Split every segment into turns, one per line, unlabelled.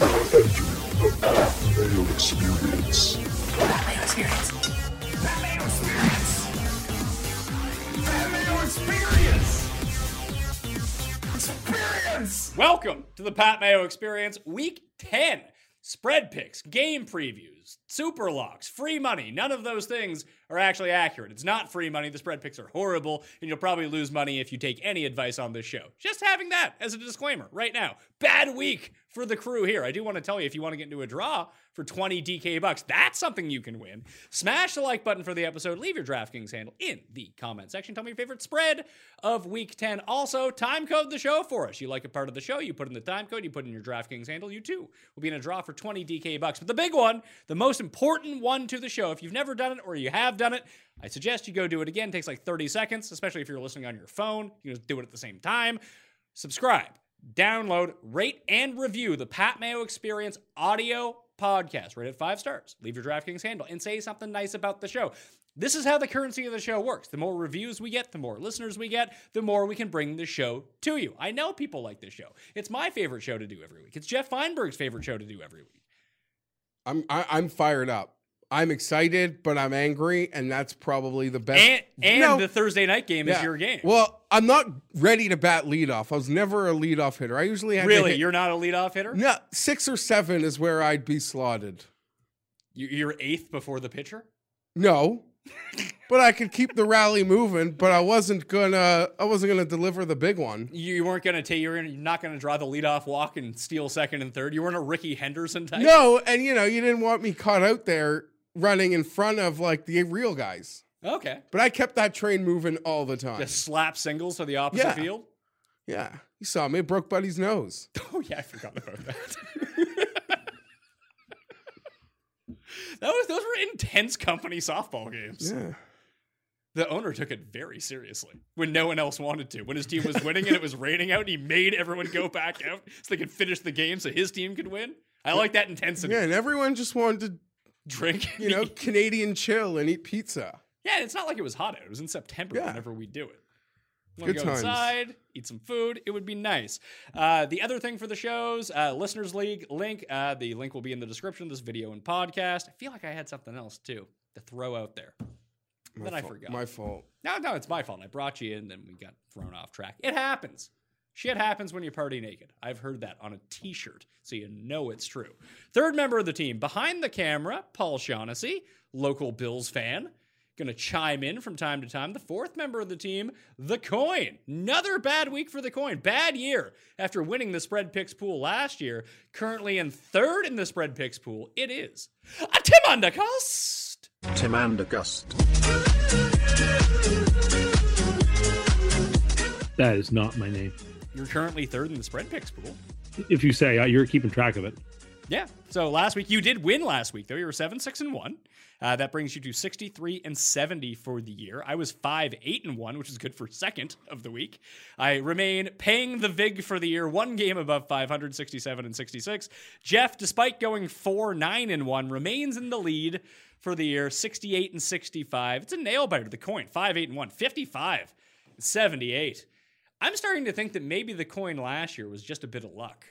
Enter the Batmale experience.
Batman experience. Batman experience. Batman experience. Experience.
Welcome to the Pat Mayo Experience, Week 10. Spread picks, game previews, super locks, free money. None of those things are actually accurate. It's not free money. The spread picks are horrible, and you'll probably lose money if you take any advice on this show. Just having that as a disclaimer right now. Bad week for the crew here. I do want to tell you if you want to get into a draw for 20 DK bucks, that's something you can win. Smash the like button for the episode. Leave your DraftKings handle in the comment section. Tell me your favorite spread of week 10. Also, time code the show for us. You like a part of the show, you put in the time code, you put in your DraftKings handle, you too will be in a draw for 20 DK bucks. But the big one, the most important one to the show, if you've never done it or you have done it, I suggest you go do it again. It takes like 30 seconds, especially if you're listening on your phone. You can just do it at the same time. Subscribe, download, rate, and review the Pat Mayo Experience audio podcast. Rate it five stars. Leave your DraftKings handle and say something nice about the show. This is how the currency of the show works. The more reviews we get, the more listeners we get, the more we can bring the show to you. I know people like this show. It's my favorite show to do every week. It's Jeff Feinberg's favorite show to do every week.
I'm I, I'm fired up. I'm excited, but I'm angry, and that's probably the best.
And, and
No.
the Thursday night game
Yeah.
is your game.
Well, I'm not ready to bat leadoff. I was never a leadoff hitter. I usually had to
really,
hit-
you're not a leadoff hitter?
no six or seven is where I'd be slotted.
You- You're eighth before the pitcher?
No, but I could keep the rally moving. But I wasn't gonna. I wasn't gonna deliver the big one.
You you weren't going to take, you're gonna- you're not going to draw the leadoff walk and steal second and third. You weren't a Ricky Henderson type.
No, and you know you didn't want me caught out there running in front of like the real guys.
Okay.
But I kept that train moving all the time.
Just slap singles to the opposite
Yeah.
field.
Yeah, you saw me. It broke Buddy's nose.
Oh yeah, I forgot about that. that was those were intense company softball games.
Yeah.
The owner took it very seriously when no one else wanted to. When his team was winning and it was raining out, he made everyone go back out so they could finish the game so his team could win. I like that intensity.
Yeah, and everyone just wanted
Drink,
to, you know, Canadian chill and eat pizza.
yeah. and It's not like it was hot out. It was in September.
Yeah.
Whenever we do it. Wanna
Good
go
times.
inside, eat some food. It would be nice. Uh, the other thing for the shows, uh, Listeners League link. Uh, the link will be in the description of this video and podcast. I feel like I had something else too to throw out there.
My
Then I
fault-
forgot.
My fault.
No, no, it's my fault. I brought you in, then we got thrown off track. It happens. Shit happens when you party naked. I've heard that on a t shirt, so you know it's true. Third member of the team, behind the camera, Paul Shaughnessy, local Bills fan. Gonna chime in from time to time. The fourth member of the team, the coin. Another bad week for the coin. Bad year after winning the spread picks pool last year. Currently in third in the spread picks pool, it is a Tim Undercost.
Tim Andergust.
That is not my name.
You're currently third in the spread picks pool.
If you say uh, you're keeping track of it,
Yeah. So last week you did win last week though. You were seven six and one. Uh, that brings you to sixty three and seventy for the year. I was five eight and one, which is good for second of the week. I remain paying the vig for the year, one game above five hundred sixty seven and sixty six. Jeff, despite going four nine and one, remains in the lead for the year, sixty eight and sixty five. It's a nail biter. The coin five eight and one, 55 78. I'm starting to think that maybe the coin last year was just a bit of luck.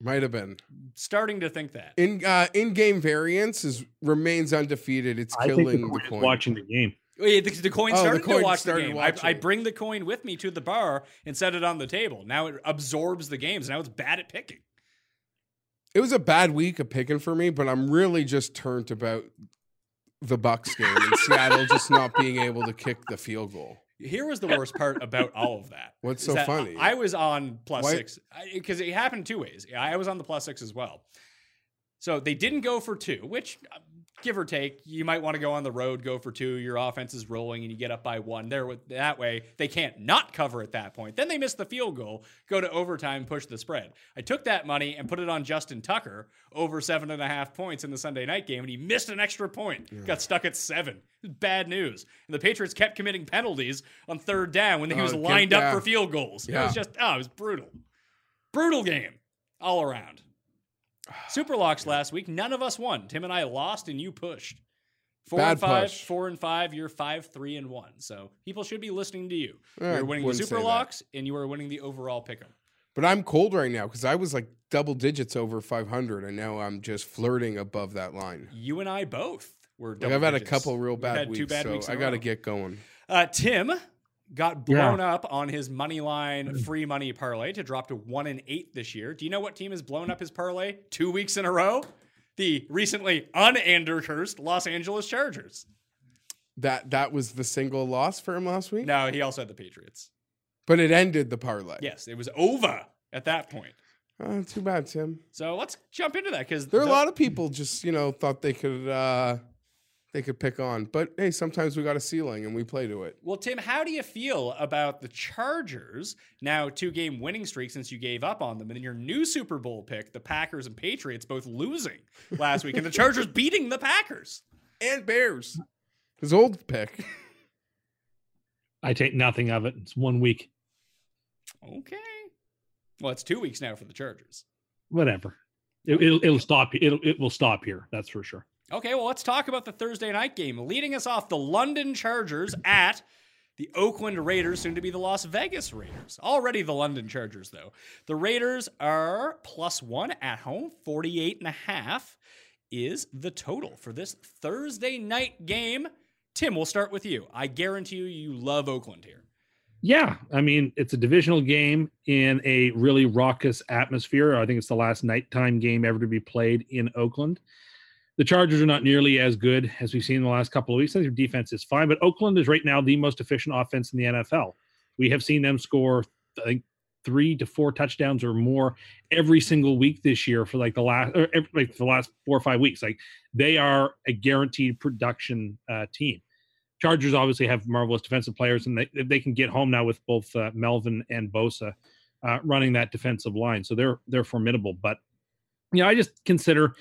Might have been.
Starting to think that.
In uh in game variance is remains undefeated. It's
I think the
killing
coin
the
is
coin.
watching the game.
Wait, the, the coin
Oh, the
started
coin
to watch
started
the game. I,
watching
I
it.
bring the coin with me to the bar and set it on the table. Now it absorbs the games. Now it's bad at picking.
It was a bad week of picking for me, but I'm really just turned about the Bucks game and Seattle just not being able to kick the field goal.
Here was the worst part about all of that.
What's
is
so
that
funny?
I, I was on plus
Why-
six because it happened two ways. I was on the plus six as well. So they didn't go for two, which, uh, give or take, you might want to go on the road, go for two. Your offense is rolling, and you get up by one. There, with- that way they can't not cover at that point. Then they miss the field goal, go to overtime, push the spread. I took that money and put it on Justin Tucker over seven and a half points in the Sunday night game, and he missed an extra point. Got stuck at seven. Bad news. And the Patriots kept committing penalties on third down when he
Oh,
was
good-
lined up
yeah.
for field goals. It
Yeah.
was just, oh, it was brutal. Brutal game all around. Super locks last week. None of us won. Tim and I lost, and you pushed. Four
Bad
and five,
push.
four and five. You're five, three and one. So people should be listening to you.
Eh,
You're winning the
wouldn't say
super
that.
locks, and you are winning the overall pick 'em.
But I'm cold right now because I was like double digits over 500, and now I'm just flirting above that line.
You and I both were.
Like
double
I've had a
digits.
couple real
We've
bad
had
weeks,
two bad
so
weeks in
I
a
got to
row.
get going.
Uh, Tim got blown up on his money line free money parlay to drop to one and eight this year. Do you know what team has blown up his parlay two weeks in a row? The recently un-Ander cursed Los Angeles Chargers.
That that was the single loss for him last week,
No, he also had the Patriots.
but it ended the parlay.
Yes, it was over at that point.
Uh, too bad, Tim.
So let's jump into that because
There are a lot of people just you know thought they could uh they could pick on, but hey, sometimes we got a ceiling and we play to it.
Well, Tim, how do you feel about the Chargers now two game winning streak since you gave up on them, and then your new Super Bowl pick, the Packers and Patriots, both losing last week, and the Chargers beating the Packers?
And Bears, his old pick.
I take nothing of it. It's one week.
Okay. Well, it's two weeks now for the Chargers.
Whatever. It, it'll it'll stop. It'll it will stop here. That's for sure.
Okay, well, let's talk about the Thursday night game. Leading us off, the London Chargers at the Oakland Raiders, soon to be the Las Vegas Raiders. Already the London Chargers, though. The Raiders are plus one at home, 48 and a half is the total for this Thursday night game. Tim, we'll start with you. I guarantee you, you love Oakland here.
Yeah, I mean it's a divisional game in a really raucous atmosphere. I think it's the last nighttime game ever to be played in Oakland. The Chargers are not nearly as good as we've seen in the last couple of weeks. I think their defense is fine, but Oakland is right now the most efficient offense in the NFL. We have seen them score, I think, three to four touchdowns or more every single week this year for like the last or every, like the last four or five weeks. Like they are a guaranteed production uh, team. Chargers obviously have marvelous defensive players, and they they can get home now with both uh, Melvin and Bosa uh, running that defensive line, so they're they're formidable. But you know, I just consider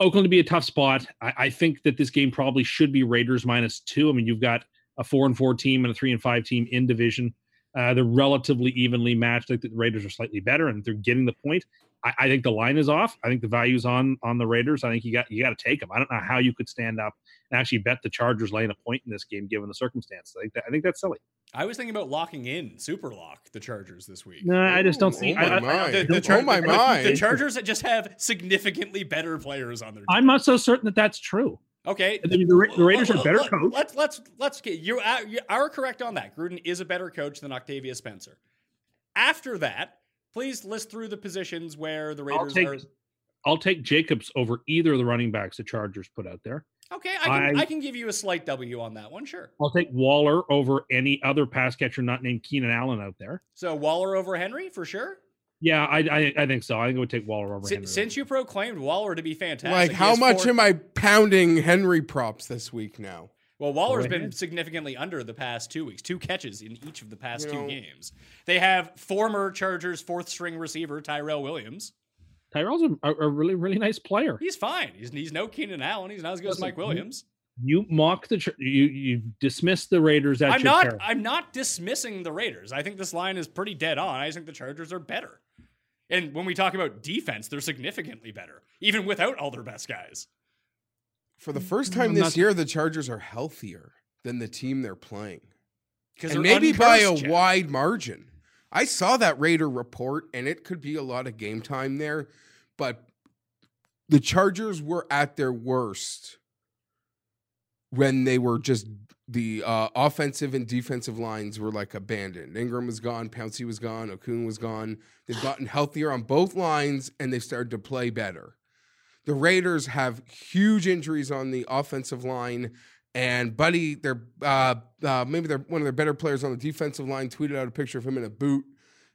Oakland to be a tough spot. I, I think that this game probably should be Raiders minus two. I mean, you've got a four and four team and a three and five team in division. Uh, they're relatively evenly matched. I think the Raiders are slightly better, and they're getting the point. I, I think the line is off. I think the value's on on the Raiders. I think you got you got to take them. I don't know how you could stand up and actually bet the Chargers laying a point in this game given the circumstances. I think, that, I think that's silly.
I was thinking about locking in Super Lock the Chargers this week.
No, I just don't
Ooh,
see.
Oh my
I, I,
mind.
The, the
Oh
Char-
my
the-
mind.
The Chargers just have significantly better players on their team.
am not so certain that that's true.
Okay.
I mean, the Ra- the Raiders are
Look,
better
look,
coached.
Let's let's let's get you are, you are correct on that. Gruden is a better coach than Octavia Spencer. After that, please list through the positions where the
I'll
Raiders
take,
are.
I'll take Jacobs over either of the running backs the Chargers put out there.
Okay, I can, I,
I-
can give you a slight W on that one, sure.
I'll take Waller over any other pass catcher not named Keenan Allen out there.
So Waller over Henry for sure.
Yeah, I I, I think so. I think I would take Waller over
Si-
Henry.
since you proclaimed Waller to be fantastic,
like,
he
how
has
much
four-
am I pounding Henry props this week now?
Well, Waller's
Go
been
ahead.
significantly under the past two weeks, two catches in each of the past
You
two
know-
games. They have former Chargers fourth string receiver Tyrell Williams.
Tyrell's a, a really really nice player.
He's fine. He's, he's no Keenan Allen. He's not as good as
Listen,
Mike
you-
Williams.
You mock the Char- you you dismiss the Raiders at
I'm
your
not.
peril.
I'm not dismissing the Raiders. I think this line is pretty dead on. I just think the Chargers are better. And when we talk about defense, they're significantly better, even without all their best guys.
For the first time
I'm
this
not-
year, the Chargers are healthier than the team they're playing.
Because
and maybe by a
Jeff.
wide margin. I saw that Raider report, and it could be a lot of game time there, but the Chargers were at their worst when they were just the uh, offensive and defensive lines were like abandoned. Ingram was gone, Pouncey was gone, Okun was gone. They've gotten healthier on both lines, and they've started to play better. The Raiders have huge injuries on the offensive line and Buddy, their uh, uh, maybe they're one of their better players on the defensive line, tweeted out a picture of him in a boot.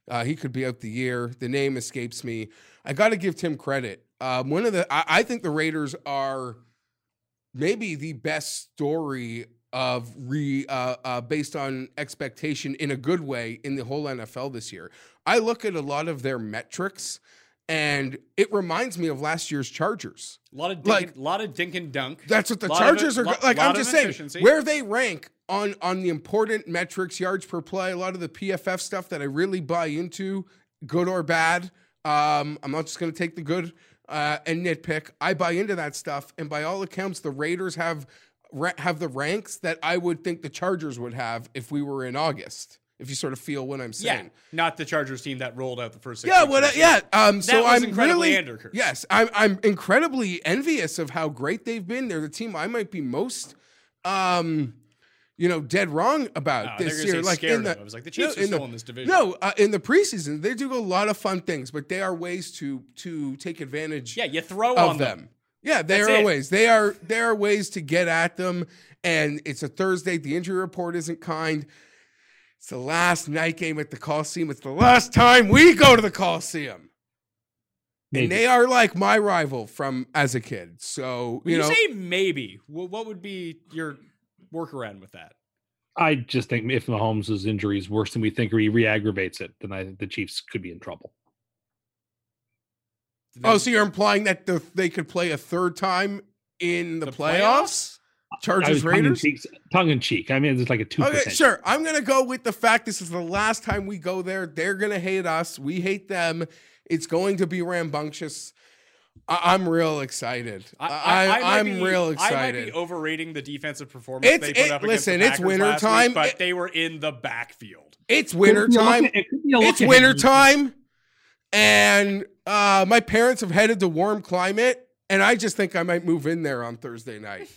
Uh, he could be out the year. The name escapes me. I got to give Tim credit. Um, one of the, I, I think the Raiders are maybe the best story of re uh, uh, based on expectation in a good way in the whole NFL this year. I look at a lot of their metrics, and it reminds me of last year's Chargers.
a lot of dink,
like-
and- lot of dink and dunk.
That's what the
Lot of
Chargers
it-
are go-
lot-
like.
lot
I'm
of
just saying
efficiency.
where they rank on on the important metrics, yards per play, a lot of the PFF stuff that I really buy into, good or bad. Um, I'm not just going to take the good uh, and nitpick. I buy into that stuff, and by all accounts, the Raiders have ra- have the ranks that I would think the Chargers would have if we were in August. If you sort of feel what I'm
Yeah,
saying.
not the Chargers team that rolled out the first six.
Yeah,
weeks of
what?
the
I- Yeah. Um.
That
So
was
I'm
incredibly
really
undercursed.
yes. I'm I'm incredibly envious of how great they've been. They're the team I might be most, um, you know, dead wrong
season. Oh,
about
they're
this
gonna say
year. Like
scared
in
of
the
them. I was like, the
no,
Chiefs are
in
still
the-
in this division.
no, uh, in the preseason they do a lot of fun things, but they are ways to to take advantage
yeah, you throw
of
on them.
them. Yeah, there
That's
are
it.
ways. They are there are ways to get at them, and it's a Thursday. The injury report isn't kind. It's the last night game at the Coliseum. It's the last time we go to the Coliseum,
Maybe.
and they are like my rival from as a kid. So
When
you
you,
know,
say maybe, wh- what would be your workaround with that?
I just think if Mahomes' injury is worse than we think, or he re-aggravates it, then I think the Chiefs could be in trouble.
oh, so you're implying that the, they could play a third time in the, playoffs?
I was
Chargers
tongue in
Raiders.
cheek. Tongue in cheek. I mean, it's like a two
Okay,
percent.
sure. I'm gonna go with the fact this is the last time we go there. They're gonna hate us. We hate them. It's going to be rambunctious. I- I'm real excited. I- I-
might
I'm
be- I
real
might be
excited.
overrating the defensive performance
It's-
they put
it-
up against
listen,
the
it's
Packers
winter
last week,
time.
but
It-
they were in the backfield.
It's winter time. It's winter time, and uh, my parents have headed to warm climate, and I just think I might move in there on Thursday night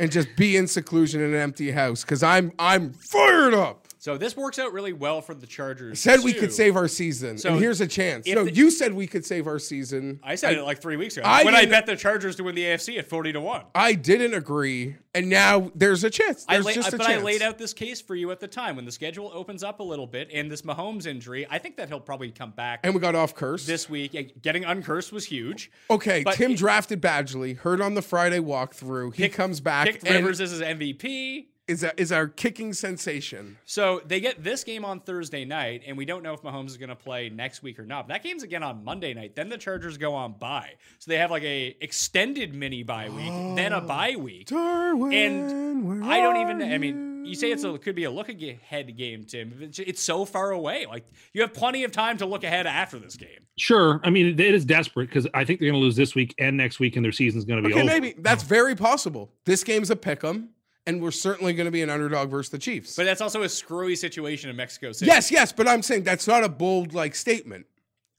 and just be in seclusion in an empty house because I'm I'm fired up.
So this works out really well for the Chargers.
Said we
too.
could save our season,
So
and here's a chance.
if
No,
the-
you said we could save our season.
I said it like three weeks ago.
I
when I
didn't-
bet the Chargers to win the AFC at forty to one.
I didn't agree, and now there's a chance.
I
There's
la-
just a
but
chance.
I laid out this case for you at the time when the schedule opens up a little bit and this Mahomes injury. I think that he'll probably come back
and we got off curse.
this week. Yeah, Getting uncursed was huge.
okay,
but
Tim
it-
drafted Badgley, hurt on the Friday walkthrough. He
Pick-
comes back
Pick
and
Rivers is his MVP.
is a, is our kicking sensation.
So they get this game on Thursday night, and we don't know if Mahomes is going to play next week or not. That game's again on Monday night. Then the Chargers go on bye, so they have like a extended mini bye week, then a bye week.
Darwin,
And
Oh, where
I don't even.
are
I mean, you say it's a could be a look ahead game, Tim. It's, it's so far away. Like you have plenty of time to look ahead after this game.
Sure. I mean, it it is desperate because I think they're going to lose this week and next week, and their season's going to be
okay,
over.
maybe that's very possible. This game's a pick'em, and we're certainly going to be an underdog versus the Chiefs.
But that's also a screwy situation in Mexico City.
Yes, yes, but I'm saying that's not a bold like statement.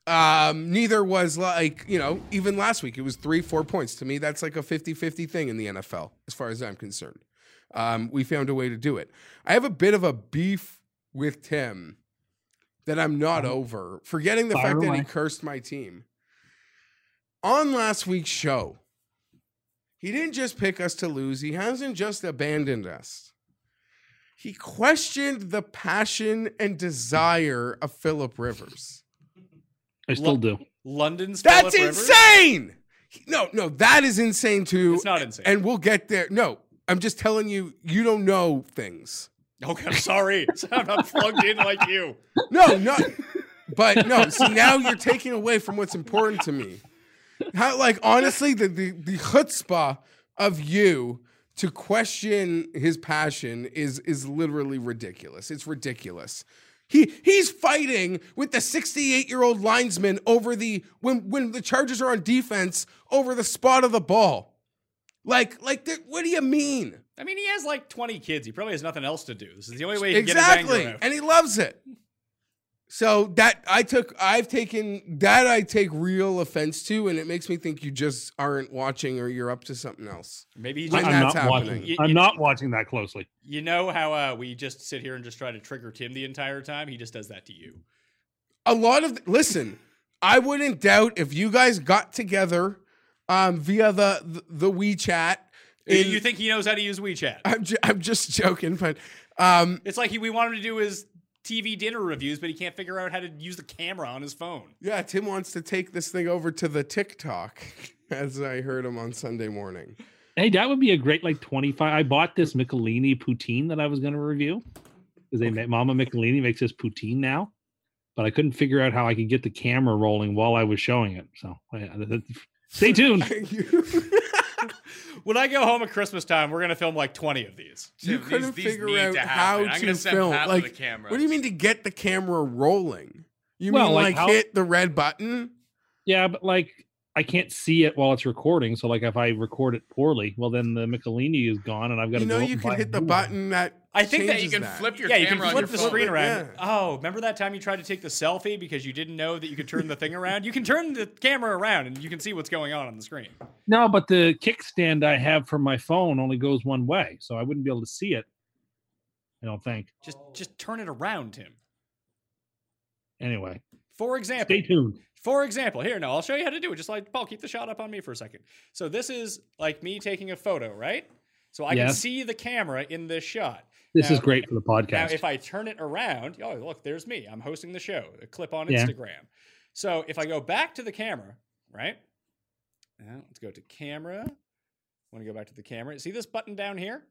Um, neither was like, you know, even last week it was three, four points. To me, that's like a 50-50 thing in the NFL, as far as I'm concerned. Um, we found a way to do it. I have a bit of a beef with Tim that I'm
Oh.
not over, forgetting the
Fire
fact that he
away.
cursed my team. On last week's show, he didn't just pick us to lose, he hasn't just abandoned us. He questioned the passion and desire of Philip Rivers.
I still do.
London's
That's
Phillip Rivers?
insane. He- No, no, that is insane too.
It's not insane.
And we'll get there. No, I'm just telling you, you don't know things.
okay, I'm sorry. I'm not plugged in like you.
No, no. But no, see now you're taking away from what's important to me. How like honestly, the the, the chutzpah of you to question his passion is is literally ridiculous. It's ridiculous. He he's fighting with the 68-year-old linesman over the when when the Chargers are on defense over the spot of the ball. Like like th- what do you mean?
I mean, he has like 20 kids. He probably has nothing else to do. This is the only way he can get his
exactly
anger out.
and he loves it so that i took i've taken that i take real offense to and it makes me think you just aren't watching or you're up to something else
Maybe he
When
just,
I'm
that's
not
happening.
watching.
You-
I'm
you-
not watching that closely.
you know how uh, we just sit here and just try to trigger Tim the entire time. He just does that to you.
a lot of listen i wouldn't doubt if you guys got together um, via the the, the wechat in-
you think he knows how to use WeChat?
I'm, ju- I'm just joking but um,
It's like he, we want him to do his TV dinner reviews, but he can't figure out how to use the camera on his phone.
yeah tim wants to take this thing over to the tiktok as i heard him on sunday morning
Hey, that would be a great like 25. I bought this Michelini poutine that I was going to review because they made Mama Michelini makes this poutine now, but I couldn't figure out how I could get the camera rolling while I was showing it. So I- I- stay tuned.
When I go home at Christmas time, we're gonna film like twenty of these.
you
Tim, these-
couldn't
these
figure
need
out
to
how
happen. I'm
to
gonna send
film.
Pat with
Like,
a camera.
what do you mean to get the camera rolling? You
Well,
mean
like
like
how-
hit the red button?
Yeah, but like I can't see it while it's recording. So like if I record it poorly, well then the Michelini is gone and I've got to
You know
go. up
you
and
can
buy a
hit the
new one.
button that
I think that you
changes
can
Flip your
yeah, you can
camera on your
flip the
phone.
screen around.
Yeah.
Oh, remember that time you tried to take the selfie because you didn't know that you could turn the thing around? You can turn the camera around and you can see what's going on on the screen.
No, but the kickstand I have for my phone only goes one way, so I wouldn't be able to see it. I don't think.
Just just turn it around, Tim.
Anyway,
For example,
stay tuned.
For example, here, no, I'll show you how to do it. Just like, Paul, keep the shot up on me for a second. So this is like me taking a photo, right? So I can
Yes.
see the camera in this shot.
This
Now-
is great for the
Now,
podcast.
if I turn it around, oh, look, there's me. I'm hosting the show, a clip on
Yeah.
Instagram. So if I go back to the camera, right? Now, let's go to camera. want to go back to the camera. See this button down here?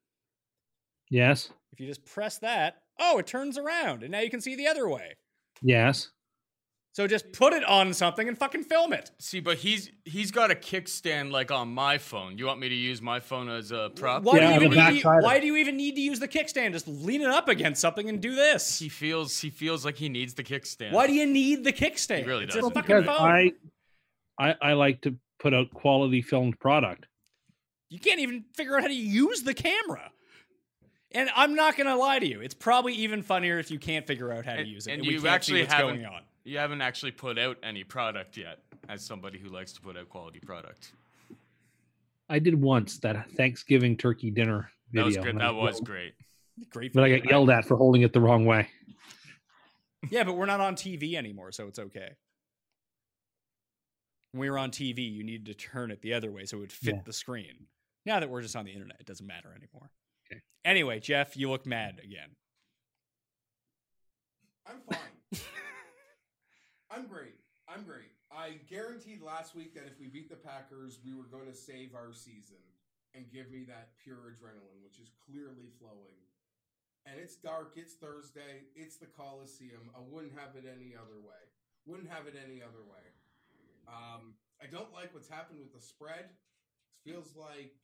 yes,
If you just press that, oh, it turns around. And now you can see the other way.
yes.
So just put it on something and fucking film it.
See, but he's he's got a kickstand like on my phone. You want me to use my phone as a prop?
Why,
Yeah, on
do
the
you even
back
need,
side of
why
it.
do you even need to use the kickstand? Just lean it up against something and do this.
He feels he feels like he needs the kickstand.
Why do you need the kickstand?
He really
it's just
doesn't.
a
Because
fucking phone.
I, I, I like to put out quality filmed product.
You can't even figure out how to use the camera. And I'm not going to lie to you. It's probably even funnier if you can't figure out how to
And-
use it.
and
we
you
can't see
actually
what's
haven't-
going on.
You haven't actually put out any product yet. As somebody who likes to put out quality product,
I did once that Thanksgiving turkey dinner video.
that was great.
and I-
That was great.
Great.
But I
video.
got yelled at for holding it the wrong way.
Yeah, but we're not on TV anymore, so it's okay. When we were on TV, you needed to turn it the other way so it would fit
Yeah.
the screen. Now that we're just on the internet, it doesn't matter anymore.
Okay.
Anyway, Jeff, you look mad again.
I'm fine. I'm great. I'm great. I guaranteed last week that if we beat the Packers, we were going to save our season and give me that pure adrenaline, which is clearly flowing. And it's dark. It's Thursday. It's the Coliseum. I wouldn't have it any other way. Wouldn't have it any other way. Um, I don't like what's happened with the spread. It feels like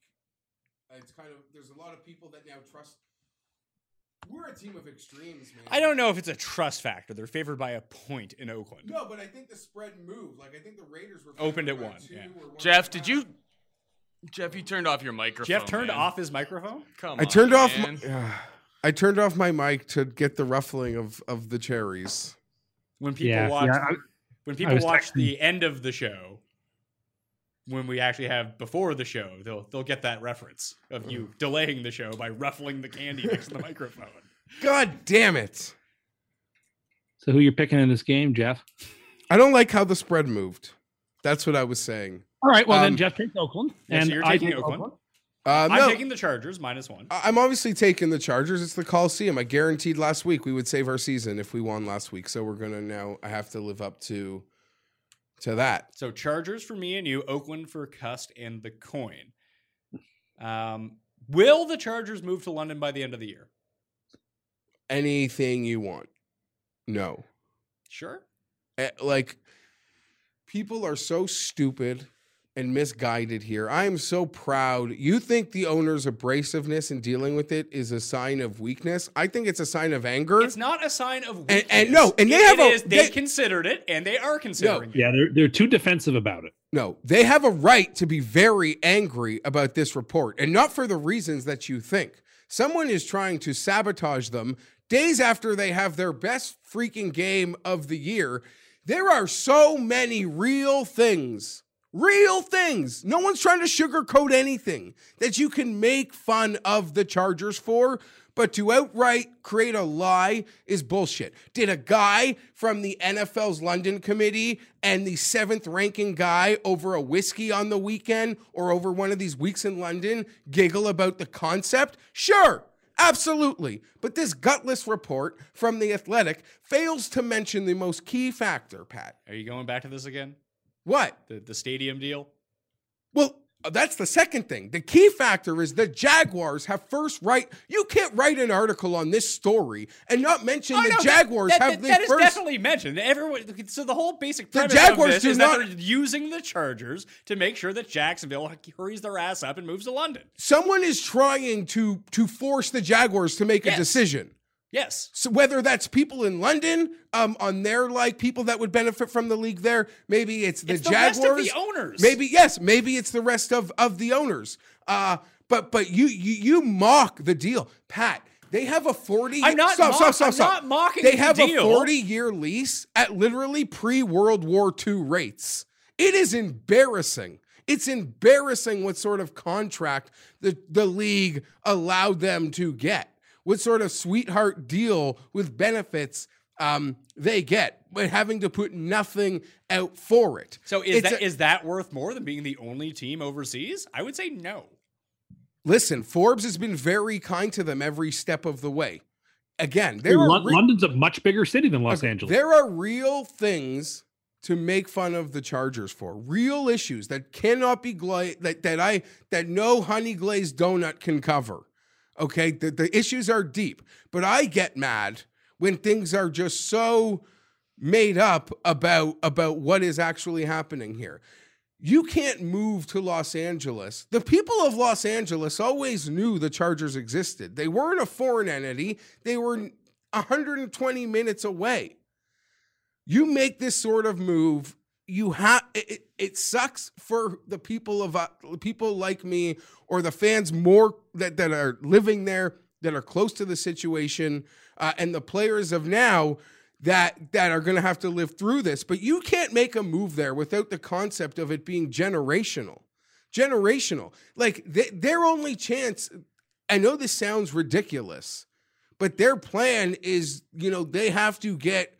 it's kind of there's a lot of people that now trust. We're a team of extremes, man.
I don't know if it's a trust factor. They're favored by a point in Oakland.
No, but I think the spread moved. Like I think the Raiders were
Opened
favored
at
by
one,
two
yeah.
or one
Jeff,
and a
did you?
half.
Jeff, you turned off your microphone.
Jeff turned
man.
off his microphone.
Come
I
on,
turned off.
man.
My, I turned off my mic to get the ruffling of of the cherries.
When people
yeah,
watch
yeah, I-
when people
was
watch
texting-
the end of the show, when we actually have before the show, they'll they'll get that reference of you delaying the show by ruffling the candy next to the microphone.
Um, God damn it!
so who you're picking in this game, Jeff?
I don't like how the spread moved. That's what I was saying.
All right, well
Um,
then Jeff takes Oakland,
Yeah, so
and
you're
I
taking
take
Oakland.
Oakland.
Uh, no,
I'm
I-
taking the Chargers minus one.
I'm obviously taking the Chargers. It's the Coliseum. I guaranteed last week we would save our season if we won last week. So we're gonna now. I have to live up to to that.
So Chargers for me and you, Oakland for Cust and the coin. Um, will the Chargers move to London by the end of the year?
Anything you want. No.
Sure.
Eh, like people are so stupid and misguided here. I am so proud. You think the owner's abrasiveness in dealing with it is a sign of weakness? I think it's a sign of anger.
It's not a sign of
and
weakness.
no, and they
It-
have
it
a-
is- they,
they-
considered it and they are considering it.
Yeah, they're they're too defensive about it.
no, they have a right to be very angry about this report and not for the reasons that you think. Someone is trying to sabotage them days after they have their best freaking game of the year. There are so many real things Real things. No one's trying to sugarcoat anything that you can make fun of the Chargers for, but to outright create a lie is bullshit. Did a guy from the NFL's London committee and the seventh ranking guy over a whiskey on the weekend or over one of these weeks in London giggle about the concept? Sure. Absolutely. But this gutless report from The Athletic fails to mention the most key factor, Pat.
Are you going back to this again?
What?
The the stadium deal?
Well, uh, that's the second thing. The key factor is the Jaguars have first right. You can't write an article on this story and not mention
Oh,
the
no, that-
Jaguars
that,
have
that-
the
that is
first.
definitely mentioned. Everyone, so the whole basic
The
premise
Jaguars
of this
do
is
not-
that they're using the Chargers to make sure that Jacksonville hurries their ass up and moves to London.
Someone is trying to to force the Jaguars to make
Yes.
a decision.
Yes.
So whether that's people in London, um, on their like people that would benefit from the league there, maybe it's the
it's the
Jaguars,
rest of the owners.
maybe yes, maybe it's the rest of of the owners. Uh, but but you you you mock the deal, Pat. They have a forty.
I'm not
stop,
mock-
stop, stop,
I'm
stop.
not mocking
They
the
have
deal.
a forty year lease at literally pre World War II rates. It is embarrassing. It's embarrassing what sort of contract the, the league allowed them to get, what sort of sweetheart deal with benefits um, they get, but having to put nothing out for it.
So is
It's
that
a-
is that worth more than being the only team overseas? I would say no.
Listen, Forbes has been very kind to them every step of the way. Again, there
Lon-
are re-
London's a much bigger city than Los Angeles.
There are real things to make fun of the Chargers for. Real issues that cannot be gla- that that I that no honey glazed donut can cover. Okay, the, the issues are deep, but I get mad when things are just so made up about about what is actually happening here. You can't move to Los Angeles. The people of Los Angeles always knew the Chargers existed. They weren't a foreign entity. They were 120 minutes away you make this sort of move you have it, it- it sucks for the people of uh, people like me or the fans more that, that are living there that are close to the situation uh, and the players of now that that are going to have to live through this but you can't make a move there without the concept of it being generational generational like th- their only chance i know this sounds ridiculous but their plan is you know they have to get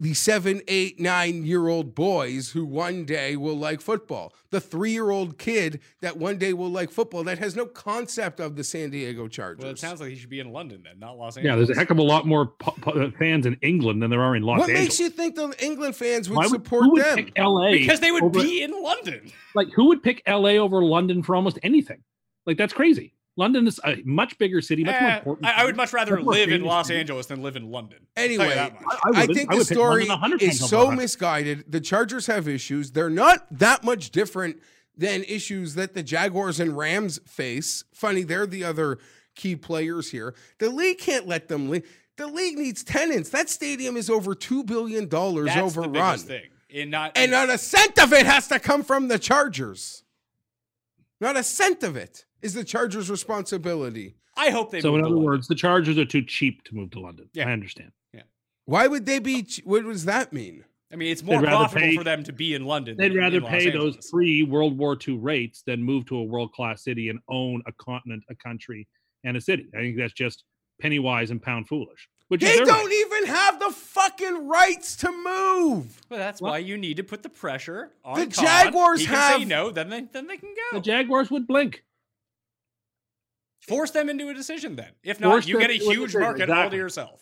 the seven, eight, nine year old boys who one day will like football, the three year old kid that one day will like football that has no concept of the San Diego Chargers.
Well, it sounds like he should be in London then, not Los Angeles.
yeah, there's a heck of a lot more pu- pu- fans in England than there are in Los
what
Angeles.
makes you think the England fans would,
Why
support
who would
them?
pick LA
because they would
over-
be in London.
like who would pick LA over London for almost anything? Like that's crazy. London is a much bigger city, much more
Eh,
important.
I, I would much rather
Much more
live in
famous
Los
city.
Angeles than live in London.
Anyway,
Tell you that much.
I,
I
would-
think
I
the
would pick London
story
100
is
times
so
over London.
misguided. The Chargers have issues. They're not that much different than issues that the Jaguars and Rams face. Funny, they're the other key players here. The league can't let them leave. The league needs tenants. That stadium is over two billion dollars
That's the
overrun,
biggest thing. In not
and not a cent of it has to come from the Chargers. Not a cent of it is the Chargers' responsibility.
I hope they.
So
move
in
to
other
London.
words, the Chargers are too cheap to move to London.
Yeah.
I understand.
Why would they be? What does that mean?
I mean, it's more
They'd rather
profitable
pay-
for them to be in London.
They'd
than
rather
in Los
pay those
Angeles.
free World War II rates than move to a world class city and own a continent, a country, and a city. I think that's just penny wise and pound foolish. Which is
They
their
don't
right.
even have the fucking rights to move.
Well, that's why you need to put the pressure on
The
Khan.
Jaguars
he can say
have-
no, then they then they can go.
the Jaguars would blink.
Force them into a decision then. If not,
Force
you
them
get a
into a
huge
decision,
market all to
exactly.
yourself.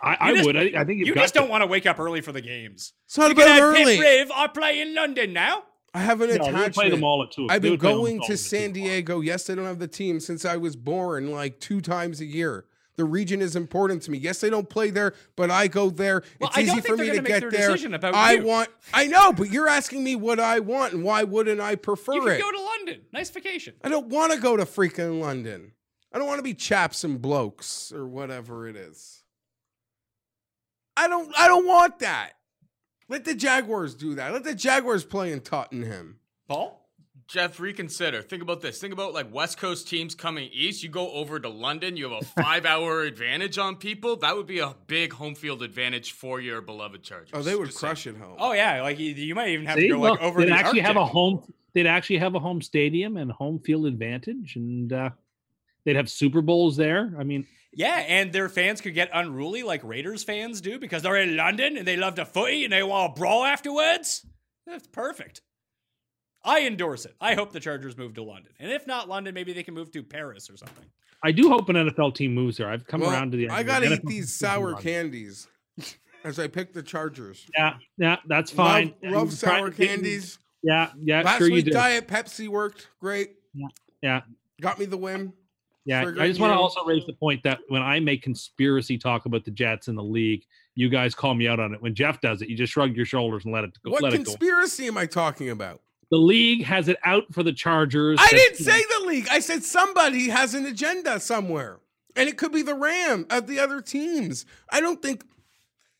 I, I
You just-
would. I, I think you've
You
got
just
to.
don't want to wake up early for the games.
It's not
You can
about
have Pitt
early.
Brave. I play in London now.
I have an
No, they would play
attachment.
them all at two.
I've
they
been
would play them
going
all
to
at two
San
o'clock.
Diego. Yes, I don't have the team since I was born, like two times a year. The region is important to me. Yes, they don't play there, but I go there.
Well,
it's
I
easy
don't think
for
they're
me to
gonna make
get
their
there.
decision about
I
you.
want. I know, but you're asking me what I want and why wouldn't I prefer
You
it?
can go to London. Nice vacation.
I don't want to go to freaking London. I don't want to be chaps and blokes or whatever it is. I don't I don't want that. Let the Jaguars do that. Let the Jaguars play in Tottenham.
Paul?
Jeff, reconsider. Think about this. Think about like West Coast teams coming east. You go over to London, you have a five hour advantage on people. That would be a big home field advantage for your beloved Chargers.
Oh, they would
Just saying.
crush it home.
Oh yeah, like you, you might even have
See,
to go like
look,
over
they'd
to the
actually have a
Arctic.
home. They'd actually have a home stadium and home field advantage, and uh, they'd have Super Bowls there. I mean,
Yeah, and their fans could get unruly like Raiders fans do because they're in London and they love to footy and they want to brawl afterwards. That's perfect. I endorse it. I hope the Chargers move to London. And if not London, maybe they can move to Paris or something.
I do hope an NFL team moves there. I've come
Well,
around to the.
I
idea
gotta
of
eat
NFL
these
teams
sour
moving on.
candies as I pick the Chargers.
Yeah, yeah, that's fine.
Love,
And
love
try
sour
to get-
candies.
Yeah, yeah,
Last
sure you
week
do.
Diet Pepsi worked great.
Yeah, yeah.
Got me the win.
yeah,
for
I just want to
you.
also raise the point that when I make conspiracy talk about the Jets and the league, you guys call me out on it. When Jeff does it, you just shrug your shoulders and let it go.
What
let it go.
conspiracy am I talking about?
The league has it out for the Chargers.
I
that-
didn't say the league. I said somebody has an agenda somewhere. and it could be the Ram of the other teams. I don't think.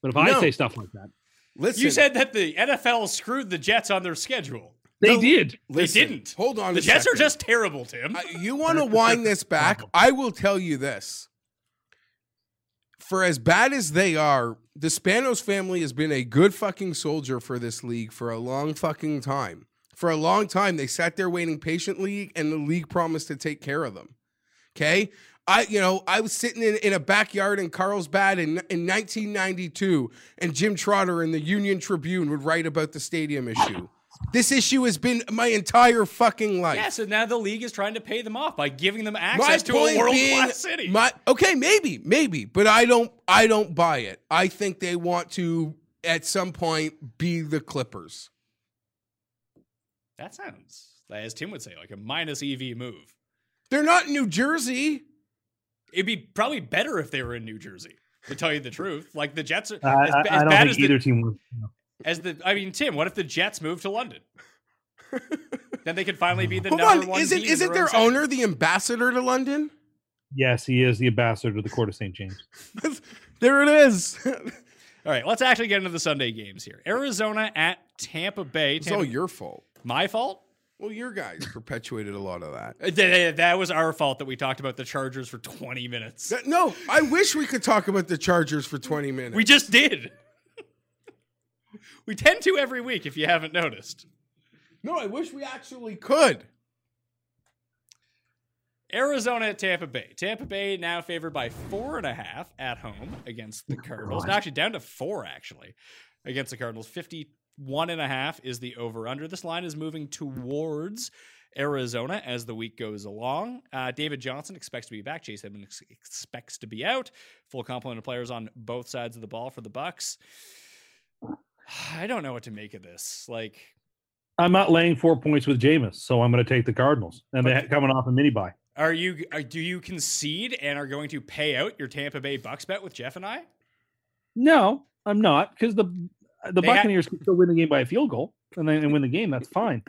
But if I
No.
say stuff like that,
Listen,
You said that the NFL screwed the Jets on their schedule.
they
No.
did.
listen,
didn't.
Hold on.
The
a
Jets are
second.
just terrible, Tim.
I- you want to wind this back? I will tell you this. For as bad as they are, the Spanos family has been a good fucking soldier for this league for a long fucking time. For a long time, they sat there waiting patiently, and the league promised to take care of them. Okay. I, you know, I was sitting in, in a backyard in Carlsbad in, in 1992, and Jim Trotter in the Union Tribune would write about the stadium issue. This issue has been my entire fucking life.
yes, and now the league is trying to pay them off by giving them access to a
point
world
being-
class city.
My okay, maybe, maybe, but I don't I don't buy it. I think they want to at some point be the Clippers.
that sounds, as Tim would say, like a minus EV move.
They're not in New Jersey.
It'd be probably better if they were in New Jersey. To tell you the truth, like the Jets are
I, I,
as,
I
ba- as
don't
bad
think
as the,
either team would.
as the. I mean, Tim, what if the Jets move to London? then they could finally be the
Hold
number
on,
one.
isn't
team in
isn't their
own section.
owner the ambassador to London?
Yes, he is the ambassador to the court of St. James.
there it is.
All right, let's actually get into the Sunday games here. Arizona at Tampa Bay.
it's
Tampa-
all your fault.
my fault.
Well, your guys perpetuated a lot of that.
Uh, th- th- That was our fault that we talked about the Chargers for 20 minutes.
That- No, I wish we could talk about the Chargers for 20 minutes.
We just did. we tend to every week, if you haven't noticed.
no, I wish we actually could.
Arizona at Tampa Bay. Tampa Bay now favored by four and a half at home against the Cardinals. No, actually, down to four, actually, against the Cardinals. 51 and a half is the over under. This line is moving towards Arizona as the week goes along. Uh, David Johnson expects to be back. Chase Edmonds ex- expects to be out. Full complement of players on both sides of the ball for the Bucks. I don't know what to make of this. Like,
I'm not laying four points with Jameis, so I'm going to take the Cardinals, and they're coming off a mini buy.
are you? Are, do you concede and are going to pay out your Tampa Bay Bucks bet with Jeff and I?
No, I'm not because the the
They ha-
Buccaneers can still win the game by a field goal and then and win the game. That's fine.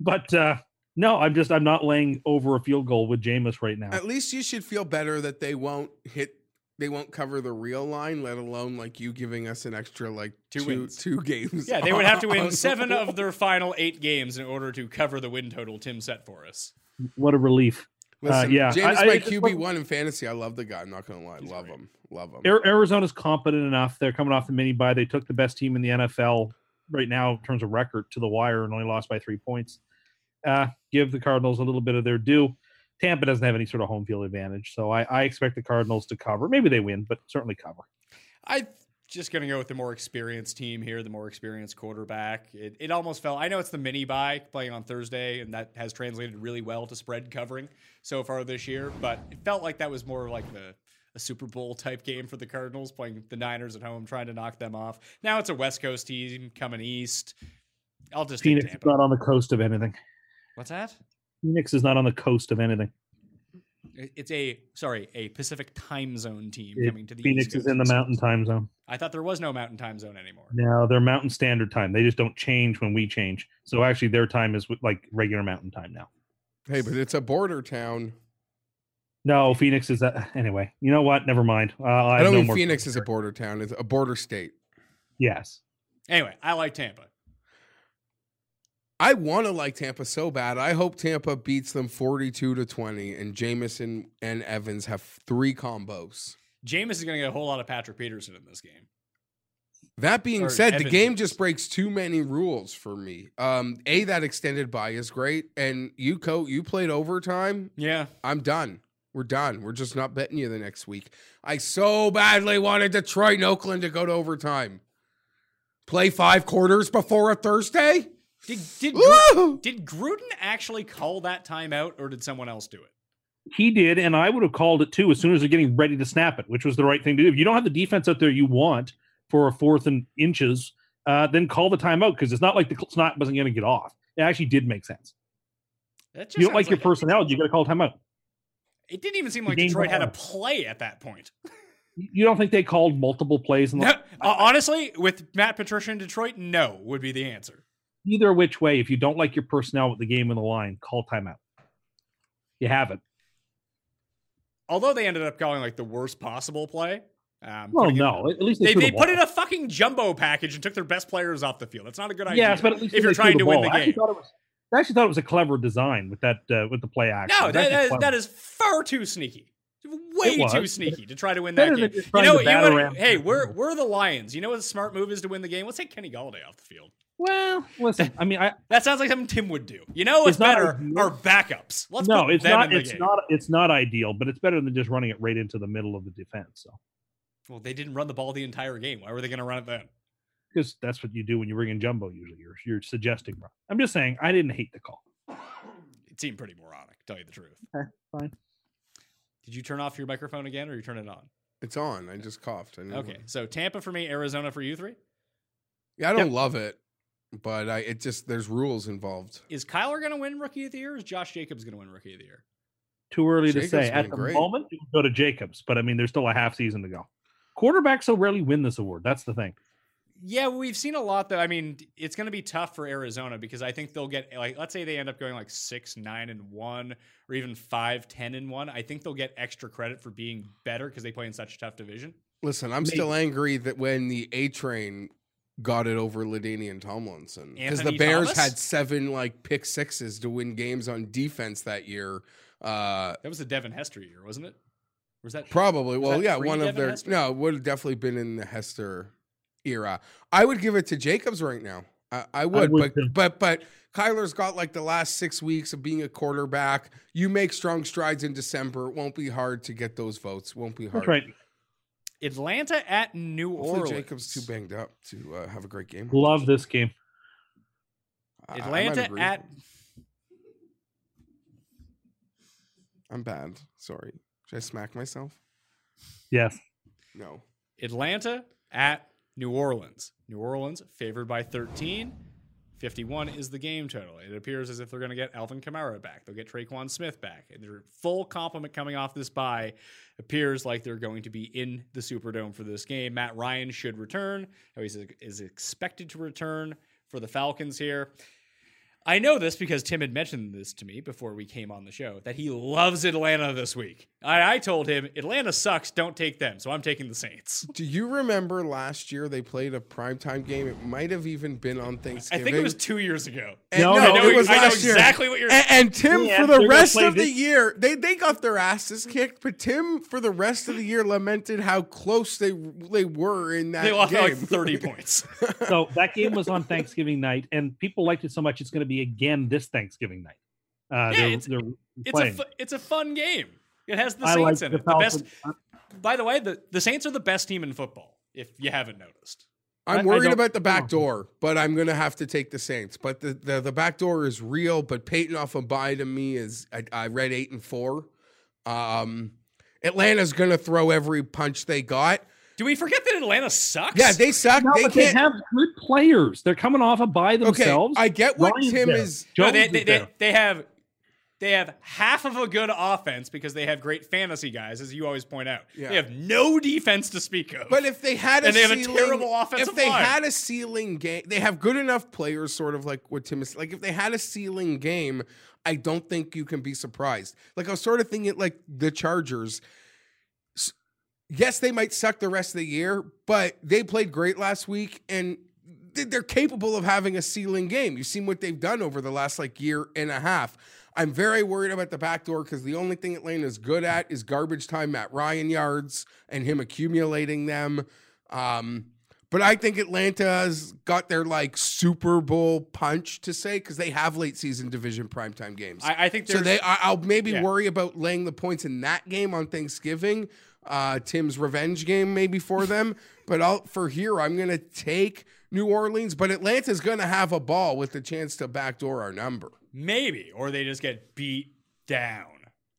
But uh, no, I'm just I'm not laying over a field goal with Jameis right now.
At least you should feel better that they won't hit they won't cover the real line, let alone like you giving us an extra like
Two
two,
wins.
two games.
Yeah, they would have to
on-
win seven of their final eight games in order to cover the win total Tim set for us.
What a relief!
Listen,
yeah,
James
I- I-
my
it's-
QB one in fantasy. I love the guy. I'm not gonna lie, love him, love him.
Ar- Arizona's competent enough. They're coming off the mini buy. They took the best team in the NFL right now in terms of record to the wire and only lost by three points. Uh, give the Cardinals a little bit of their due. Tampa doesn't have any sort of home field advantage, so I, I expect the Cardinals to cover. Maybe they win, but certainly cover.
I'm just going to go with the more experienced team here, the more experienced quarterback. It, it almost fell. I know it's the mini buy playing on Thursday, and that has translated really well to spread covering so far this year, but it felt like that was more like the. A Super Bowl type game for the Cardinals, playing the Niners at home, trying to knock them off. Now it's a West Coast team coming east. I'll just take
Phoenix is
Tampa.
not on the coast of anything.
What's that?
Phoenix is not on the coast of anything.
It- It's a sorry, a Pacific time zone team
It-
coming to the
Phoenix
East
is
Coast.
in the mountain time zone.
I thought there was no mountain time zone anymore.
No, they're mountain standard time. They just don't change when we change. So actually, their time is like regular mountain time now.
Hey, but it's a border town.
No, Phoenix is that anyway. You know what? Never mind. Uh, I,
I,
have
don't
no
mean
more-
Phoenix is a border town. It's a border state.
Yes.
Anyway, I like Tampa.
I want to like Tampa so bad. I hope Tampa beats them 42 to 20, and Jamison and Evans have three combos.
Jameis is going to get a whole lot of Patrick Peterson in this game.
That being
Or
said, the
Evans
game
is.
just breaks too many rules for me. Um, a that extended by is great, and you co you played overtime.
Yeah,
I'm done. We're done. We're just not betting you the next week. I so badly wanted Detroit and Oakland to go to overtime. Play five quarters before a Thursday.
did did Gru-
Woo!
did Gruden actually call that timeout, or did someone else do it?
He did, and I would have called it too as soon as they're getting ready to snap it, which was the right thing to do. If you don't have the defense out there you want for a fourth and inches, uh, then call the timeout because it's not like the cl- snap wasn't going to get off. It actually did make sense.
That just
you don't
sounds
like your personnel, you got to call timeout.
It didn't even seem like
game
Detroit had a
ball.
play at that point.
You don't think they called multiple plays in the
No, uh, honestly, with Matt Patricia in Detroit, no would be the answer.
either which way, if you don't like your personnel with the game on the line, call timeout. You have it.
although they ended up calling like the worst possible play. Um,
Well,
putting it-
no, at least they,
They,
threw the
they put
ball.
in a fucking jumbo package and took their best players off the field. That's not a good idea.
Yes, but at least
if
they
you're
threw
trying to win
ball.
the
I actually
game.
thought it was- I actually thought it was a clever design with that uh, with the play action.
No,
It was
that,
actually
that, is,
clever.
that is far too sneaky. Way
was.
too sneaky to try to win that
Better than
game.
just
You
trying
know,
to
you
batter
would-
around.
hey, we're we're the Lions. You know what a smart move is to win the game? Let's take Kenny Galladay off the field.
well. Listen, I mean, I
That sounds like something Tim would do. You know what's
It's not
better
ideal.
are backups. Let's
no,
put
it's
them
not.
in the
It's
game.
not. It's not ideal, but it's better than just running it right into the middle of the defense. So
Well, they didn't run the ball the entire game. Why were they going to run it then?
because that's what you do when you bring in jumbo. Usually, you're you're suggesting. Run. I'm just saying, I didn't hate the call.
It seemed pretty moronic, to tell you the truth.
Okay, Eh, fine.
Did you turn off your microphone again, or you turn it on?
It's on. I just coughed. I know.
Okay, so Tampa for me, Arizona for you three.
Yeah, I don't love it, but I it just there's rules involved.
Is Kyler going to win Rookie of the Year? Or is Josh Jacobs going to win Rookie of the Year?
Too early
Jacobs
to say.
been
At the
great.
moment, you can go to Jacobs, but I mean, there's still a half season to go. Quarterbacks so rarely win this award. That's the thing.
Yeah, well, we've seen a lot though. I mean, d- it's going to be tough for Arizona because I think they'll get like let's say they end up going like 6 9 and 1 or even 5 10 and 1. I think they'll get extra credit for being better because they play in such a tough division.
Listen, I'm still angry that when the A train got it over Ladainian Tomlinson because the
Anthony
Bears
Thomas?
had seven like pick sixes to win games on defense that year. Uh,
That was the Devin Hester year, wasn't it? Was that
probably. Well,
that
yeah,
pre
one of
Devin
their
Hester?
no it would have definitely been in the Hester era. I would give it to Jacobs right now. I, I would,
would
but
too.
but but Kyler's got like the last six weeks of being a quarterback. You make strong strides in December. It won't be hard to get those votes. Won't be hard.
That's right.
Atlanta at New
Hopefully
Orleans?
Jacobs too banged up to uh, have a great game.
Love this game.
I- I might
Atlanta
agree.
at
I'm bad. Sorry. Should I smack myself?
Yes.
No.
Atlanta at New Orleans. New Orleans favored by 13. 51 is the game total. It appears as if they're going to get Alvin Kamara back. They'll get Traquan Smith back. And their full complement coming off this bye appears like they're going to be in the Superdome for this game. Matt Ryan should return. Now he's- is expected to return for the Falcons here. I know this because Tim had mentioned this to me before we came on the show that he loves Atlanta this week. I, I told him Atlanta sucks. Don't take them. So I'm taking the Saints.
Do you remember last year they played a primetime game? It might have even been on
I
Thanksgiving.
think it was two years ago.
And-
No,
no,
I know-
it was
I know
last year.
exactly what you're.
And, and Tim,
Yeah,
for
they're
the
gonna
rest
play
of the
this-
year, they, they got their asses kicked. But Tim, for the rest of the year, lamented how close they they were in that
They lost by
game.
like 30 points.
So that game was on Thanksgiving night, and people liked it so much it's going to be again this Thanksgiving night. Uh, they're,
it's-
they're
It's a
playing.
fu- it's a fun game. It has the
I like
Saints in
the
it. The best.
Falcons. I-
By the way, the, the Saints are the best team in football. If you haven't noticed,
I- I
I'm worried
don't-
about the back
no.
door, but I'm going to have to take the Saints. But the, the, the back door is real. But Peyton off a bye to me is I, I read eight and four. Um, Atlanta's going to throw every punch they got.
do we forget that Atlanta sucks?
Yeah, they suck.
No,
they
but
can't.
they have good players. They're coming off a bye
okay,
themselves.
I get what
Ryan's
Tim
there.
is.
No,
Jones
they,
is
they,
there.
they, they have they have half of a good offense because they have great fantasy guys, as you always point out.
Yeah.
They have no defense to speak of.
But if they had a
And they have a
ceiling,
terrible offensive
if they
line.
had a ceiling game, they have good enough players, sort of like what Tim is. Like if they had a ceiling game, I don't think you can be surprised. Like I was sort of thinking, like the Chargers. S- Yes, they might suck the rest of the year, but they played great last week, and th- they're capable of having a ceiling game. You've seen what they've done over the last like year and a half. I'm very worried about the back door because the only thing Atlanta's good at is garbage time Matt Ryan yards and him accumulating them. Um, but I think Atlanta's got their like Super Bowl punch to say because they have late season division primetime games.
I, I think
so
there's
they, I, I'll maybe
Yeah.
worry about laying the points in that game on Thanksgiving, uh, Tim's revenge game maybe for them. but I'll, for here, I'm gonna take New Orleans. But Atlanta's gonna have a ball with the chance to backdoor our number.
maybe, or they just get beat down.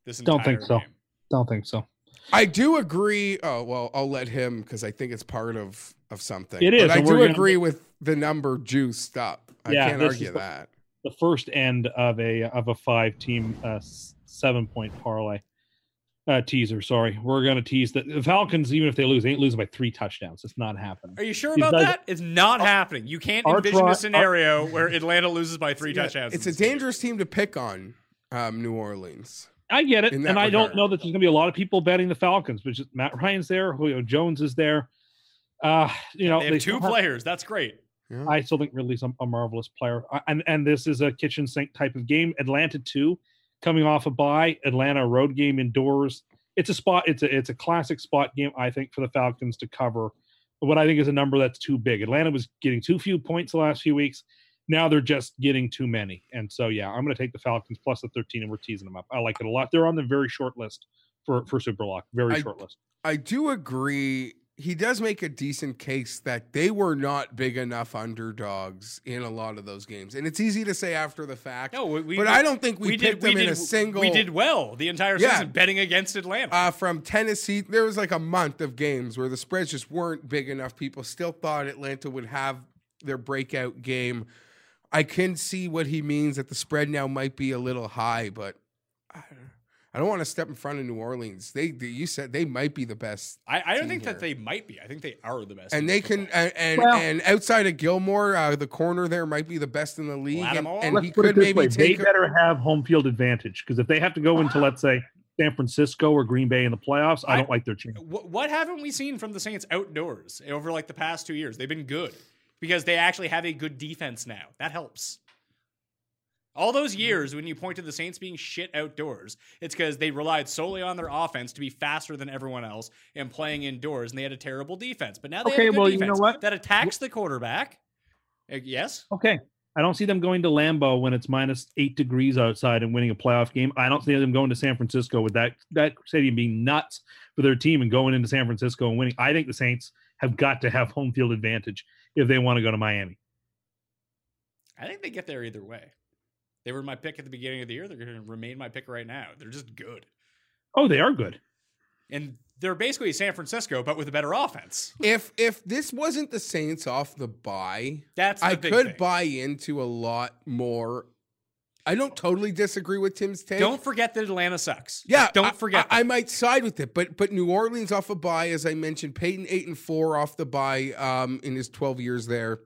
This entire
Don't think so.
game.
Don't think so.
I do agree. Oh well, I'll let him because I think it's part of of something.
It is,
But I
and
do
we're gonna-
agree with the number juiced up. I
Yeah,
can't
this
argue
is the-
that.
The first end of a of a five team uh, s- seven point parlay uh, teaser. Sorry, we're going to tease the, the Falcons. Even if they lose, they ain't losing by three touchdowns. It's not happening.
Are you sure
These
about
guys-
that? It's not happening. You can't
Our
envision
tri-
a scenario where Atlanta loses by three
Yeah,
touchdowns. in
It's a
this game.
dangerous team to pick on, um, New Orleans.
I get it,
in that
and I don't
regard.
know that there's going to be a lot of people betting the Falcons, but just Matt Ryan's there, Julio Jones is there. Uh, you know,
They
they
have
still
two
have-
players. That's great.
I still think Ridley's a, a marvelous player, I- and and this is a kitchen sink type of game. Atlanta two, coming off a bye, Atlanta a road game indoors. It's a spot. It's a it's a classic spot game. I think for the Falcons to cover what I think is a number that's too big. Atlanta was getting too few points the last few weeks. Now they're just getting too many, and so yeah, I'm going to take the Falcons plus the 13, and we're teasing them up. I like it a lot. They're on the very short list for for Superlock. Very
I-
short list.
I do agree. He does make a decent case that they were not big enough underdogs in a lot of those games, and it's easy to say after the fact.
No, we, we
but I don't think we,
we
picked
did. We
them
did.
in a single.
we did well the entire
Yeah.
season betting against Atlanta.
uh, from Tennessee. There was like a month of games where the spreads just weren't big enough. People still thought Atlanta would have their breakout game. I can see what he means that the spread now might be a little high, but I don't, I don't want to step in front of New Orleans. They, they you said they might be the best,
I, I don't
see
think that they
here.
might be. I think they are the best. in
and they
football.
can and and,
Well-
and outside of Gilmore, uh, the corner there might be the best in the league, and,
Lattimore?
and
let's
he
put
could
it this
maybe
way: they
take. a-
better have home field advantage because if they have to go into, let's say, San Francisco or Green Bay in the playoffs, I,
I-
don't like their chance.
What, what haven't we seen from the Saints outdoors over like the past two years? They've been good because they actually have a good defense now. That helps. All those
Mm-hmm.
years when you point to the Saints being shit outdoors, it's because they relied solely on their offense to be faster than everyone else and playing indoors, and they had a terrible defense. But now they
Okay,
have a good
well, you know
defense
what?
that attacks the quarterback. Uh, yes,
Okay, I don't see them going to Lambeau when it's minus eight degrees outside and winning a playoff game. I don't see them going to San Francisco with that that stadium being nuts for their team and going into San Francisco and winning. I think the Saints have got to have home field advantage if they want to go to Miami.
I think they get there either way. They were my pick at the beginning of the year. They're going to remain my pick right now. They're just good,
Oh, they are good.
and they're basically San Francisco, but with a better offense.
If if this wasn't the Saints off the bye,
That's the
I
big
could
thing.
buy into a lot more. I don't totally disagree with Tim's take.
Don't forget that Atlanta sucks.
yeah,
don't
I-
forget
I, I might side with it, but but New Orleans off a bye, as I mentioned, Peyton eight and four off the bye um, in his twelve years there.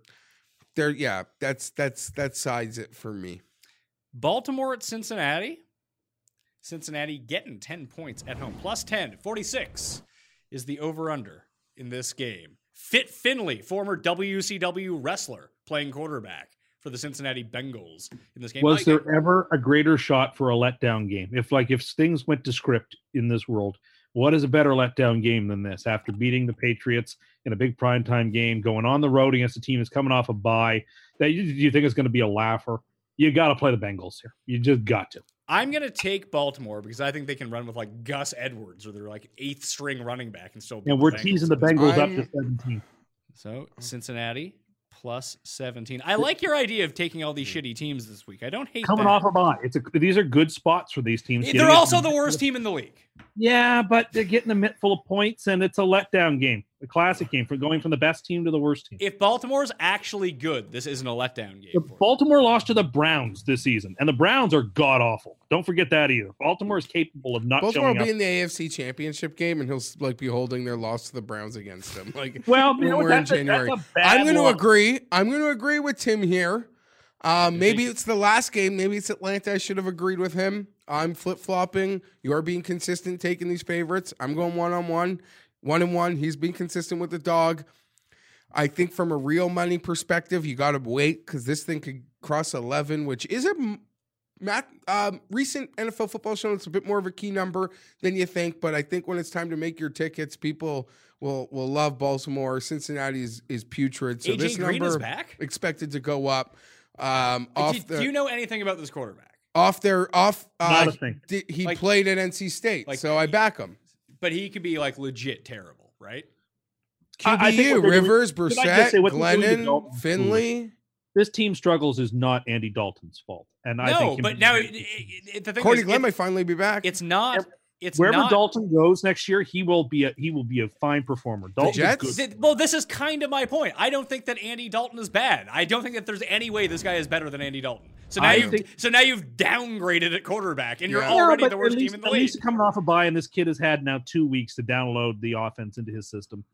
There, yeah, that's that's that sides it for me.
Baltimore at Cincinnati. Cincinnati getting 10 points at home. Plus 10, 46 is the over under in this game. Fit Finley, former WCW wrestler, playing quarterback for the Cincinnati Bengals in this game. Like,
Was there ever a greater shot for a letdown game? If like if things went to script in this world, what is a better letdown game than this? After beating the Patriots in a big primetime game, going on the road against a team that's coming off a bye, that you, you think is going to be a laugher? You got to play the Bengals here. You just got to.
I'm going to take Baltimore because I think they can run with like Gus Edwards or their like eighth string running back and still beat
And we're
the Bengals.
teasing the Bengals up to
I'm-
17.
So Cincinnati plus 17. I like your idea of taking all these shitty teams this week. I don't hate
Coming
that.
off a bye, it's a, these are good spots for these teams.
They're
Getting a-
also the worst team in the league.
Yeah, but they're getting a mitt full of points, and it's a letdown game, a classic game for going from the best team to the worst team.
If Baltimore's actually good, this isn't a letdown game.
The
for them.
Baltimore lost to the Browns this season, and the Browns are god awful. Don't forget that either. Baltimore is capable of not
Baltimore will
showing
be
up.
in the AFC Championship game, and he'll like be holding their loss to the Browns against them. Like
Well, you
when
know what?
we're in
That's, a, that's
January.
a bad.
I'm going to
loss.
agree. I'm going to agree with Tim here. Uh, maybe it's the last game. Maybe it's Atlanta. I should have agreed with him. I'm flip flopping. You're being consistent, taking these favorites. I'm going one on one, one and one. He's being consistent with the dog. I think from a real money perspective, you got to wait because this thing could cross 11, which is a m- Matt, um, recent NFL football show. It's a bit more of a key number than you think, but I think when it's time to make your tickets, people will will love Baltimore. Cincinnati is, is putrid, so
AJ
this
Green is
number
back.
expected to go up. Um,
Like,
off
do,
the,
do you know anything about this quarterback?
off their off.
Not
Uh,
a thing.
di- he
Like-
played at NC State,
like-
so I back him.
But he could be like legit terrible, right?
I- I
QBU,
think what they're doing-
Rivers,
Did I just
Brissett,
say what they're doing to
Glennon,
Dalton?
Finley,
This team struggles is not Andy Dalton's fault, and I
no,
think
but now it, it, it- the thing
Cordy
is,
Glenn
it-
might finally be back.
it's not. It's
wherever
not,
Dalton goes next year, he will be a he will be a fine performer. Dalton's
Jets?
good.
Th- well, this is kind of my point. I don't think that Andy Dalton is bad. I don't think that there's any way this guy is better than Andy Dalton. So now
I
you've
think-
so now you've downgraded at quarterback, and you're
Yeah.
No,
already
but
the worst
at least,
team in the
at
league.
least coming off a bye, and this kid has had now two weeks to download the offense into his system.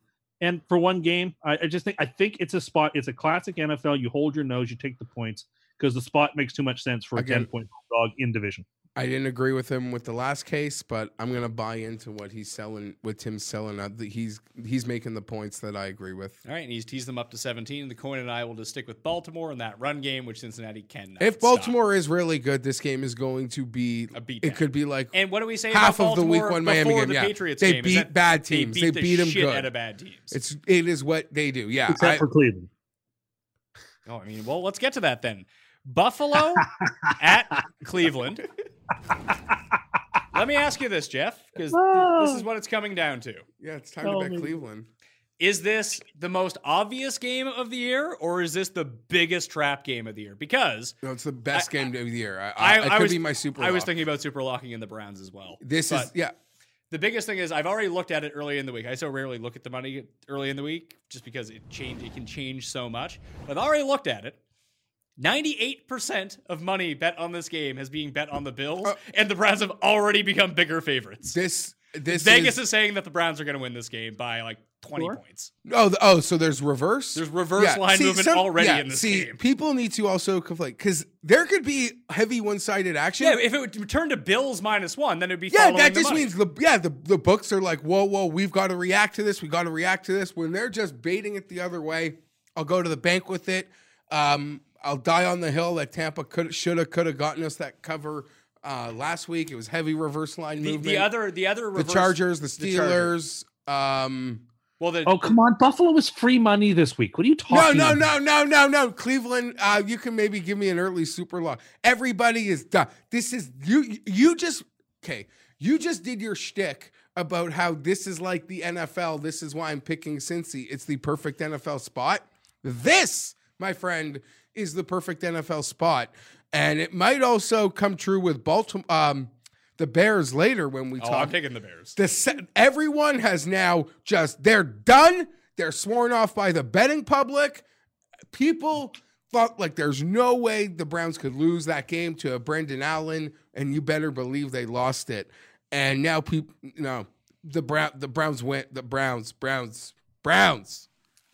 And for one game, I, I just think I think it's a spot. It's a classic NFL. You hold your nose, you take the points. because the spot makes too much sense for a
Again-
10 point dog in division.
I didn't agree with him with the last case, but I'm gonna buy into what he's selling with Tim selling. I- He's he's making the points that I agree with.
All right, and he's teased them up to 17. The coin and I will just stick with Baltimore in that run game, which Cincinnati cannot.
If
stop.
Baltimore is really good, this game is going to be.
A beatdown.
It could be like
and what do we say
half
about
of the week
Baltimore
one Miami
before
game,
The
yeah.
Patriots
They
game is
beat
that
bad teams.
They beat, the
They beat 'em
shit
good.
out of bad teams.
it's it is what they do. Yeah,
Except
I-
for Cleveland.
oh, I mean, well, let's get to that then. Buffalo at Cleveland. Let me ask you this, Jeff, because this is what it's coming down to.
yeah. It's time
Tell
to bet
me.
Cleveland.
is this the most obvious game of the year or is this the biggest trap game of the year because
No, it's the best
I-
game of the year. I,
I-
I, it
I
could
was-
be my super.
i was
lock.
thinking about super locking in the browns as well
this
But
is yeah.
the biggest thing is i've already looked at it early in the week i so rarely look at the money early in the week just because it change it can change so much but i've already looked at it 98% of money bet on this game has being bet on the bills
Uh,
and the browns have already become bigger favorites
This this
vegas
is,
is saying that the browns are going to win this game by like 20
Sure.
points
oh th- oh. So there's reverse.
there's reverse
Yeah,
line
see,
movement
some-
already
yeah,
in this
see,
game
People need to also conflate because there could be heavy one sided action.
Yeah, if it would turn to Bills minus one, then it would be
Yeah,
following
that
the
just
money.
means the yeah the, the books are like whoa whoa we've got to react to this we got to react to this when they're just baiting it the other way I'll go to the bank with it um, I'll die on the hill that Tampa could should have could have gotten us that cover uh, last week it was heavy reverse line
the,
movement
the other the other
The
reverse,
Chargers the
the Charger.
Steelers um,
Well, the,
Oh, come on. Buffalo was free money this week. What are you
no
talking
no
about?
no no no no Cleveland uh, you can maybe give me an early super law everybody is done this is you you just okay, you just did your shtick about how this is like the NFL. This is why I'm picking Cincy. It's the perfect NFL spot. This, my friend, is the perfect NFL spot, and it might also come true with Baltimore, um, the Bears later when we
oh, I'm
talk.
taking the Bears.
The se- everyone has now just they're done. They're sworn off by the betting public. People thought like there's no way the Browns could lose that game to a Brendan Allen, and you better believe they lost it. And now people, no, the Brown, the Browns went. The Browns, Browns, Browns.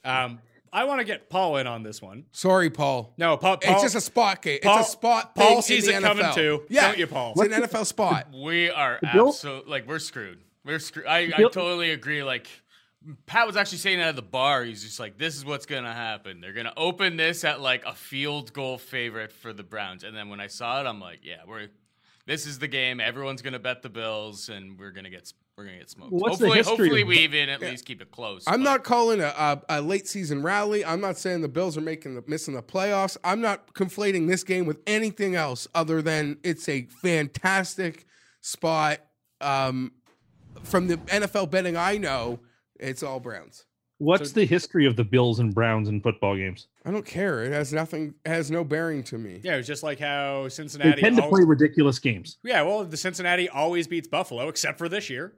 Um, I want to get Paul in on this one.
Sorry, Paul.
No, Paul. Paul
it's just a spot game.
Paul-
it's a spot.
Paul
thing in
sees
the
it
NFL.
coming too,
Yeah,
don't you, Paul?
It's an NFL spot.
We are
Bill-
absolutely like we're screwed. We're screwed. I, I
Bill-
totally agree. Like Pat was actually saying at the bar, he's just like, "This is what's gonna happen. They're gonna open this at like a field goal favorite for the Browns." And then when I saw it, I'm like, "Yeah, we're this is the game. Everyone's gonna bet the Bills, and we're gonna get s- we're gonna get smoked."
What's the
hopefully,
history
hopefully
of-
we even at least keep it close.
I'm
but-
not calling a, a, a late season rally. I'm not saying the Bills are making the missing the playoffs. I'm not conflating this game with anything else other than it's a fantastic spot um, from the NFL betting I know. It's all Browns.
What's the history of the Bills and Browns in football games?
I don't care. It has nothing. It has no bearing to me.
yeah, it's just like how
They
Cincinnati.
tend to play
always-
ridiculous games.
yeah, well, the Cincinnati always beats Buffalo, except for this year.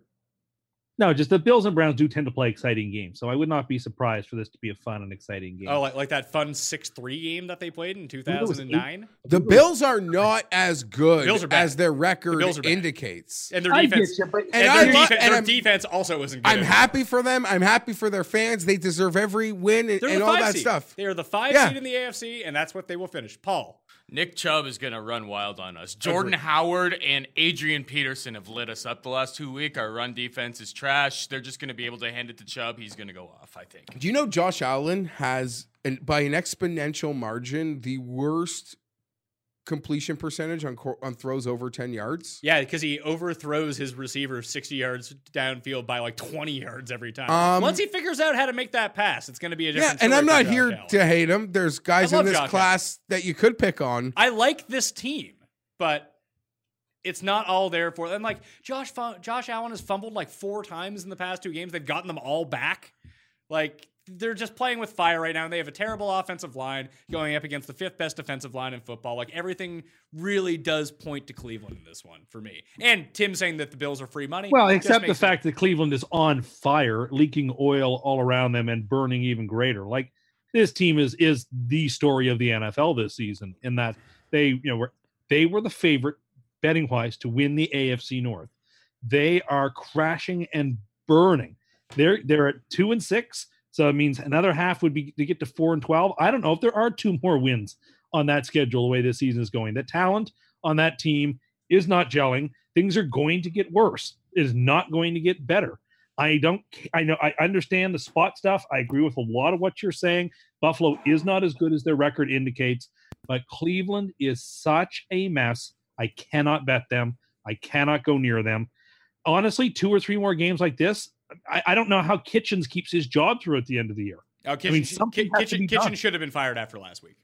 No, just the Bills and Browns do tend to play exciting games. So I would not be surprised for this to be a fun and exciting game.
Oh, like like that fun six three game that they played in 2009,
The Bills are not as good
Bills are bad.
as their record
The Bills are bad.
indicates.
and their
I get
defense.
you, but
And,
And
their,
I
defense,
love- and
their
I'm-
defense also isn't good.
I'm happy for them. I'm happy for their fans. They deserve every win and,
They're
and
the
all
five
that
seed.
stuff.
They are the five
Yeah.
seed in the AFC, and that's what they will finish. Paul,
Nick Chubb is going to run wild on us. Jordan Howard and Adrian Peterson have lit us up the last two weeks. Our run defense is trash. They're just going to be able to hand it to Chubb. He's going to go off, I think.
Do you know Josh Allen has, an, by an exponential margin, the worst completion percentage on cor- on throws over ten yards?
Yeah, because he overthrows his receiver 60 yards downfield by like 20 yards every time.
Um,
Once he figures out how to make that pass, it's going to be a
Yeah,
different
and
story
I'm
for
not
Josh
here
Allen.
to hate him. There's guys
I love
in this
Josh
class that you could pick on.
I like this team, but it's not all there for them. Like Josh fu- Josh Allen has fumbled like four times in the past two games. They've gotten them all back. Like they're just playing with fire right now. And they have a terrible offensive line going up against the fifth best defensive line in football. Like everything really does point to Cleveland in this one for me. And Tim saying that the Bills are free money.
Well,
just
except the
makes me-
fact that Cleveland is on fire, leaking oil all around them and burning even greater. Like this team is is the story of the NFL this season in that they, you know, were they were the favorite betting wise to win the AFC North. They are crashing and burning. They're they're at 2 and 6, so it means another half would be to get to 4 and 12. I don't know if there are two more wins on that schedule the way this season is going. The talent on that team is not gelling. Things are going to get worse. It is not going to get better. I don't I know I understand the spot stuff. I agree with a lot of what you're saying. Buffalo is not as good as their record indicates, but Cleveland is such a mess. I cannot bet them. I cannot go near them. Honestly, two or three more games like this, I, I don't know how Kitchens keeps his job through at the end of the year.
Oh, Kitchen,
mean,
Ki-
something has to
Kitchen,
be
Kitchen
done.
should have been fired after last week.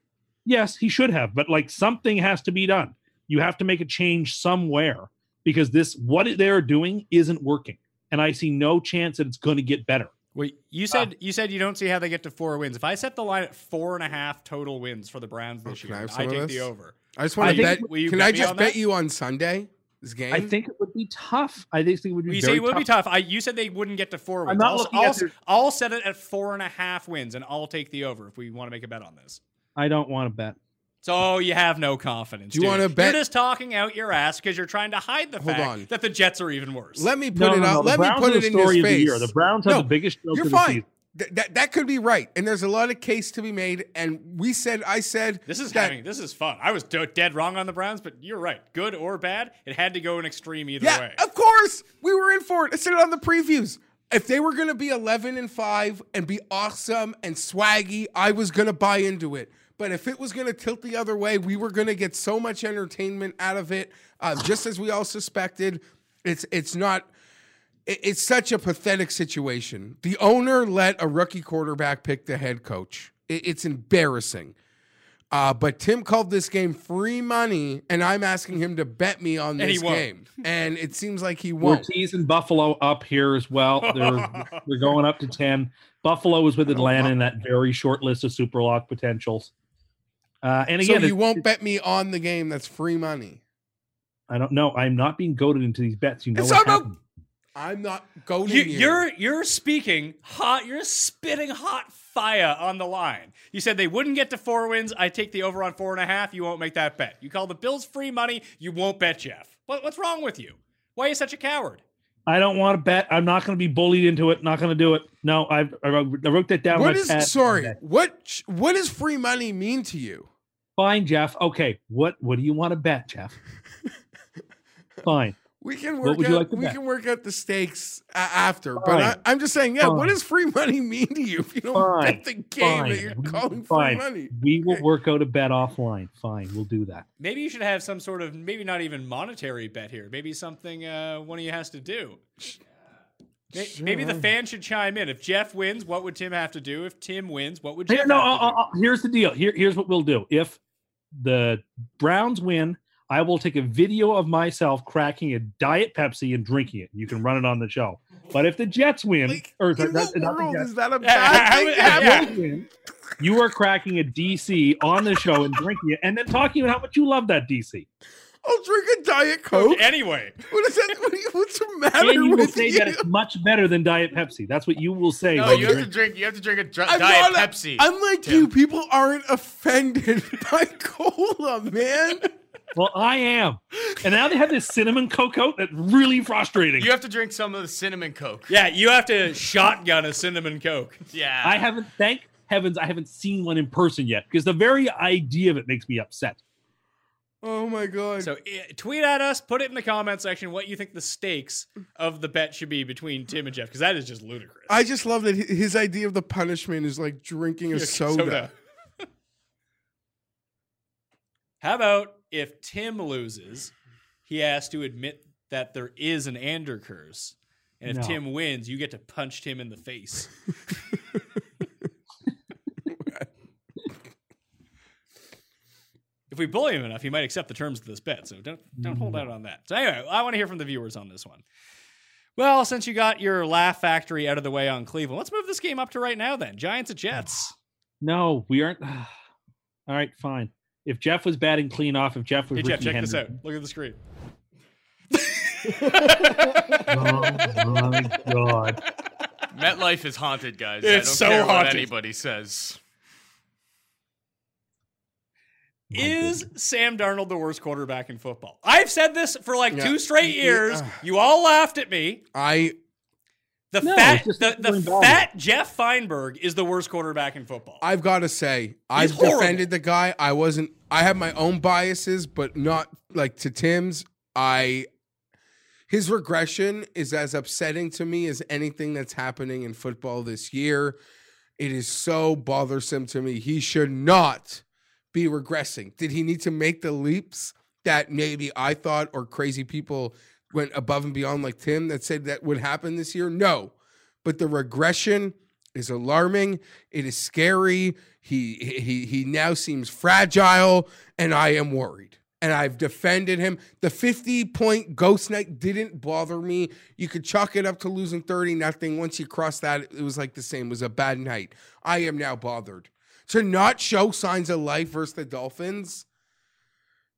Yes, he should have, but like something has to be done. You have to make a change somewhere because this what they're doing isn't working. And I see no chance that it's going to get better.
Wait, you
Ah.
said you said you don't see how they get to four wins. If I set the line at four and a half total wins for the Browns this
can I
year,
have
I
some of
take
this?
the over.
I just
I
want to
think-
bet.
will you
Can
bet
I
me
just
on
bet
that?
you on Sunday this game?
I think it would be tough. I think it would be
You say
very
it will
tough.
be tough. I you said they wouldn't get to four wins.
not
I'll,
looking
I'll,
at
s-
their-
I'll set it at four and a half wins, and I'll take the over if we want to make a bet on this.
I don't want to bet.
So you have no confidence.
Do you
dude.
wanna bet-
You're just talking out your ass because you're trying to hide the
Hold
fact
on.
that the Jets are even worse.
Let me put
No,
it
no,
out.
no. The
Let me
Browns
put
are
it
the
in his
story of the
face.
year. The Browns have
No,
the biggest joke
You're
of the
fine.
season.
Th- that that could be right, and there's a lot of case to be made. And we said, I said,
This is
that-
having this is fun. I was d- dead wrong on the Browns, but you're right. Good or bad, it had to go an extreme either
Yeah,
way.
of course. We were in for it. I said it on the previews. If they were going to be 11 and 5 and be awesome and swaggy, I was going to buy into it. But if it was going to tilt the other way, we were going to get so much entertainment out of it, uh, just as we all suspected. It's it's not. it- It's such a pathetic situation. The owner let a rookie quarterback pick the head coach. It- It's embarrassing. Uh, but Tim called this game free money, and I'm asking him to bet me on
And he
this
won't.
game. And it seems like he
We're
won't.
teasing Buffalo up here as well. They're, they're going up to 10. Buffalo is with Atlanta in that very short list of super lock potentials. Uh, and again,
so you
it-
won't bet me on the game that's free money.
I don't know. I'm not being goaded into these bets. You know
It's
what
not-
happened.
I'm not goading
You,
you.
you're you're speaking hot. You're spitting hot fire on the line. You said they wouldn't get to four wins. I take the over on four and a half. You won't make that bet. You call the Bills free money. You won't bet Jeff. What, what's wrong with you? Why are you such a coward?
I don't want to bet. I'm not going to be bullied into it. Not going to do it. No, I've, I wrote I wrote that down. on
What
my
is
pad.
sorry? What sh- what does free money mean to you?
Fine, Jeff. Okay. What What do you want to bet, Jeff? Fine.
We can work
What would you
out.
like to
we
bet?
can work out the stakes a- after. But
Fine.
I, I'm just saying, yeah. What
Fine.
does free money mean to you if you don't
Fine.
bet the game
Fine.
that you're calling
Fine.
free money?
We will work out a bet offline. Fine. We'll do that.
Maybe you should have some sort of maybe not even monetary bet here. Maybe something uh, one of you has to do. May- Maybe the fan should chime in. If Jeff wins, what would Tim have to do? If Tim wins, what would
Here,
Jeff?
no,
have to
I'll-
do?
I'll- here's the deal. Here, here's what we'll do. If the Browns win, I will take a video of myself cracking a Diet Pepsi and drinking it. You can run it on the show. But if the Jets win,
Like,
or
in
not-
the
not the
world
Jets,
is that a
Yeah,
bad
how
thing?
would-
to happen?
yeah.
win, you are cracking a DC on the show and drinking it, and then talking about how much you love that DC.
I'll drink a diet coke.
Anyway,
What is that? What do you, what's the
And
matter
you will
with
say
you?
that it's much better than Diet Pepsi. That's what you will say.
No,
when
you
you
have to
drink-
drink. You have to drink a dr-
I'm
diet
not a-
Pepsi.
Unlike you, people aren't offended by cola, man.
well, I am. And now they have this cinnamon coke out that's really frustrating.
you have to drink some of the cinnamon coke.
yeah, you have to shotgun a cinnamon coke.
Yeah,
I haven't, thank heavens, I haven't seen one in person yet because the very idea of it makes me upset.
Oh my god.
So i- tweet at us, put it in the comment section what you think the stakes of the bet should be between Tim and Jeff, because that is just ludicrous.
I just love that hi- his idea of the punishment is like drinking a soda.
How about if Tim loses, he has to admit that there is an Ander curse, and if
No.
Tim wins, you get to punch Tim in the face. if we bully him enough, he might accept the terms of this bet. So don't don't hold out on that. So anyway, I want to hear from the viewers on this one. Well, since you got your laugh factory out of the way on Cleveland, let's move this game up to right now then. Giants at Jets.
No, we aren't. All right, fine. If Jeff was batting clean off, if Jeff was
Hey Jeff,
Ricky
check this out.
Henderson-
Look at the screen.
Oh my god!
MetLife is haunted, guys. I
It's
don't
so
care
haunted.
what anybody says.
Is Sam Darnold the worst quarterback in football? I've said this for like
Yeah.
two straight
Yeah.
years. You all laughed at me.
I
The
No,
fat,
it's just
the, the
going back.
fat Jeff Feinberg is the worst quarterback in football.
I've got to say I've
horrible.
defended the guy. I wasn't I have my own biases, but not like to Tim's. I his regression is as upsetting to me as anything that's happening in football this year. It is so bothersome to me. He should not be regressing. Did he need to make the leaps that maybe I thought or crazy people went above and beyond like Tim that said that would happen this year? No. But the regression is alarming. It is scary. He he he now seems fragile, and I am worried. And I've defended him. The 50 point ghost night didn't bother me. You could chalk it up to losing 30 nothing. Once you crossed that, it was like the same. It was a bad night. I am now bothered. To not show signs of life versus the Dolphins,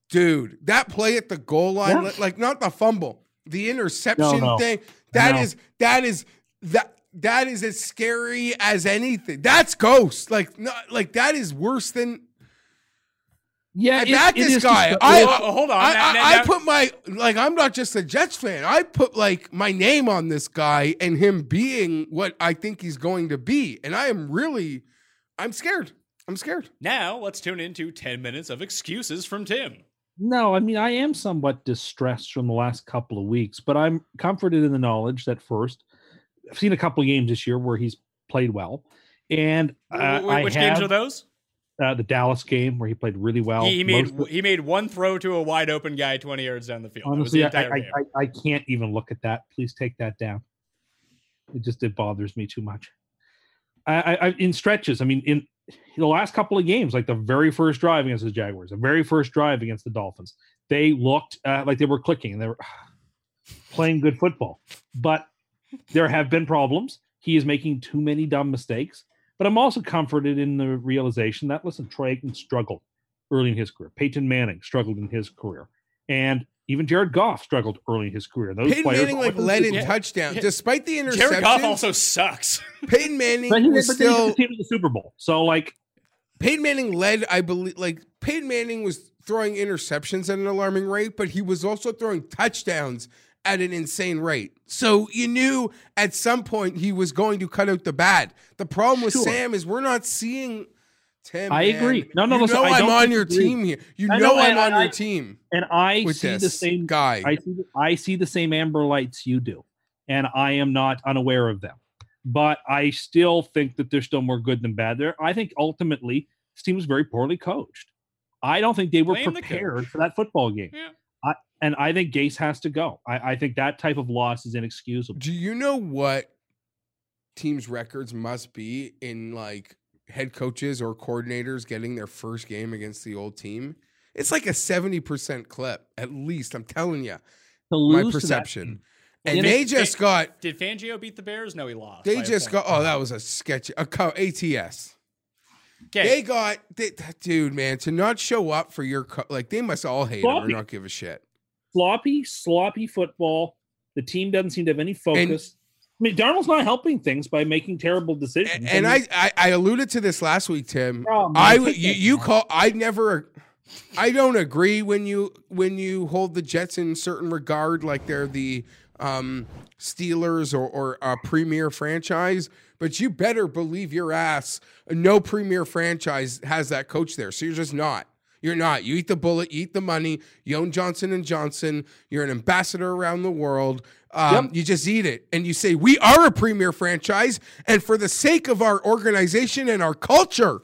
dude, that play at the goal line,
Yeah.
like not the fumble, the interception
no.
thing, That
know.
is that is that that is as scary as anything. That's ghost. Like no, like that is worse than
Yeah,
that
it
this
is
guy.
disgu-
I,
Well, uh, hold on.
I,
Now-
I-
now-
I
now-
put my like I'm not just a Jets fan. I put like my name on this guy and him being what I think he's going to be. And I am really I'm scared. I'm scared.
Now let's tune into 10 minutes of excuses from Tim.
No, I mean I am somewhat distressed from the last couple of weeks, but I'm comforted in the knowledge that first I've seen a couple of games this year where he's played well, and uh,
Wh- wh-
I
Which
have,
games are those?
uh, the Dallas game where he played really well.
he, he made
most of-
he made one throw to a wide open guy 20 yards down the field.
honestly, I,
that was the entire
I,
game.
I, I can't even look at that. Please take that down. It just it bothers me too much. I, I, I in stretches. I mean, in the last couple of games, like the very first drive against the Jaguars, the very first drive against the Dolphins, they looked uh, like they were clicking and they were playing good football. But there have been problems. He is making too many dumb mistakes. But I'm also comforted in the realization that listen, Troy Aikman struggled early in his career. Peyton Manning struggled in his career, and even Jared Goff struggled early in his career. Those
Peyton
players
Manning
are-
like led in
Yeah.
touchdown.
Yeah.
Despite the
Jared Goff
interception,
also sucks.
Peyton
but he,
Manning
but
was
then he took
still
the team to the Super Bowl. So like,
Peyton Manning led, I believe, like Peyton Manning was throwing interceptions at an alarming rate, but he was also throwing touchdowns at an insane rate. So you knew at some point he was going to cut out the bad. The problem with
Sure.
Sam is we're not seeing Tim.
I
man.
agree. No, no,
you
listen,
know
I
I'm
don't
on your
disagree.
team here. You know,
I know,
I'm
I-
on
I-
your team
and I
with
see
this
the same
guy.
I see, I see the same amber lights you do, and I am not unaware of them. But I still think that there's still more good than bad there. I think ultimately this team was very poorly coached. I don't think they were
Blame the coach.
prepared for that football game.
Yeah.
I, and I think Gase has to go. I, I think that type of loss is inexcusable.
Do you know what teams' records must be in like head coaches or coordinators getting their first game against the old team? It's like a 70% clip, at least. I'm telling you,
To
my
lose to that
perception.
team.
And
Well,
they
it-
just
it-
got,
Did Fangio beat the Bears? No, he lost.
they
by a
just
point.
got, oh, that was a sketchy, a co- ATS.
Okay.
They got, they, dude, man, to not show up for your, co- like, they must all hate him or
Sloppy.
not give a shit.
sloppy, sloppy football. The team doesn't seem to have any focus. I mean, Darnold's not helping things by making terrible decisions.
And, and I, I, I alluded to this last week, Tim.
Oh, man,
I
take
you,
that
you
back.
call I never I don't agree when you when you hold the Jets in certain regard like they're the um Steelers or or a premier franchise, but you better believe your ass no premier franchise has that coach there. So you're just not. You're not. You eat the bullet, you eat the money. You own Johnson and Johnson. You're an ambassador around the world. Um, You just eat it, and you say we are a premier franchise, and for the sake of our organization and our culture,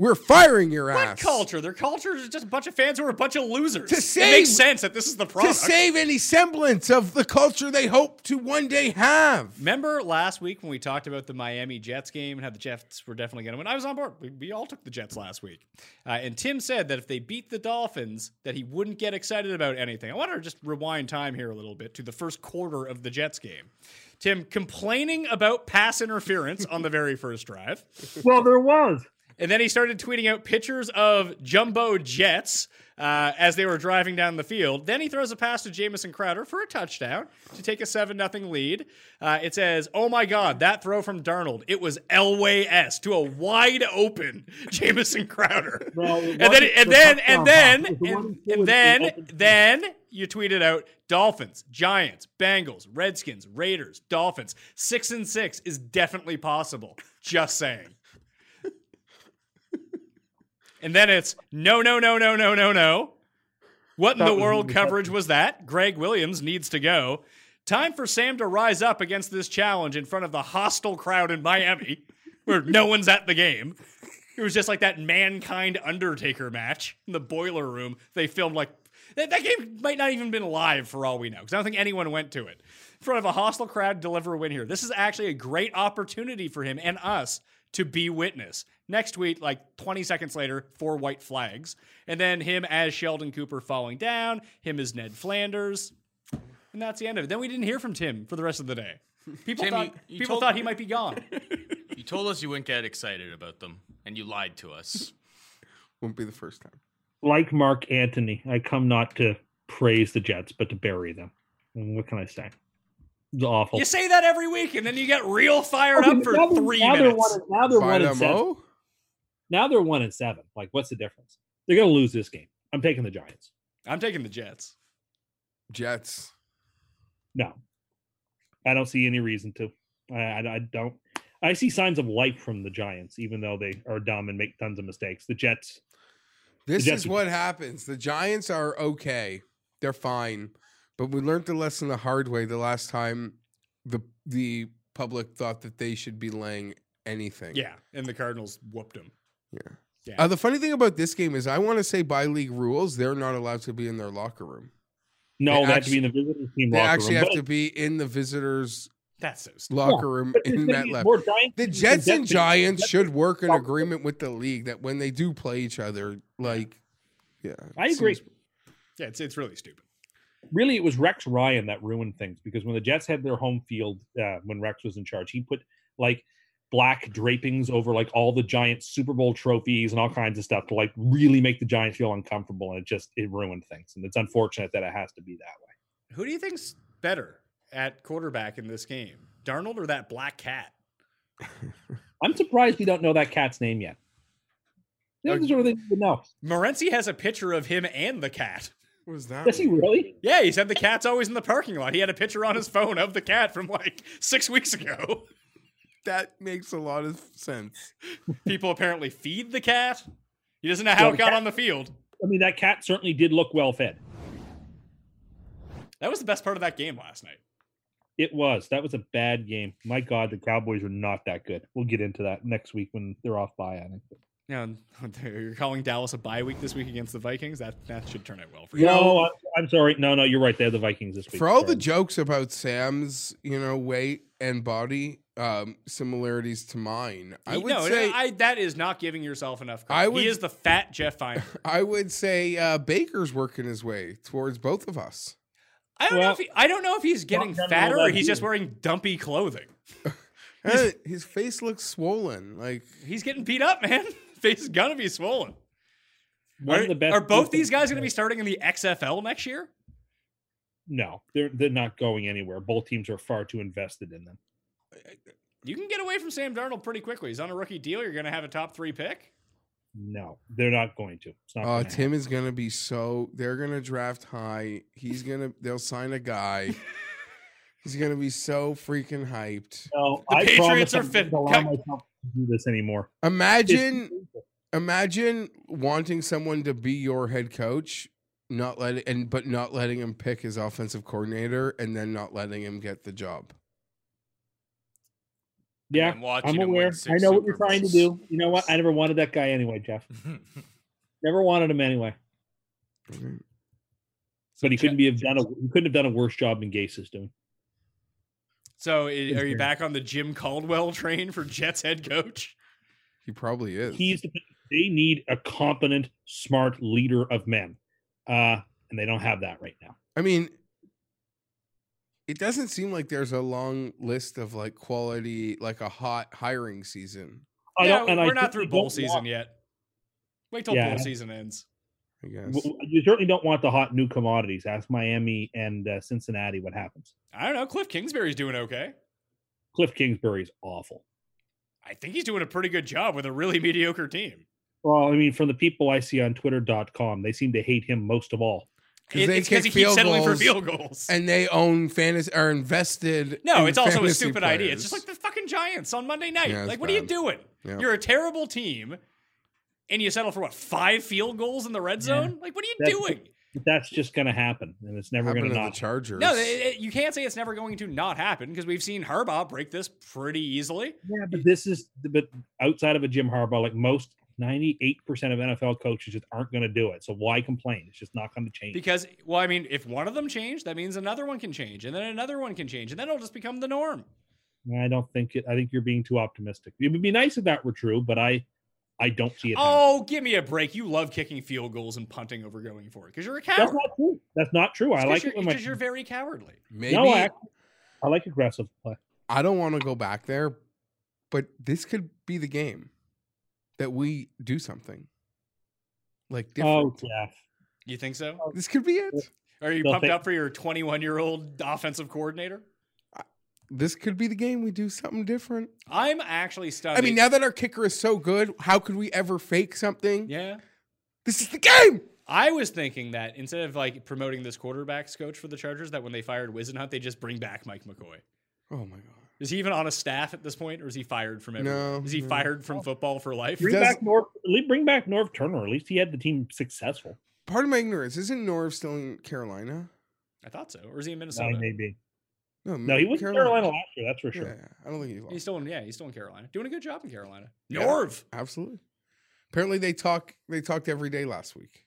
we're firing your
what
ass.
culture? Their culture is just a bunch of fans who are a bunch of losers.
To
it
save-
makes sense that this is the
To
product.
save any semblance of the culture they hope to one day have.
Remember last week when we talked about the Miami Jets game and how the Jets were definitely going to win? I was on board. We, we all took the Jets last week. Uh, and Tim said that if they beat the Dolphins, that he wouldn't get excited about anything. I want to just rewind time here a little bit to the first quarter of the Jets game. Tim complaining about pass interference on the very first drive.
well, there was.
And then he started tweeting out pictures of jumbo jets uh, as they were driving down the field. Then he throws a pass to Jamison Crowder for a touchdown to take a 7 0 lead. Uh, it says, Oh my God, that throw from Darnold. It was Elway S to a wide open Jamison Crowder.
No,
and
it
then,
wasn't
and
the
then,
touchdown
and then,
pass. It was the
and,
one he threw
and
in the
then,
open field.
then you tweeted out Dolphins, Giants, Bengals, Redskins, Raiders, Dolphins. Six and six is definitely possible. Just saying. And then it's no, no, no, no, no, no, no. What in
That
the
was
world
really
coverage was that? Greg Williams needs to go. Time for Sam to rise up against this challenge in front of the hostile crowd in Miami where no one's at the game. It was just like that mankind Undertaker match in the boiler room. They filmed like that, that game might not even been live for all we know because I don't think anyone went to it. In front of a hostile crowd, to deliver a win here. This is actually a great opportunity for him and us to be witness. Next tweet, like 20 seconds later, four white flags, and then him as Sheldon Cooper falling down, him as Ned Flanders, and that's the end of it. Then we didn't hear from Tim for the rest of the day. People
Tim,
thought
you- you
people
told-
thought he might be gone.
You told us you wouldn't get excited about them, and you lied to us.
Won't be the first time.
Like Mark Antony, I come not to praise the Jets, but to bury them. And What can I say? It's awful.
You say that every week, and then you get real fired up for
Now they're-
three
now They're one,
minutes.
and- now they're one and seven.
Dynamo?
Now they're one and seven. Like, what's the difference? They're going to lose this game. I'm taking the Giants.
I'm taking the Jets.
Jets.
No, I don't see any reason to. I, I, I don't. I see signs of life from the Giants, even though they are dumb and make tons of mistakes. The Jets,
This
Jets
is
would-
what happens. The Giants are okay. They're fine. But we learned the lesson the hard way the last time the the public thought that they should be laying anything.
Yeah, and the Cardinals whooped him.
Uh, the funny thing about this game is I want to say by league rules, they're not allowed to be in their locker room.
no,
They
they, have to be in the visiting team
They
locker
actually
room.
have to be in the visitors'
That's so stupid.
locker room
but- but
in
there's
that
gonna be
left.
more Giants
The
than
Jets and
fans.
Giants
Jets-
should work an
Locker room.
agreement with the league that when they do play each other, like, yeah,
I
it
agree.
seems-
Yeah, it's, it's really stupid.
Really, it was Rex Ryan that ruined things because when the Jets had their home field, uh, when Rex was in charge, he put like black drapings over like all the Giants Super Bowl trophies and all kinds of stuff to like really make the Giants feel uncomfortable, and it just it ruined things. And it's unfortunate that it has to be that way.
Who do you think's better at quarterback in this game, Darnold or that black cat?
I'm surprised we don't know that cat's name yet. This is the sort of thing we would know.
Morency has a picture of him and the cat.
What was that?
Does he really?
Yeah, he said the cat's always in the parking lot. He had a picture on his phone of the cat from like six weeks ago.
That makes a lot of sense.
People apparently feed the cat. He doesn't know how
Well,
it
the
got
cat-
on the field.
I mean, that cat certainly did look well fed.
That was the best part of that game last night.
It was. That was a bad game. My God, the Cowboys were not that good. We'll get into that next week when they're off by. I think.
Yeah, and you're calling Dallas a bye week this week against the Vikings. That that should turn out well for you.
You know-
No, I'm, I'm sorry. No, no, you're right. They have the Vikings this week.
For all the
Sorry.
jokes about Sam's, you know, weight and body um, similarities to mine, I
You-
would
no,
say I,
I, that is not giving yourself enough.
I
Credit.
would-
he is the fat Jeff Feinberg.
would say uh, Baker's working his way towards both of us.
I don't know
Well,
if he, I don't know if he's getting
done all
fatter or
that
he's just
either.
wearing dumpy clothing.
Eh, his face looks swollen. Like
He's getting beat up, man. Face is gonna be swollen.
One
are,
of the best
are both these
defenses-
guys gonna be starting in the XFL next year?
No, they're they're not going anywhere. Both teams are far too invested in them.
You can get away from Sam Darnold pretty quickly. He's on a rookie deal. You're gonna have a top three pick.
No, they're not going to.
Uh,
It's not.
Oh,
gonna happen.
Tim is gonna be so. They're gonna draft high. He's gonna. They'll sign a guy. He's gonna be so freaking hyped.
No,
The
I
Patriots
promise
are
I'm not
fin-
gonna
cut-
allow myself to do this anymore. It's
Imagine, imagine wanting someone to be your head coach, not letting and but not letting him pick his offensive coordinator, and then not letting him get the job.
yeah,
I'm, watching
I'm
him
aware.
win six
I know what
Super
you're trying to
Bowls.
do. You know what? I never wanted that guy anyway, Jeff. Never wanted him anyway. But he couldn't be have done a he couldn't have done a worse job than Gase is doing.
So i- are you back on the Jim Caldwell train for Jets head coach?
He probably is.
He's the, they need a competent, smart leader of men, uh, and they don't have that right now.
I mean, it doesn't seem like there's a long list of like quality, like a hot hiring season.
I
Yeah,
don't, and I
we're not
certainly
through bowl
don't
season
want-
yet. Wait till
Yeah.
bowl season ends.
I guess.
w- w- You certainly don't want the hot new commodities. Ask Miami and uh, Cincinnati what happens.
I don't know. Cliff Kingsbury's doing okay.
Cliff Kingsbury's awful.
I think he's doing a pretty good job with a really mediocre team.
Well, I mean, from the people I see on Twitter.com, they seem to hate him most of all.
Because
It-
they
it's because
kick
he keeps
field
settling for
goals
field goals.
and they own fantasy are invested.
no,
in
it's also a
fantasy
stupid idea. It's
players.
just like the fucking Giants on Monday night.
Yeah, it's
like, what are you
bad.
doing?
Yeah.
You're a terrible team. and you settle for what five field goals in the red
Yeah.
zone? Like, what are you
That's-
doing?
That's just going to happen, and it's never going
Happened
to
to the
not.
Chargers.
No, it- it- you can't say it's never going to not happen because we've seen Harbaugh break this pretty easily.
Yeah, but this is but outside of a Jim Harbaugh, like most ninety-eight percent of NFL coaches just aren't going to do it. So why complain? It's just not going to change.
Because, well, I mean, if one of them changed, that means another one can change, and then another one can change, and then it'll just become the norm.
I don't think it. I think you're being too optimistic. It would be nice if that were true, but I, I don't see it. happening.
Oh, give me a break! You love kicking field goals and punting over going for it because you're a coward.
that's not true. That's not true. I like it when my
because you're very cowardly.
Maybe
no. I, actually- I like aggressive play.
I don't want to go back there, but this could be the game that we do something like
Oh,
different.
Jeff.
You think so?
This could be it.
Are you
Oh, They'll
pumped
think-
up for your 21 year old offensive coordinator?
This could be the game we do something different.
I'm actually stunned.
I mean, now that our kicker is so good, how could we ever fake something?
yeah.
This is the game.
I was thinking that instead of like promoting this quarterbacks coach for the Chargers, that when they fired Wizenhunt, they just bring back Mike McCoy.
Oh my god.
Is he even on a staff at this point, or is he fired from everything?
No,
Is he
no.
fired from football for life?
Bring
does-
back North. Bring back North Turner. At least he had the team successful.
Part of my ignorance isn't Norv still in Carolina?
I thought so. Or is he in
No,
Minnesota?
maybe. No, he was in Carolina last year. That's for sure.
Mm, Yeah, I don't think he lost.
he's still in. Yeah, he's still in Carolina, doing a good job in Carolina.
Yeah.
Norv,
Absolutely. Apparently, they talk. They talked every day last week.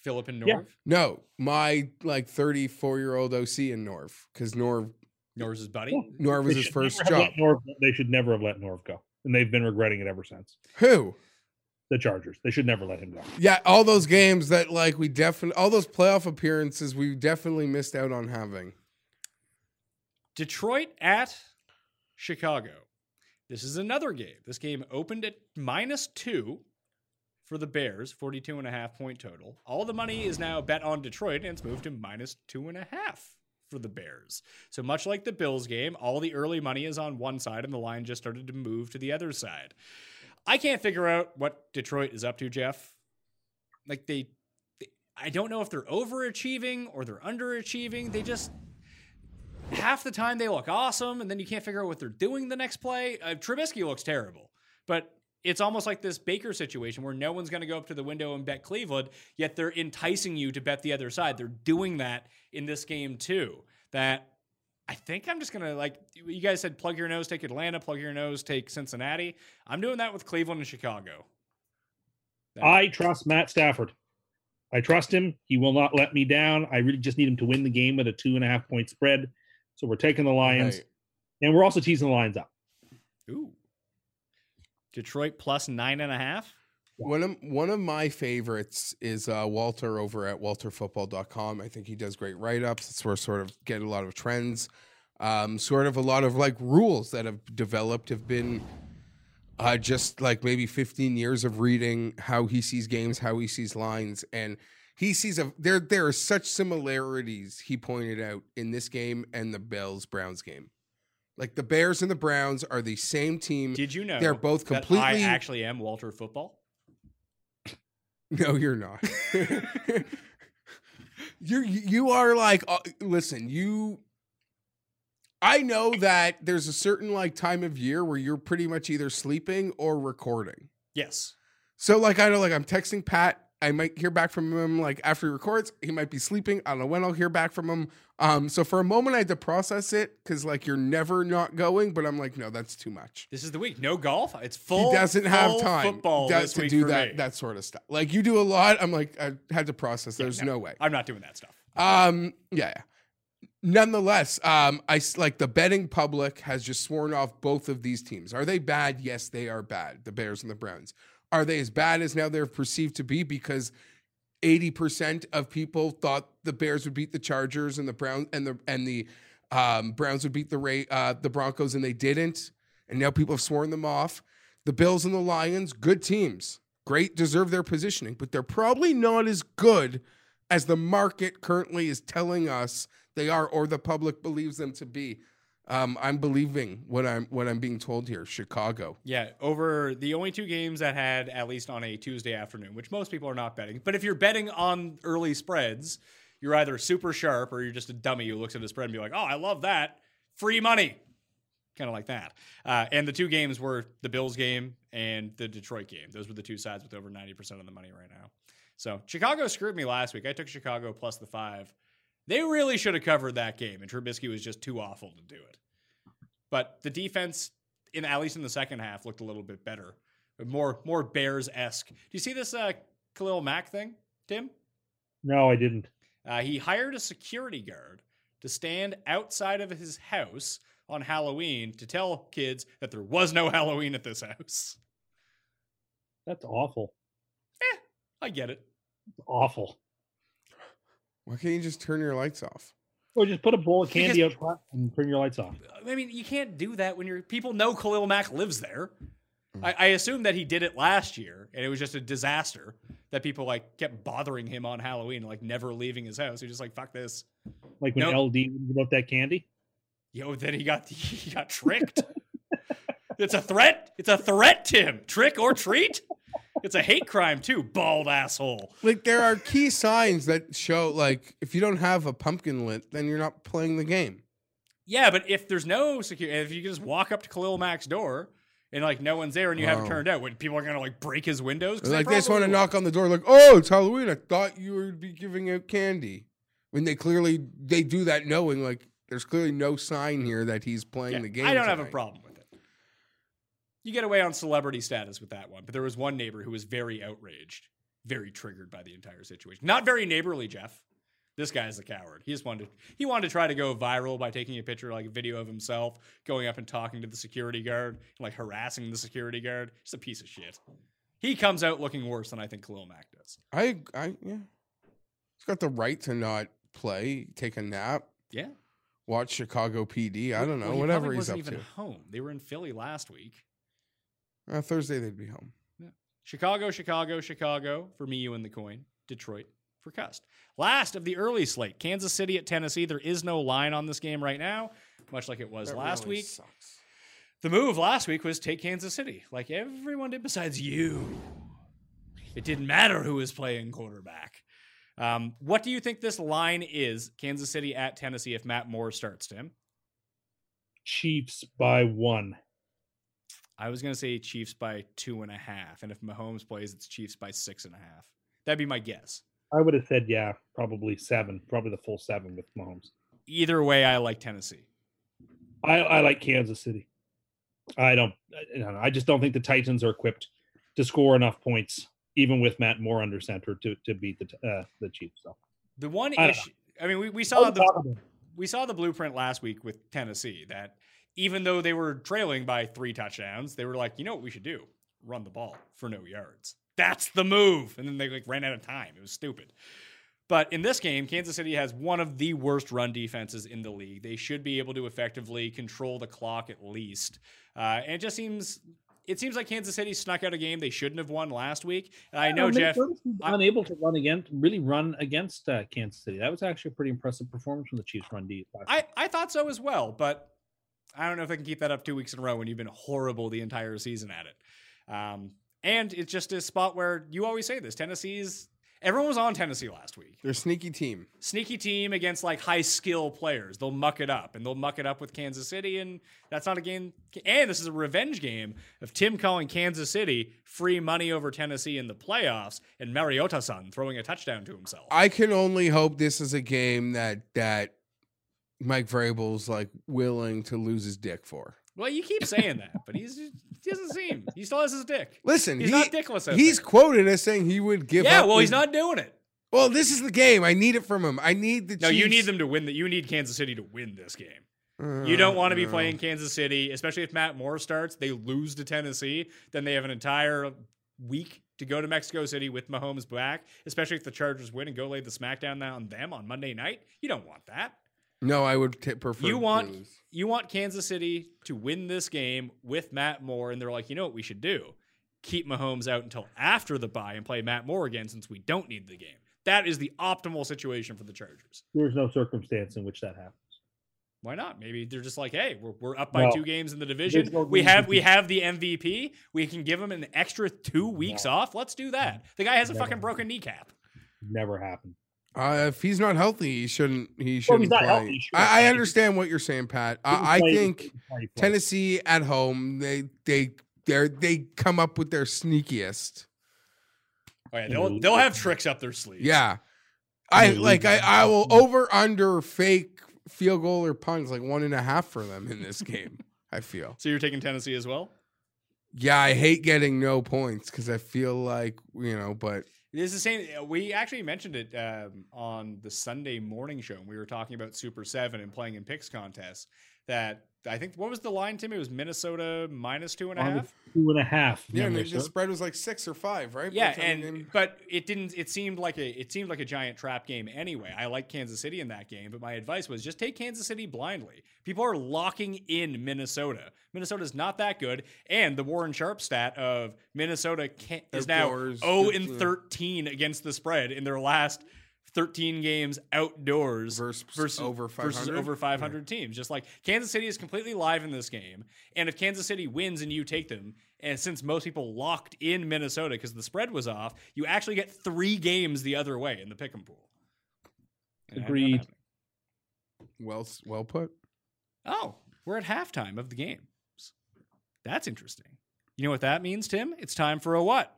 Philip and Norv.
Yeah.
No, my like 34 year old OC in Norv because Norv
Norv's his buddy.
Yeah.
Norv was
They
his
should never
first
have
job.
let Norv- they should never have let Norv go, and they've been regretting it ever since.
Who?
The Chargers. They should never let him go.
Yeah, all those games that like we definitely all those playoff appearances we definitely missed out on having.
Detroit at Chicago. This is another game. This game opened at minus two for the Bears, 42 and a half point total. All the money is now bet on Detroit, and it's moved to minus two and a half for the Bears. So much like the Bills game, all the early money is on one side, and the line just started to move to the other side. I can't figure out what Detroit is up to, Jeff. Like they, they I don't know if they're overachieving or they're underachieving. They just half the time they look awesome, and then you can't figure out what they're doing the next play. Uh, Trubisky looks terrible, but it's almost like this Baker situation where no one's going to go up to the window and bet Cleveland, yet they're enticing you to bet the other side. They're doing that in this game too. That I think I'm just going to like you guys said, plug your nose, take Atlanta, plug your nose, take Cincinnati. I'm doing that with Cleveland and Chicago. That-
I trust Matt Stafford. I trust him. He will not let me down. I really just need him to win the game with a two and a half point spread. So we're taking the Lions,
Right.
and we're also teasing the Lions up.
ooh Detroit plus nine and a half.
One of one of my favorites is uh, Walter over at walterfootball.com. I think he does great write ups. It's where I sort of get a lot of trends, um, sort of a lot of like rules that have developed have been uh, just like maybe 15 years of reading how he sees games, how he sees lines, and he sees a there. There are such similarities he pointed out in this game and the Bills Browns game. Like the Bears and the Browns are the same team.
Did you know
They're both
that I
completely-
actually am Walter Football.
No, you're not. you're you are like uh, listen, you I know that there's a certain like time of year where you're pretty much either sleeping or recording.
Yes.
So like I know like I'm texting Pat. I might hear back from him like after he records. He might be sleeping. I don't know when I'll hear back from him. Um so for a moment I had to process it cuz like you're never not going, but I'm like no, that's too much.
This is the week. No golf. It's full.
he doesn't have
full
time
Football
that-
this
to
week
do
for
that
me.
that sort of stuff. Like you do a lot. I'm like I had to process. There's no. way.
I'm not doing that stuff.
Um, yeah. yeah. Nonetheless, um, I s- like the betting public has just sworn off both of these teams. Are they bad? Yes, they are bad. The Bears and the Browns. Are they as bad as now they're perceived to be? Because eighty percent of people thought the Bears would beat the Chargers and the Browns and the and the um, Browns would beat the Ra- uh, the Broncos and they didn't. And now people have sworn them off. The Bills and the Lions, good teams, great, deserve their positioning, but they're probably not as good as the market currently is telling us they are, or the public believes them to be. Um, I'm believing what I'm what I'm being told here. Chicago.
Yeah. Over the only two games that had at least on a Tuesday afternoon, which most people are not betting. But if you're betting on early spreads, you're either super sharp or you're just a dummy who looks at a spread and be like, "Oh, I love that." Free money. kind of like that. Uh, and the two games were the Bills game and the Detroit game. Those were the two sides with over 90% of the money right now. So Chicago screwed me last week. I took Chicago plus the five. They really should have covered that game, and Trubisky was just too awful to do it. But the defense, in at least in the second half, looked a little bit better, more more Bears esque. Do you see this uh, Khalil Mack thing, Tim?
No, I didn't.
Uh, he hired a security guard to stand outside of his house on Halloween to tell kids that there was no Halloween at this house.
That's awful.
I get it.
It's awful.
Why can't you just turn your lights off?
Or just put a bowl of candy out front and turn your lights off.
I mean, you can't do that when you're people know Khalil Mack lives there. I, I assume that he did it last year, and it was just a disaster that people like kept bothering him on Halloween, like never leaving his house. He was just like fuck this.
Like when
Nope.
LD gave up that candy.
Yo, then he got he got tricked. it's a threat. It's a threat, Tim. Trick or treat. It's a hate crime too, bald asshole.
Like there are key signs that show like if you don't have a pumpkin lit, then you're not playing the game.
Yeah, but if there's no security, if you can just walk up to Khalil Mack's door and like no one's there and you haven't
Wow.
turned out, when people are gonna like break his windows, 'Cause they
like they just want to
probably
knock on the door, like, oh, it's Halloween. I thought you would be giving out candy. When they clearly they do that knowing like there's clearly no sign here that he's playing
Yeah,
the game.
I don't have a
tonight.
problem with it. You get away on celebrity status with that one, but there was one neighbor who was very outraged, very triggered by the entire situation. Not very neighborly, Jeff. This guy is a coward. He just wanted to, he wanted to try to go viral by taking a picture, like a video of himself going up and talking to the security guard, and, like harassing the security guard. Just a piece of shit. He comes out looking worse than I think Khalil Mack does.
I I yeah. He's got the right to not play, take a nap,
Yeah,
watch Chicago PD. I don't know,
Well, he
whatever
probably
he's up
wasn't even
to.
home. They were in Philly last week.
Uh, Thursday they'd be home.
Chicago, Chicago, Chicago for me, you and the coin. Detroit for Cust. Last of the early slate, Kansas City at Tennessee. There is no line on this game right now, much like it was
That
last
really
week.
sucks.
The move last week was take Kansas City, like everyone did besides you. It didn't matter who was playing quarterback. Um, what do you think this line is, Kansas City at Tennessee, if Matt Moore starts, Tim?
Chiefs by one.
I was going to say Chiefs by two and a half. And if Mahomes plays, it's Chiefs by six and a half. That'd be my guess.
I would have said, yeah, probably seven, probably the full seven with Mahomes.
Either way, I like Tennessee.
I, I like Kansas City. I don't, I, don't know, I just don't think the Titans are equipped to score enough points, even with Matt Moore under center to, to beat the uh, the Chiefs. So
The one
I don't
issue, I mean, we, we
I'll
saw the
talk about it.
we saw the blueprint last week with Tennessee that even though they were trailing by three touchdowns, they were like, you know what we should do? Run the ball for no yards. That's the move. And then they like ran out of time. It was stupid. But in this game, Kansas City has one of the worst run defenses in the league. They should be able to effectively control the clock at least. Uh, and it just seems it seems like Kansas City snuck out a game they shouldn't have won last week. And I know
Well,
Jeff.
Minnesota's been
I-
unable to run against, really run against uh, Kansas City. That was actually a pretty impressive performance from the Chiefs run D. last
I, I thought so as well, but I don't know if I can keep that up two weeks in a row when you've been horrible the entire season at it. Um, and it's just a spot where you always say this Tennessee's, everyone was on Tennessee last week.
They're a sneaky team.
Sneaky team against like high skill players. They'll muck it up and they'll muck it up with Kansas City. And that's not a game. And this is a revenge game of Tim calling Kansas City free money over Tennessee in the playoffs and Mariota son throwing a touchdown to himself.
I can only hope this is a game that that Mike Vrabel's like willing to lose his dick for.
well, you keep saying that, but he's, he doesn't seem. He still has his dick.
Listen,
He's
he-
not dickless. out
He's
there.
quoted as saying he would give
yeah.
up.
Well,
his-
he's not doing it.
Well, this is the game. I need it from him. I need the.
No, you
Chiefs-
need them to win. That you need Kansas City to win this game.
Uh,
You don't want to be
no.
playing Kansas City, especially if Matt Moore starts. They lose to Tennessee, then they have an entire week to go to Mexico City with Mahomes back. Especially if the Chargers win and go lay the smackdown on them on Monday night. You don't want that.
No, I would t- prefer.
You
to
want-
lose.
you want Kansas City to win this game with Matt Moore, and they're like, you know what we should do? Keep Mahomes out until after the bye and play Matt Moore again since we don't need the game. That is the optimal situation for the Chargers.
There's no circumstance in which that happens.
Why not? Maybe they're just like, hey, we're, we're up by
No.
two games in the division.
There's no
we
reason
have
to
we
do-
have the MVP. We can give him an extra two weeks
No.
off. Let's do that. The guy has a
No.
fucking broken kneecap.
Never happened.
Uh, if he's not healthy, he shouldn't. He
Well, if
shouldn't
he's not
play.
healthy, sure.
I, I understand what you're saying, Pat. I, I
Play-
think
play- play.
Tennessee at home, they they they they come up with their sneakiest.
Oh, yeah, they'll they'll have tricks up their sleeves.
Yeah, I
Mhm.
like. I I will over under fake field goal or punts like one and a half for them in this game. I feel.
So you're taking Tennessee as well.
Yeah, I hate getting no points because I feel like you know, but
It is the same. uh, We actually mentioned it um, on the Sunday morning show. and We were talking about Super Seven and playing in picks contests. That I think what was the line, Tim? It was Minnesota minus two and a half.
Minus Two and a half.
yeah, and
memory
the the
serves.
spread was like six or five, right?
Yeah,
By the time the
and
game-
but it didn't. It seemed like a it seemed like a giant trap game anyway. I like Kansas City in that game, but my advice was just take Kansas City blindly. People are locking in Minnesota. Minnesota's not that good, and the Warren Sharp stat of Minnesota can, is now
Outdoors,
zero and
15.
thirteen against the spread in their last thirteen games outdoors
versus,
versus
over five
versus
hundred.
over 500 teams. Just like Kansas City is completely live in this game, and if Kansas City wins and you take them, and since most people locked in Minnesota because the spread was off, you actually get three games the other way in the pick'em pool. And I had that
Agreed.
happen.
Well, s- well put.
Oh, we're at halftime of the games. That's interesting. You know what that means, Tim? It's time for a what?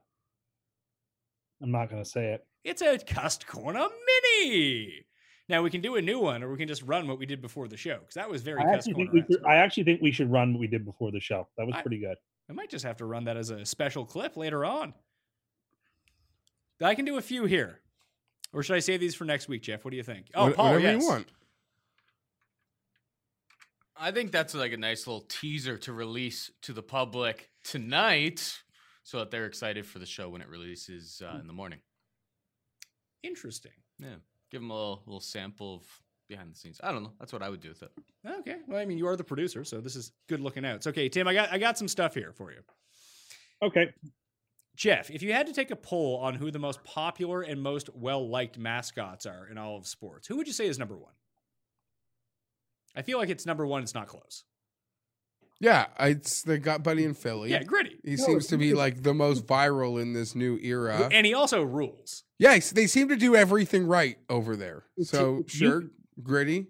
I'm not going to say it.
It's a Cust Corner Mini. Now we can do a new one, or we can just run what we did before the show because that was very
I
Cust
actually,
Corner.
think we should, I actually think we should run what we did before the show. That was
I-
pretty good.
I might just have to run that as a special clip later on. I can do a few here. Or should I save these for next week, Jeff? What do you think? Oh,
Wha-
Paul,
whatever
yes.
you want.
I think that's like a nice little teaser to release to the public tonight so that they're excited for the show when it releases
Hmm.
uh, in the morning.
Interesting.
Yeah. Give them a little, little sample of behind the scenes. I don't know. That's what I would do with it.
Okay. Well, I mean, you are the producer, so this is good looking out. It's okay, Tim. I got I got some stuff here for you.
Okay.
Jeff, if you had to take a poll on who the most popular and most well liked mascots are in all of sports, who would you say is number one? I feel like it's number one. It's not close.
Yeah, it's they got Buddy in Philly.
Yeah, gritty.
He
No,
seems to be
it's-
like the most viral in this new era.
And he also rules.
Yes, they seem to do everything right over there.
It's-
So
it's-
sure, gritty.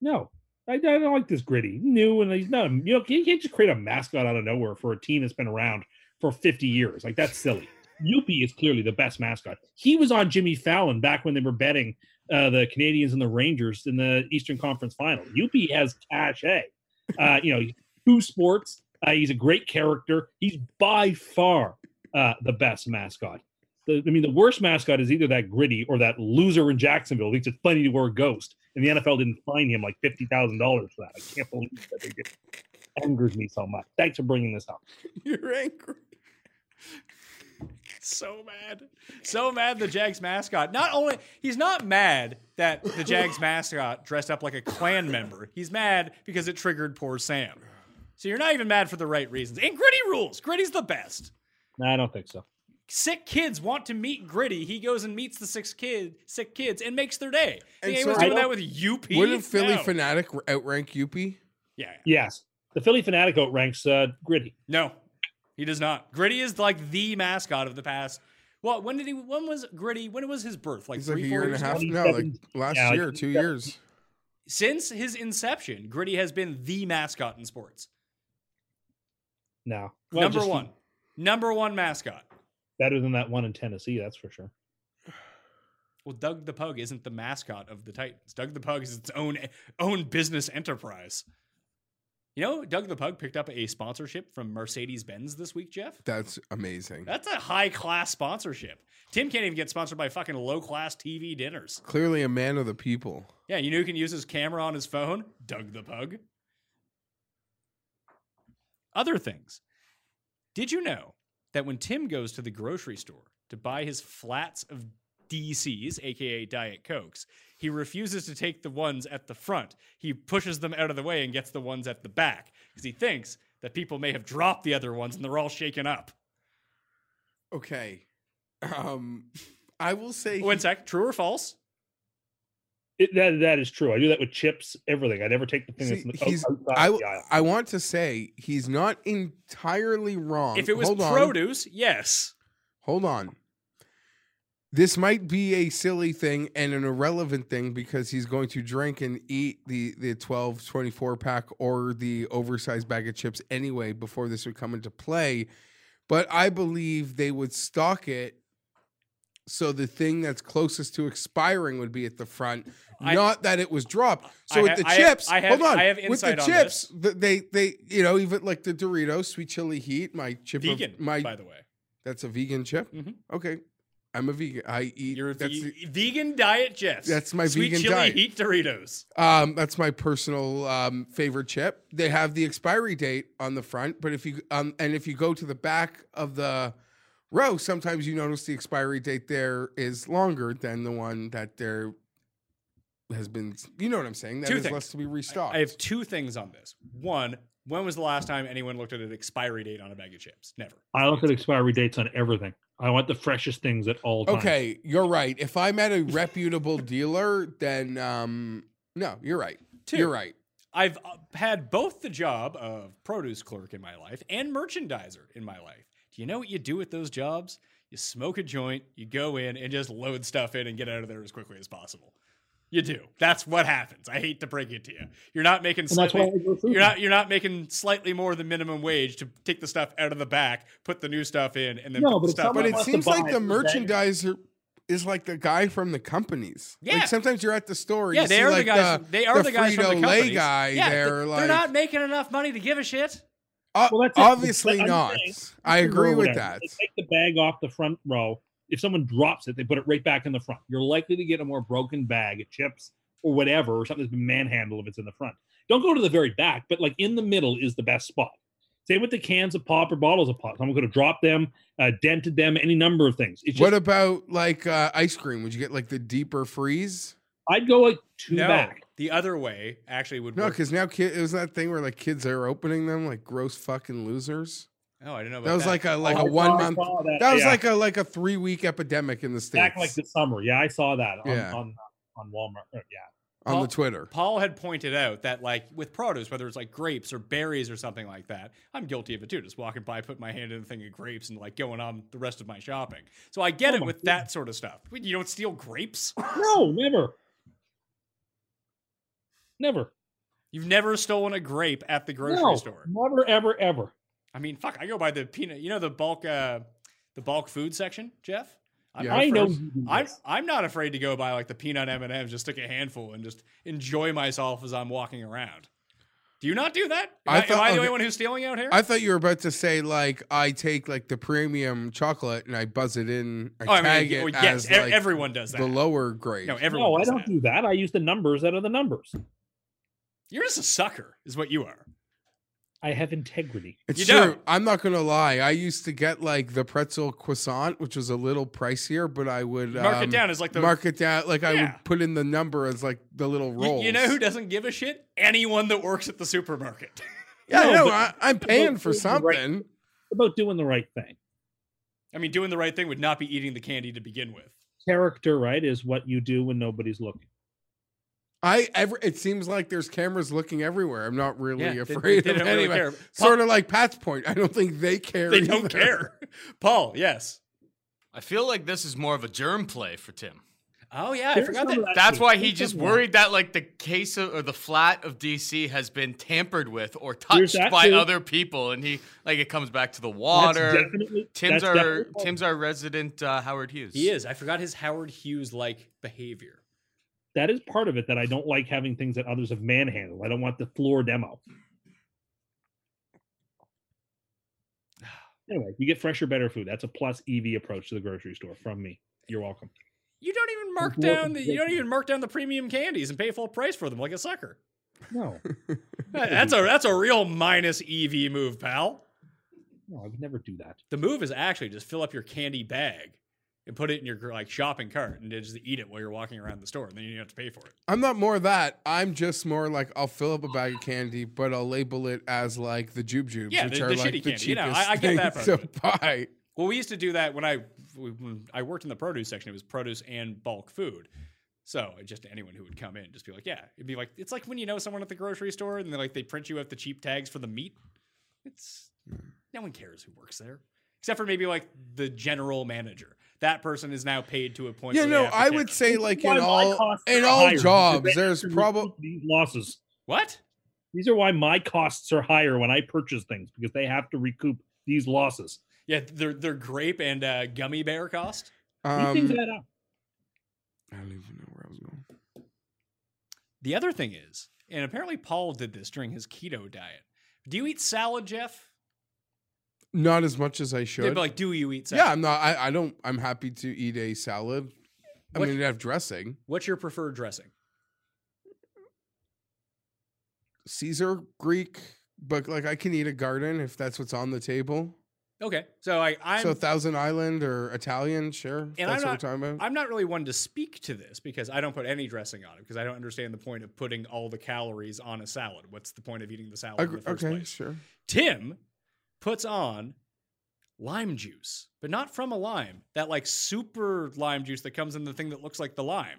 No, I, I don't like this gritty. New and he's not. a- You know, you can't just create a mascot out of nowhere for a team that's been around for 50 years. Like that's silly. Yuppie is clearly the best mascot. He was on Jimmy Fallon back when they were betting uh, the Canadians and the Rangers in the Eastern Conference Final. Yuppie has cachet. Uh, you know, two sports. Uh, he's a great character. He's by far uh, the best mascot. The, I mean, the worst mascot is either that gritty or that loser in Jacksonville. Thinks it's funny to wear a ghost, and the NFL didn't fine him like fifty thousand dollars for that. I can't believe that they did. Angers me so much. Thanks for bringing this up.
You're angry.
so mad. So mad the Jags mascot. Not only he's not mad that the Jags mascot dressed up like a Klan member. He's mad because it triggered poor Sam. So you're not even mad for the right reasons. And Gritty rules. Gritty's the best.
No, I don't think so.
Sick kids want to meet Gritty. He goes and meets the six kid, sick kids and makes their day.
And
And he
so
was
I
doing that
don't-
with UP.
Wouldn't Philly
No.
fanatic r- outrank Yuppie?
Yeah.
Yes, the Philly fanatic outranks uh, gritty.
No, he does not. Gritty is like the mascot of the past. Well, when did he? When was Gritty? When was his birth? Like
He's like a
three,
year
four
and a
years ago?
half. No, like
27.
last
Yeah, like
year, two years.
Since his inception, Gritty has been the mascot in sports.
No,
Number
just
one. Number one mascot.
better than that one in Tennessee. That's for sure.
Well, Doug the Pug isn't the mascot of the Titans. Doug the Pug is its own own business enterprise. You know, Doug the Pug picked up a sponsorship from Mercedes Benz this week, Jeff.
That's amazing.
That's a high class sponsorship. Tim can't even get sponsored by fucking low class TV dinners.
Clearly a man of the people.
Yeah, you know who can use his camera on his phone? Doug the Pug. Other things. Did you know that when Tim goes to the grocery store to buy his flats of DCs, aka Diet Cokes, he refuses to take the ones at the front. He pushes them out of the way and gets the ones at the back because he thinks that people may have dropped the other ones and they're all shaken up.
Okay. Um I will say
One sec, true or false?
It, that that is true. I do that with chips, everything. I never take the thing
See,
that's in the,
he's-
outside
I,
the aisle.
I want to say he's not entirely wrong.
if it was
Hold on.
produce, yes.
Hold on. this might be a silly thing and an irrelevant thing because he's going to drink and eat the the 12 24 pack or the oversized bag of chips anyway before this would come into play but i believe they would stock it so the thing that's closest to expiring would be at the front
I-
not that it was dropped so
I
with
ha-
the
I have-
chips
I have-
hold on
I have
with the
insight on
chips th- they they you know even like the doritos sweet chili heat my chip of-
Vegan,
my
by the way.
that's a vegan chip.
Mhm.
Okay, I'm a vegan. I eat.
You're a
that's
ve- vegan diet, Jeff.
That's my
Sweet
vegan
chili
diet.
heat Doritos.
the- um, that's my personal um, favorite chip. They have the expiry date on the front, but if you um, and if you go to the back of the row, sometimes you notice the expiry date there is longer than the one that there has been. You know what I'm saying? That
Two
is
things.
less to be restocked.
I have two things on this. One, when was the last time anyone looked at an expiry date on a bag of chips? Never.
I look at expiry dates on everything. I want the freshest things at all times.
okay, you're right. If I'm at a reputable dealer, then um, no, you're right.
Two,
You're right.
I've uh, had both the job of produce clerk in my life and merchandiser in my life. Do you know what you do with those jobs? You smoke a joint, you go in and just load stuff in and get out of there as quickly as possible. You do. That's what happens. I hate to break it to you. You're not making
And that's why
slightly,
I go through
you're
them.
not you're not making slightly more than minimum wage to take the stuff out of the back, put the new stuff in, and then put
No, but
the
if
stuff.
someone
But it
wants to
seems
buy
like
it
the
for that.
merchandiser is like the guy from the companies.
Yeah.
Like sometimes you're at the store.
Yeah,
you
they
see
are the
like uh,
guys. they are the, guys from the
Frito-Lay
companies.
guy.
yeah,
they're,
they're
like
not making enough money to give a shit.
o-
Well, that's it.
obviously
But I'm
not.
saying-
I agree with
Whatever.
that.
They take the bag off the front row. If someone drops it, they put it right back in the front. You're likely to get a more broken bag, chips or whatever, or something that's been manhandled if it's in the front. Don't go to the very back, but like in the middle is the best spot. Same with the cans of pop or bottles of pop. Someone could have dropped them, uh, dented them, any number of things. It's just,
What about like uh, ice cream? Would you get like the deeper freeze?
I'd go like two
no,
back.
the other way actually would
No,
work.
because now kid, it was that thing where like kids are opening them like gross fucking losers.
Oh, I didn't know about
That was like a like
Oh,
a
I saw-
one
I
month.
saw
That was
yeah.
like a like a three week epidemic in the states
back like the summer. Yeah, I saw that on
Yeah.
on, on Walmart. or- Yeah.
on
Well,
the Twitter.
Paul had pointed out that like with produce, whether it's like grapes or berries or something like that, I'm guilty of it too. Just walking by, putting my hand in the thing of grapes and like going on the rest of my shopping. So I get
Oh
it
my
with that sort of stuff. Wait, You don't steal grapes?
No, never. Never.
You've never stolen a grape at the grocery
no,
store.
Never, ever, ever.
I mean, fuck, I go by the peanut. You know the bulk, uh, the bulk food section, Jeff. I'm
Yeah.
not
I know.
afraid-
you do
I'm
this.
I'm not afraid to go by like the peanut M and M's, just stick a handful and just enjoy myself as I'm walking around. Do you not do that? Am
I
I, am I
thought-
the
okay.
only one who's stealing out here?
I thought you were about to say like I take like the premium chocolate and I buzz it in. I
oh, I
tag
mean,
it
well,
as
yes, e-
like
everyone does that.
the lower grade.
no, everyone.
No, I
does
don't
that.
do that. I use the numbers out of the numbers.
You're just a sucker, is what you are.
I have integrity.
it's
you
true.
don't.
I'm not gonna lie. I used to get like the pretzel croissant, which was a little pricier, but I would
Mark it
um,
down as like the
mark it down. Like I
Yeah.
would put in the number as like the little
You-
roll.
You, know who doesn't give a shit? Anyone that works at the supermarket.
Yeah,
No,
no,
but-
I, I'm paying for
you're right.
something.
It's about doing the right thing.
I mean, doing the right thing would not be eating the candy to begin with.
Character, right, is what you do when nobody's looking.
I ever. It seems like there's cameras looking everywhere. I'm not really
they- they
afraid
don't
of
really
anyone.
care.
Sort of like Pat's point. I don't think they care.
They don't
either.
care. Paul, yes.
I feel like this is more of a germ play for Tim.
Oh yeah, I
There's
forgot
some
that.
of that
That's
too.
why he
There's
just
some of that.
worried that like the case of, or the flat of DC has been tampered with or
There's
touched
that
by
too.
other people, and he like it comes back to the
That's
water.
definitely-
Tim's
that's
our
definitely-
Tim's our resident uh, Howard Hughes.
He is. I forgot his Howard Hughes like behavior.
That is part of it that I don't like having things that others have manhandled. I don't want the floor demo. Anyway, you get fresher, better food. That's a plus EV approach to the grocery store from me. You're welcome.
You don't even mark
Well,
down the you don't even mark down the premium candies and pay full price for them like a sucker.
No,
That- That's a that's a real minus EV move, pal.
no, I would never do that.
The move is actually just fill up your candy bag and put it in your like shopping cart and just eat it while you're walking around the store and then you don't have to pay for it.
I'm not more that. I'm just more like I'll fill up a bag of candy, but I'll label it as like the jube jubes,
Yeah,
which
the-
are
the
like
shitty candy.
the cheapest
You know, I- I get that
things
part
to
of
buy.
Well, we used to do that when I when I worked in the produce section. It was produce and bulk food. So it just anyone who would come in, just be like, yeah, it'd be like it's like when you know someone at the grocery store and they like they print you out the cheap tags for the meat. It's no one cares who works there. except for maybe like the general manager. That person is now paid to a point.
Yeah,
where they
no,
have to
I
pay-
would say like in
Why my
all
costs
in
are
all
higher, because
jobs,
they
there's
actually
probably
recoup these losses.
what?
These are why my costs are higher when I purchase things because they have to recoup these losses.
Yeah, their their grape and uh, gummy bear cost.
These things
um,
add up.
I don't even know where I was going.
The other thing is, and apparently Paul did this during his keto diet. Do you eat salad, Jeff?
Not as much as I
They'd
should.
be like, do you eat salad?
yeah, I'm not. I, I don't. I'm happy to eat a salad. I
What-
mean, I have dressing.
What's your preferred dressing?
Caesar Greek, but like I can eat a garden if that's what's on the table.
Okay, so I, I'm
so Thousand Island or Italian, sure. if
And
that's
I'm
what we're talking about.
I'm not really one to speak to this because I don't put any dressing on it because I don't understand the point of putting all the calories on a salad. What's the point of eating the salad in
Agre-
the first
okay,
place?
sure.
Tim puts on lime juice, but not from a lime. That like super lime juice that comes in the thing that looks like the lime.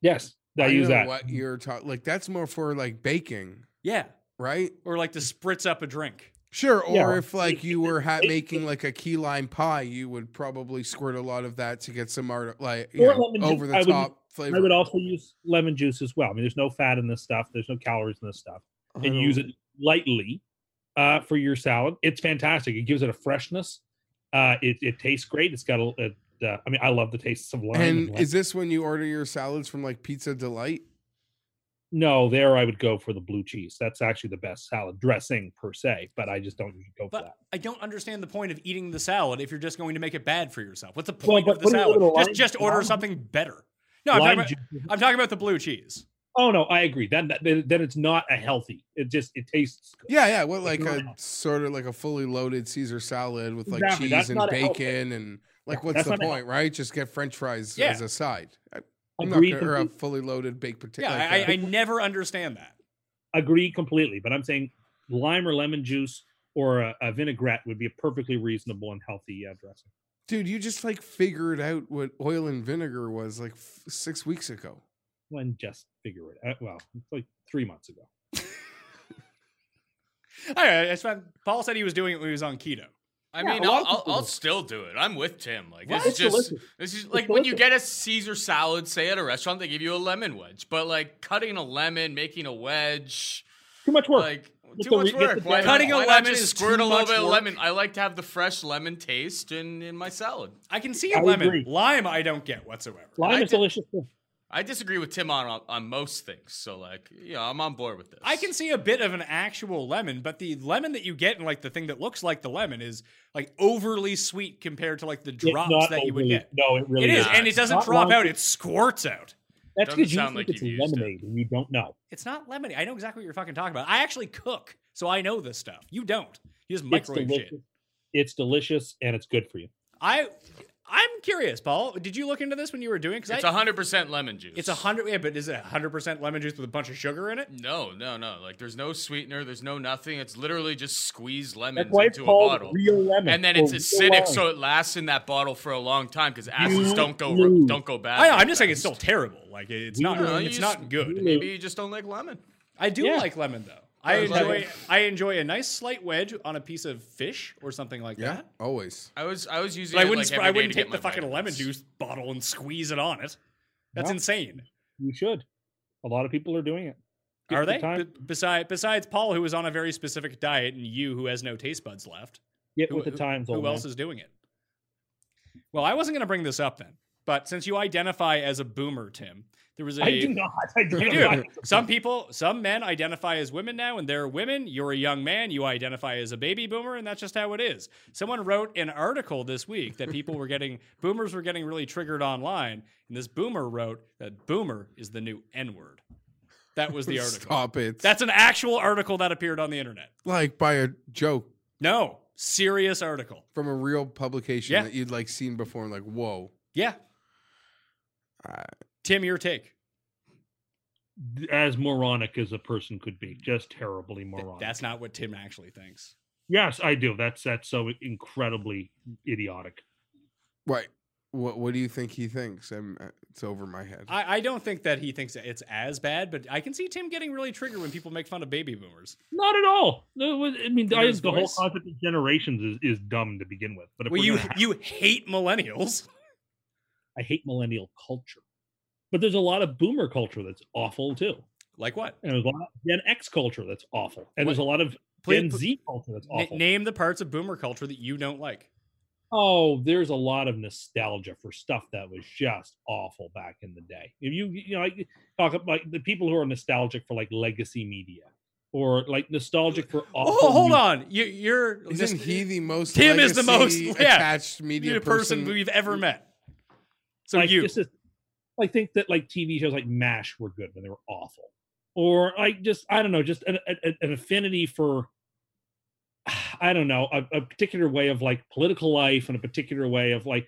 Yes, I,
I
use
know
that.
What you're talking like that's more for like baking,
Yeah,
right?
or like to spritz up a drink.
Sure. Or
Yeah.
if like you were ha- making like a key lime pie, you would probably squirt a lot of that to get some art like you
Or
know,
lemon juice.
over
I
the
would-
top flavor.
I would also use lemon juice as well. I mean, there's no fat in this stuff. There's no calories in this stuff,
I
and you use
don't-
it lightly uh, for your salad. It's fantastic. It gives it a freshness. Uh, it, it tastes great. It's got a. a- uh, I mean, I love the tastes of lime.
And
lime.
is this when you order your salads from like Pizza Delight?
No, there I would go for the blue cheese. That's actually the best salad dressing per se, but I just don't usually go for
But
that.
I don't understand the point of eating the salad if you're just going to make it bad for yourself. What's the
Well,
point
but
of the
what do you
salad?
put in a
Just
lime-
just order
lime-
something better. No, I'm talking,
Lime
about,
juice-
I'm talking about the blue cheese.
Oh no, I agree. Then that, then it's not a healthy. It just it tastes good.
Yeah, yeah. What like a
Wow.
sort of like a fully loaded Caesar salad with like
Exactly, that's
cheese and
not a healthy-
bacon and like
Yeah,
what's
that's
the
not a
point, right? Just get French fries
Yeah.
as a side. I- I'm
Agreed
not gonna, or a
um
complete-
fully loaded baked potato.
Yeah,
like
I,
that.
I, I never understand that.
agree completely, but I'm saying lime or lemon juice or a, a vinaigrette would be a perfectly reasonable and healthy uh, dressing.
Dude, you just like figured out what oil and vinegar was like f- six weeks ago.
When just figure it out. Well, it's like three months ago.
I, I just found, Paul said he was doing it when he was on keto.
I
Yeah,
mean,
a lot
I'll,
of
I'll,
people
I'll
do.
still do it. I'm with Tim. Like
What?
this
It's
is just
delicious.
this is
It's
like when you get a Caesar salad, say at a restaurant, they give you a lemon wedge. But like cutting a lemon, making a wedge,
Too much work.
like
Get
too
the re-
much
get the
work. Why,
Cutting a
why
lemon
not just
is
squirt
too
a little
much
bit of
work.
lemon. I like to have the fresh lemon taste in in my salad.
I can see
I
a lemon.
agree.
Lime, I don't get whatsoever.
lime
I
is
did-
delicious. too.
I disagree with Tim on on, on most things. So like, yeah, I'm on board with this.
I can see a bit of an actual lemon, but the lemon that you get in like the thing that looks like the lemon is like overly sweet compared to like the
It's
drops
not
that you would
overly-
get.
No, it
It
really
is,
not.
and it
It's
doesn't
not
drop
lime.
out; it squirts out.
That's
Doesn't
because you
sound
think
like
it's
you've used it.
lemonade and you don't know.
It's not lemony. I know exactly what you're fucking talking about. I actually cook, so I know this stuff. You don't. You just
It's
microwave
delicious.
shit.
It's delicious and it's good for you.
I, I'm curious, Paul. Did you look into this when you were doing? Because
It's 100 percent lemon juice.
it's a hundred. Yeah, but is it hundred percent lemon juice with a bunch of sugar in it?
No, no, no. Like there's no sweetener. There's no nothing. It's literally just squeeze lemons
That's why it's
into a
called
bottle.
real lemon.
and then
or
it's
real
acidic,
lime.
so it lasts in that bottle for a long time because acids
You
don't go
lose.
don't go bad.
I know.
very
I'm just saying it's still
fast.
terrible. Like it- it's
We
not.
know,
you
it's
just-
not good.
maybe you just don't like lemon.
I do
Yeah.
like lemon though. I
I like
enjoy.
it.
I enjoy a nice slight wedge on a piece of fish or something like
Yeah,
that.
always.
I was I was using.
But I
it,
wouldn't.
like,
sp-
every
I
day
wouldn't
to get
take the
my
fucking lemon
vitamins.
juice bottle and squeeze it on it. That's
No.
insane.
You should. A lot of people are doing it. Give
Are
it the
they?
time.
B- beside, besides Paul, who is on a very specific diet, and you, who has no taste buds left,
Get
who,
with the
who-
times.
who
old man.
else is doing it? Well, I wasn't going to bring this up then, but since you identify as a boomer, Tim, there was a
I do not. I do
You
not.
do. Some people, some men identify as women now, and they're women. You're a young man. You identify as a baby boomer, and that's just how it is. Someone wrote an article this week that people were getting, boomers were getting really triggered online. And this boomer wrote that boomer is the new N word. That was the article.
Stop it.
That's an actual article that appeared on the internet.
like by a joke
No, serious article.
from a real publication
Yeah.
that you'd like seen before and like, whoa.
Yeah.
Uh,
Tim, your take.
as moronic as a person could be, just terribly
Th-
moronic.
That's not what Tim actually thinks.
yes, I do. That's that's so incredibly idiotic.
Right. What What do you think he thinks? I'm, uh, it's over my head.
I, I don't think that he thinks it's as bad, but I can see Tim getting really triggered when people make fun of baby boomers.
Not at all. No, it was- I mean,
Hear
I-
his
the whole
voice?
concept of generations is, is dumb to begin with. But if
Well,
we're
you
gonna have-
you hate millennials.
I hate millennial culture, but there's a lot of boomer culture that's awful too,
Like what?
and there's a lot of Gen X culture that's awful, and there's a lot of Gen
Please,
Z culture that's
na-
awful.
name the parts of boomer culture that you don't like.
oh, there's a lot of nostalgia for stuff that was just awful back in the day. If you you know like, talk about like, the people who are nostalgic for like legacy media or like nostalgic for awful
Oh, hold
music.
on. You, you're
Isn't
this-
he the most?
Tim is the
legacy
most- yeah.
attached media
you're the person,
person.
we've ever met. So
like
you,
just a- I think that like TV shows like MASH were good when they were awful, or like just I don't know, just an, an, an affinity for I don't know a, a particular way of like political life and a particular way of like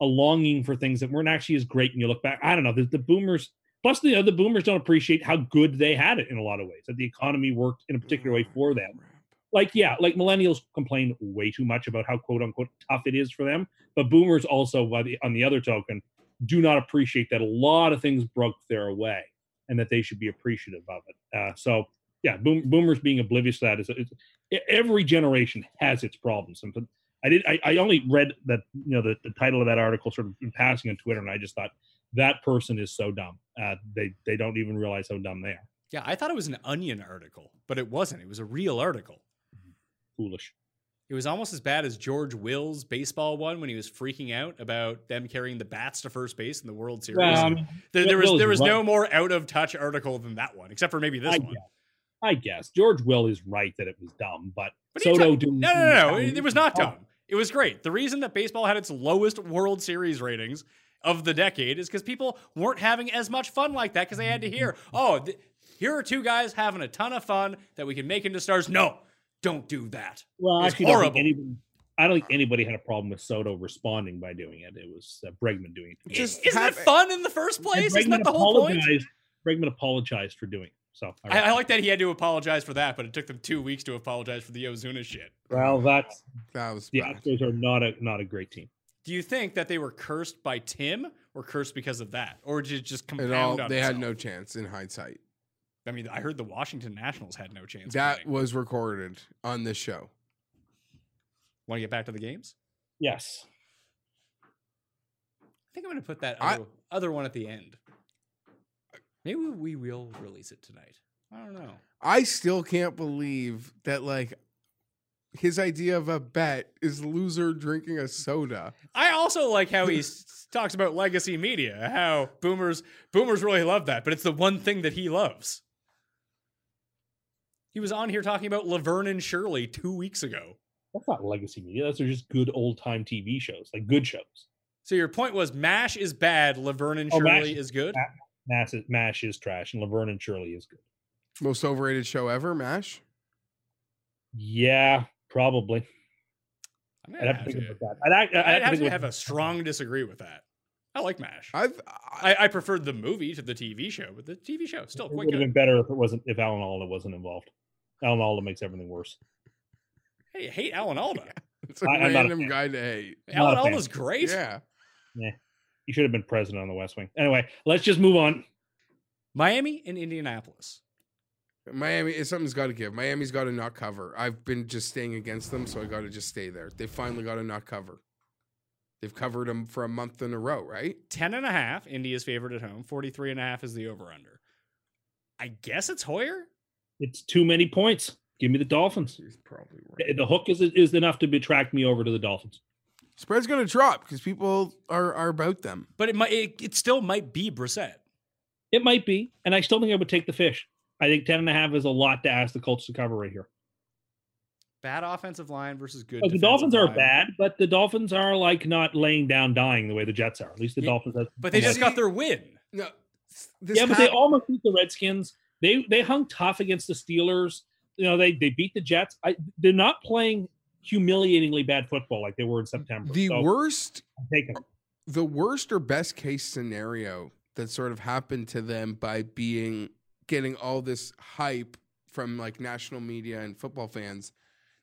a longing for things that weren't actually as great. And you look back, I don't know the, the boomers. Plus, the other boomers don't appreciate how good they had it in a lot of ways. That the economy worked in a particular way for them like yeah like millennials complain way too much about how quote unquote tough it is for them but boomers also by the, on the other token do not appreciate that a lot of things broke their way and that they should be appreciative of it uh, so yeah boom, boomers being oblivious to that is is- e- every generation has its problems and i did I, I only read that you know the, the title of that article sort of in passing on twitter and i just thought that person is so dumb uh, they they don't even realize how dumb they are
yeah, I thought it was an Onion article, but it wasn't. It was a real article.
foolish
It was almost as bad as George Will's baseball one when he was freaking out about them carrying the bats to first base in the World Series.
um,
there, there
George
was
Will
there
is
was no
right.
more out of touch article than that one, except for maybe this
I
one.
guess. I guess George Will is right that it was dumb, but,
What are you
Soto
talking-
didn't.
No, no, no, no.
didn't-
It, it was not dumb. It was great. The reason that baseball had its lowest World Series ratings of the decade is because people weren't having as much fun like that because they had to hear, oh, th- here are two guys having a ton of fun that we can make into stars. No, don't do that.
Well,
It
I
was
actually, don't think
horrible.
anybody- I don't think anybody had a problem with Soto responding by doing it. It was uh, Bregman doing it.
Just
Isn't
have
that fun in the first
And
place?
Bregman
Isn't that the whole point?
apologized- Bregman apologized for doing it. So all
I,
right.
I like that he had to apologize for that, but it took them two weeks to apologize for the Ozuna shit.
well, that's
That was
the
bad.
Astros are not a not a great team.
Do you think that they were cursed by Tim or cursed because of that? Or did it just compound
At all,
on
they had
itself?
no chance in hindsight.
I mean, I heard the Washington Nationals had no chance.
That was recorded on this show.
want to get back to the games?
Yes.
I think I'm going to put that
I-
other, other one at the end. Maybe we will release it tonight. I don't know.
I still can't believe that like his idea of a bet is loser drinking a soda.
I also like how he s- talks about legacy media, how boomers boomers really love that, but it's the one thing that he loves. He was on here talking about Laverne and Shirley two weeks ago.
That's not legacy media. Those are just good old time TV shows, like good shows.
So your point was MASH is bad, Laverne and
Oh,
Shirley
MASH
is good.
bad. Mash is, Mash is trash, and Laverne and Shirley is good.
Most overrated show ever, Mash.
Yeah, probably.
I'm gonna
I'd have to
have
think
to-
about that. I'd, act-
I'd
I'd
have
think
to
about-
have a strong disagree with that. I like MASH.
I've uh, I,
I, I preferred the movie to the TV show, but the TV show still
It
quite
would have been
good.
better if it wasn't if Alan Alda wasn't involved. Alan Alda makes everything worse.
Hey, I hate Alan Alda.
it's a
I- I'm not a
random
fan.
guy to hate.
Alan
Not a fan.
Alda's great.
Yeah.
He should have been president on the West Wing. Anyway, let's just move on.
Miami and Indianapolis.
Miami, it's something's got to give. Miami's got to not cover. I've been just staying against them, so I got to just stay there. They finally got to not cover. They've covered them for a month in a row, right?
10 and a half, India's favorite at home. 43 and a half is the over under. I guess it's Hoyer.
It's too many points. Give me the Dolphins.
He's probably
The the hook is is enough to attract me over to the Dolphins.
Spread's going to drop because people are, are about them.
But it might it, it still might be Brissett.
It might be, and I still think I would take the fish. I think 10 and a half is a lot to ask the Colts to cover right here.
Bad offensive line versus good.
Like, Oh, the
defensive
Dolphins are
line.
bad, but the Dolphins are like not laying down dying the way the Jets are. At least the
Yeah,
Dolphins have
But they just
Yeah.
got their win.
No, this
yeah, but they
hap-
almost beat the Redskins. They they hung tough against the Steelers. You know, they they beat the Jets. I, they're not playing humiliatingly bad football like they were in September.
the
so
worst
I'm taking them.
the worst or best case scenario that sort of happened to them by being getting all this hype from like national media and football fans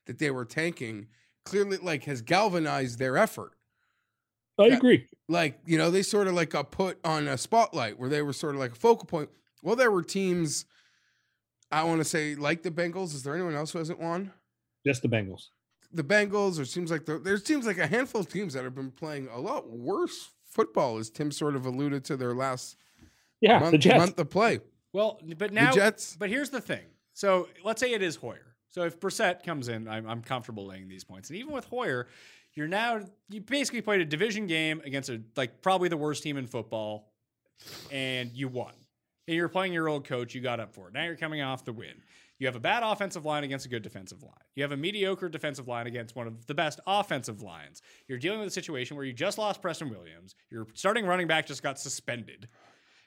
that they were tanking clearly like has galvanized their effort
I
Yeah.
agree.
like you know they sort of like got put on a spotlight where they were sort of like a focal point well there were teams i want to say like the bengals is there anyone else who hasn't won
Just the Bengals.
the bengals or seems like there, there seems like a handful of teams that have been playing a lot worse football as tim sort of alluded to their last
Yeah, the
month,
Jets.
month of play
Well, but now
the jets
But here's the thing. So let's say it is Hoyer. So if Brissett comes in, I'm, I'm comfortable laying these points. And even with Hoyer, you're now you basically played a division game against a like probably the worst team in football, and you won. And you're playing your old coach. You got up for it. Now you're coming off the win. You have a bad offensive line against a good defensive line. You have a mediocre defensive line against one of the best offensive lines. You're dealing with a situation where you just lost Preston Williams. Your starting running back just got suspended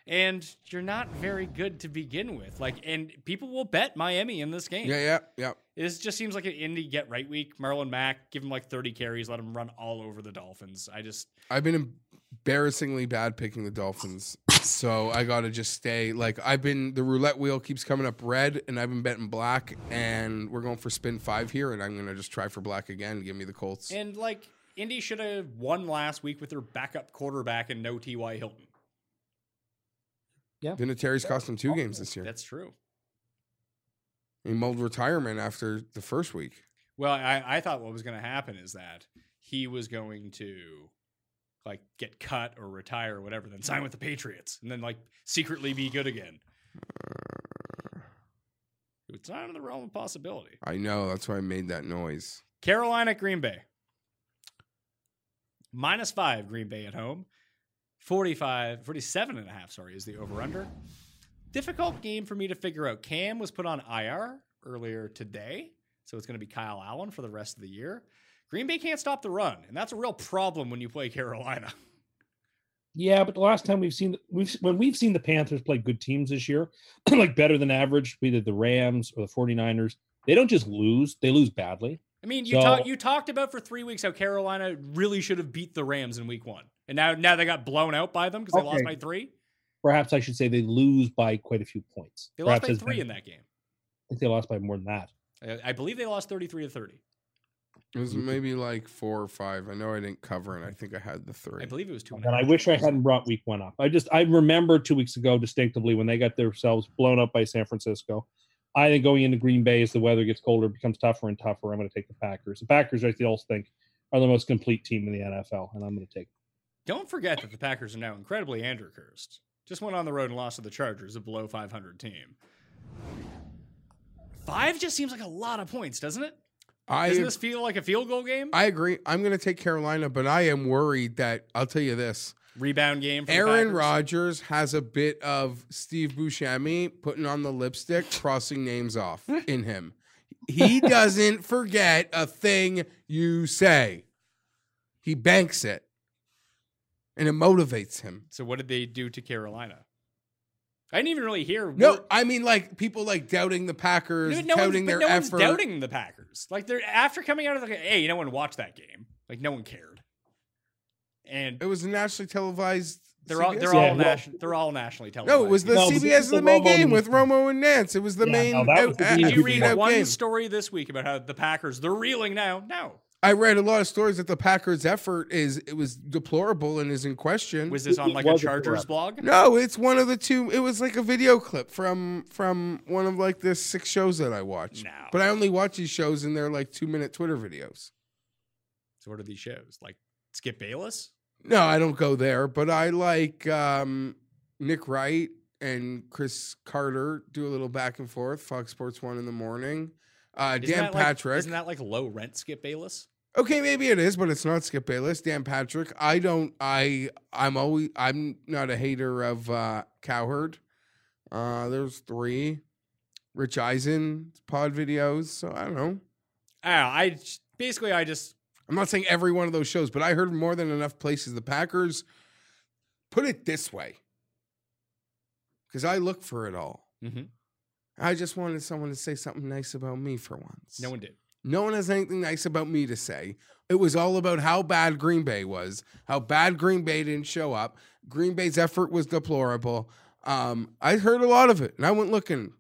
and you're not very good to begin with. Like, and people will bet Miami in this game.
yeah yeah yeah
This just seems like an indie get right week. Marlon Mack, give him like 30 carries, let him run all over the Dolphins. I just,
I've been embarrassingly bad picking the Dolphins, so I gotta just stay. Like I've been, the roulette wheel keeps coming up red, and I've been betting black, and we're going for spin five here, and I'm gonna just try for black again. Give me the Colts.
and like, Indy should have won last week with their backup quarterback and no T.Y. Hilton.
Didn't Terry's cost him
Oh,
two games this year?
That's true.
He mulled retirement after the first week.
Well, I, I thought what was going to happen is that he was going to like get cut or retire or whatever, then sign with the Patriots and then like secretly be good again. It's not in the realm of possibility.
I know that's why I made that noise.
Carolina, Green Bay. Minus five, Green Bay at home. 45, 47 and a half, sorry, is the over under. Difficult game for me to figure out. Cam was put on IR earlier today, so it's going to be Kyle Allen for the rest of the year. Green Bay can't stop the run, and that's a real problem when you play Carolina.
Yeah, but the last time we've seen we've when we've seen the Panthers play good teams this year, like better than average, either the Rams or the 49ers, they don't just lose, they lose badly.
I mean, you,
So-
talk, you talked about for three weeks how Carolina really should have beat the Rams in week one, and now, now they got blown out by them because they lost
Okay.
by three.
Perhaps I should say they lose by quite a few points.
They lost
Perhaps
by
it's
three
been-
in that game.
I think they lost by more than that.
I- I believe they lost 33 to 30.
It was
Mm-hmm.
maybe like four or five. I know I didn't cover, and I think I had the three.
I believe it was two.
And
and a
I
half.
wish I hadn't brought week one up. I just I remember two weeks ago distinctively when they got themselves blown up by San Francisco. I think going into Green Bay as the weather gets colder, it becomes tougher and tougher. I'm going to take the Packers. The Packers, I still think, are the most complete team in the NFL, and I'm going to take.
Don't forget that the Packers are now incredibly Andrew cursed. Just went on the road and lost to the Chargers, a below 500 team. Five just seems like a lot of points, doesn't it?
I
Doesn't this feel like a field goal game?
I agree. I'm gonna take Carolina, but I am worried that I'll tell you this.
Rebound game. For the
Aaron
Packers?
Rodgers has a bit of Steve Buscemi putting on the lipstick, crossing names off in him. He doesn't forget a thing you say. He banks it. And it motivates him.
So what did they do to Carolina? I didn't even really hear.
No,
word-
I mean like people like doubting the Packers,
no, no
doubting
one's,
their
but no
effort.
one's doubting the Packers. Like they're after coming out of the hey, no one watched that game. Like no one cared. And
It was a nationally televised.
they're all
CBS?
they're
Yeah,
all
well-
national. They're all nationally televised.
No, it was the
No, but this
CBS
is
of the
the
main
Romo
game
and-
with Romo and Nance. It was the
Yeah,
main.
no, that was the
out-
Did
Did you
we
read
out
did.
one
game.
story this week about how the Packers they're reeling now? No.
I read a lot of stories that the Packers' effort is it was deplorable and is in question.
Was this on
It
like a
was a
Chargers
flop.
blog?
no, it's one of the two. It was like a video clip from from one of like the six shows that I watch.
No.
But I only watch these shows in their like two minute Twitter videos.
So what are these shows? Like Skip Bayless?
No, I don't go there. But I like um, Nick Wright and Chris Carter do a little back and forth. Fox Sports One in the morning. Uh,
Isn't
Dan
that like-
Patrick.
isn't that like low rent Skip Bayless?
Okay, maybe it is, but it's not Skip Bayless, Dan Patrick. I don't. I I'm always. I'm not a hater of uh, Cowherd. Uh, there's three, Rich Eisen pod videos. So I don't know.
I, don't know, I j- basically I just
I'm not saying every one of those shows, but I heard more than enough places. The Packers. Put it this way, because I look for it all.
Mhm.
I just wanted someone to say something nice about me for once.
no one did.
No one has anything nice about me to say. It was all about how bad Green Bay was, how bad Green Bay didn't show up. Green Bay's effort was deplorable. Um, I heard a lot of it, and I went looking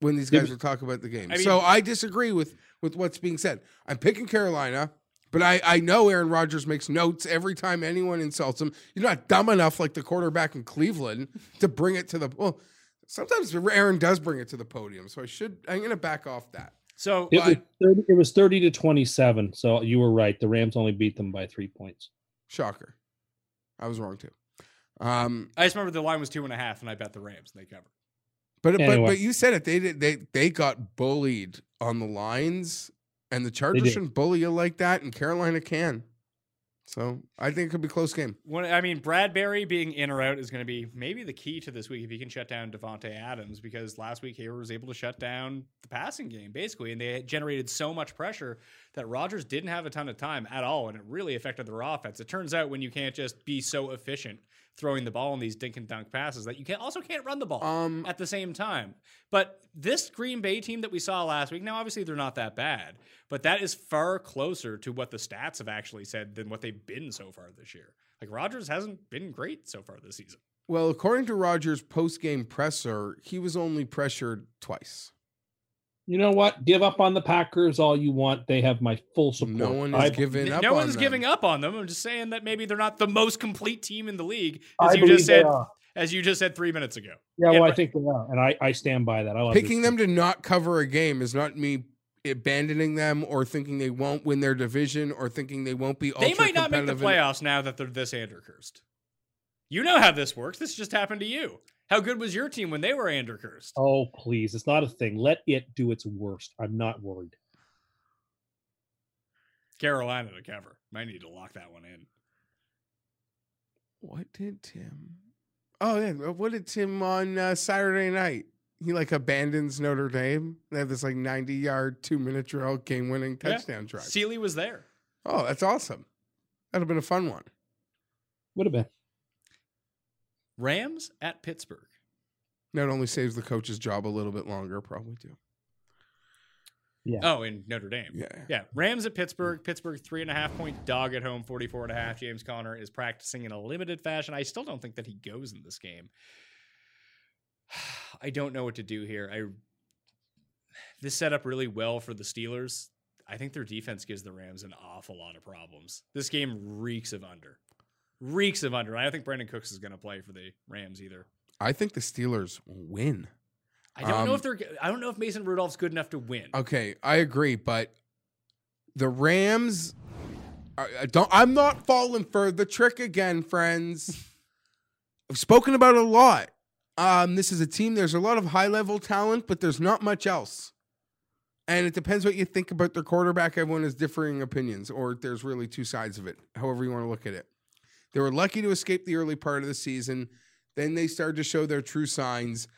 when these
Yeah,
guys
but-
were talking about the game.
I mean-
so I disagree with with what's being said. I'm picking Carolina, But I, I know Aaron Rodgers makes notes every time anyone insults him. You're not dumb enough, like the quarterback in Cleveland, to bring it to the. Well, sometimes Aaron does bring it to the podium, so I should. I'm going to back off that.
So
It was,
Why?
30, it was 30 to 27. So you were right. The Rams only beat them by three points.
Shocker, I was wrong too. Um,
I just remember the line was two and a half, and I bet the Rams and they covered.
but but
Anyway.
but you said it. They did. They they got bullied on the lines, and the Chargers
did.
shouldn't bully you like that, and Carolina can. So I think it could be a close game.
When, I mean, Bradbury being in or out is going to be maybe the key to this week if he can shut down Devonte Adams because last week Hayward was able to shut down the passing game basically, and they had generated so much pressure that Rodgers didn't have a ton of time at all, and it really affected their offense. It turns out when you can't just be so efficient throwing the ball in these dink and dunk passes that you can also can't run the ball
Mm.
Um,
at the same time. But this Green Bay team that we saw last week, now obviously they're not that bad, but that is far closer to what the stats have actually said than what they've been so far this year. Like Rodgers hasn't been great so far this season.
Well, according to Rogers' post-game presser, he was only pressured twice.
You know what? Give up on the Packers all you want. They have my full support.
No one
I,
is giving up.
no
on
one's
them.
giving up on them. I'm just saying that maybe they're not the most complete team in the league,
I
as you
believe
just
they
said,
are.
as you just said three minutes ago. Yeah,
Yeah, well, I
but-
think they are, and I, I stand by that. I love this
Picking them to not cover a game is not me abandoning them or thinking they won't win their division or thinking they won't be.
they might not make the
ultra-competitive in-
playoffs now that they're this Andrew cursed. You know how this works. This just happened to you. How good was your team when they were Andrew cursed?
Oh, please. It's not a thing. Let it do its worst. I'm not worried.
Carolina to cover. Might need to lock that one in.
What did Tim? Oh yeah, what did Tim on uh, Saturday night? He like abandons Notre Dame. They have this like ninety-yard, two-minute drill, game-winning
Yeah.
touchdown drive.
Sealy was there.
oh, that's awesome. That'd have been a fun one.
Would have been.
Rams at Pittsburgh.
Not only saves the coach's job a little bit longer, probably too.
Oh, in Notre Dame.
Yeah.
Yeah. Rams at Pittsburgh. Pittsburgh three and a half point dog at home, 44 and a half. James Conner is practicing in a limited fashion. I still don't think that he goes in this game. I don't know what to do here. I this set up really well for the Steelers. I think their defense gives the Rams an awful lot of problems. This game reeks of under. Reeks of under. I don't think Brandon Cooks is going to play for the Rams either.
I think the Steelers win.
I don't know
Um, Uh,
if they're. I don't know if Mason Rudolph's good enough to win.
Okay, I agree, but the Rams. I, I don't. I'm not falling for the trick again, friends. I've spoken about it a lot. Um, this is a team. There's a lot of high level talent, but there's not much else. And it depends what you think about their quarterback. Everyone has differing opinions, or there's really two sides of it. However you want to look at it. They were lucky to escape the early part of the season. Then they started to show their true signs.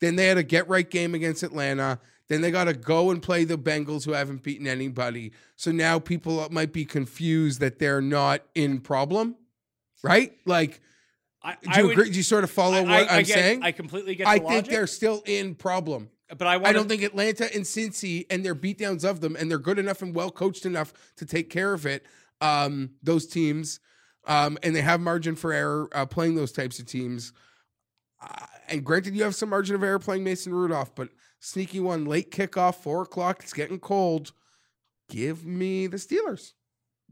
Then they had a get right game against Atlanta. Then they got to go and play the Bengals, who haven't beaten anybody. So now people might be confused that they're not in problem, right? Like,
I,
do
I
you
would-
agree? Do you sort of follow what
I,
I,
I
am
get-
saying?
I completely get. The
I
logic,
think they're still in problem.
But I,
I
wanna,
don't think Atlanta and Cincy and their beatdowns of them, and they're good enough and well coached enough to take care of it. Um, those teams, um, and they have margin for error uh, playing those types of teams. Uh, and granted, you have some margin of error playing Mason Rudolph, but sneaky one, late kickoff, four o'clock. It's getting cold. Give me the Steelers.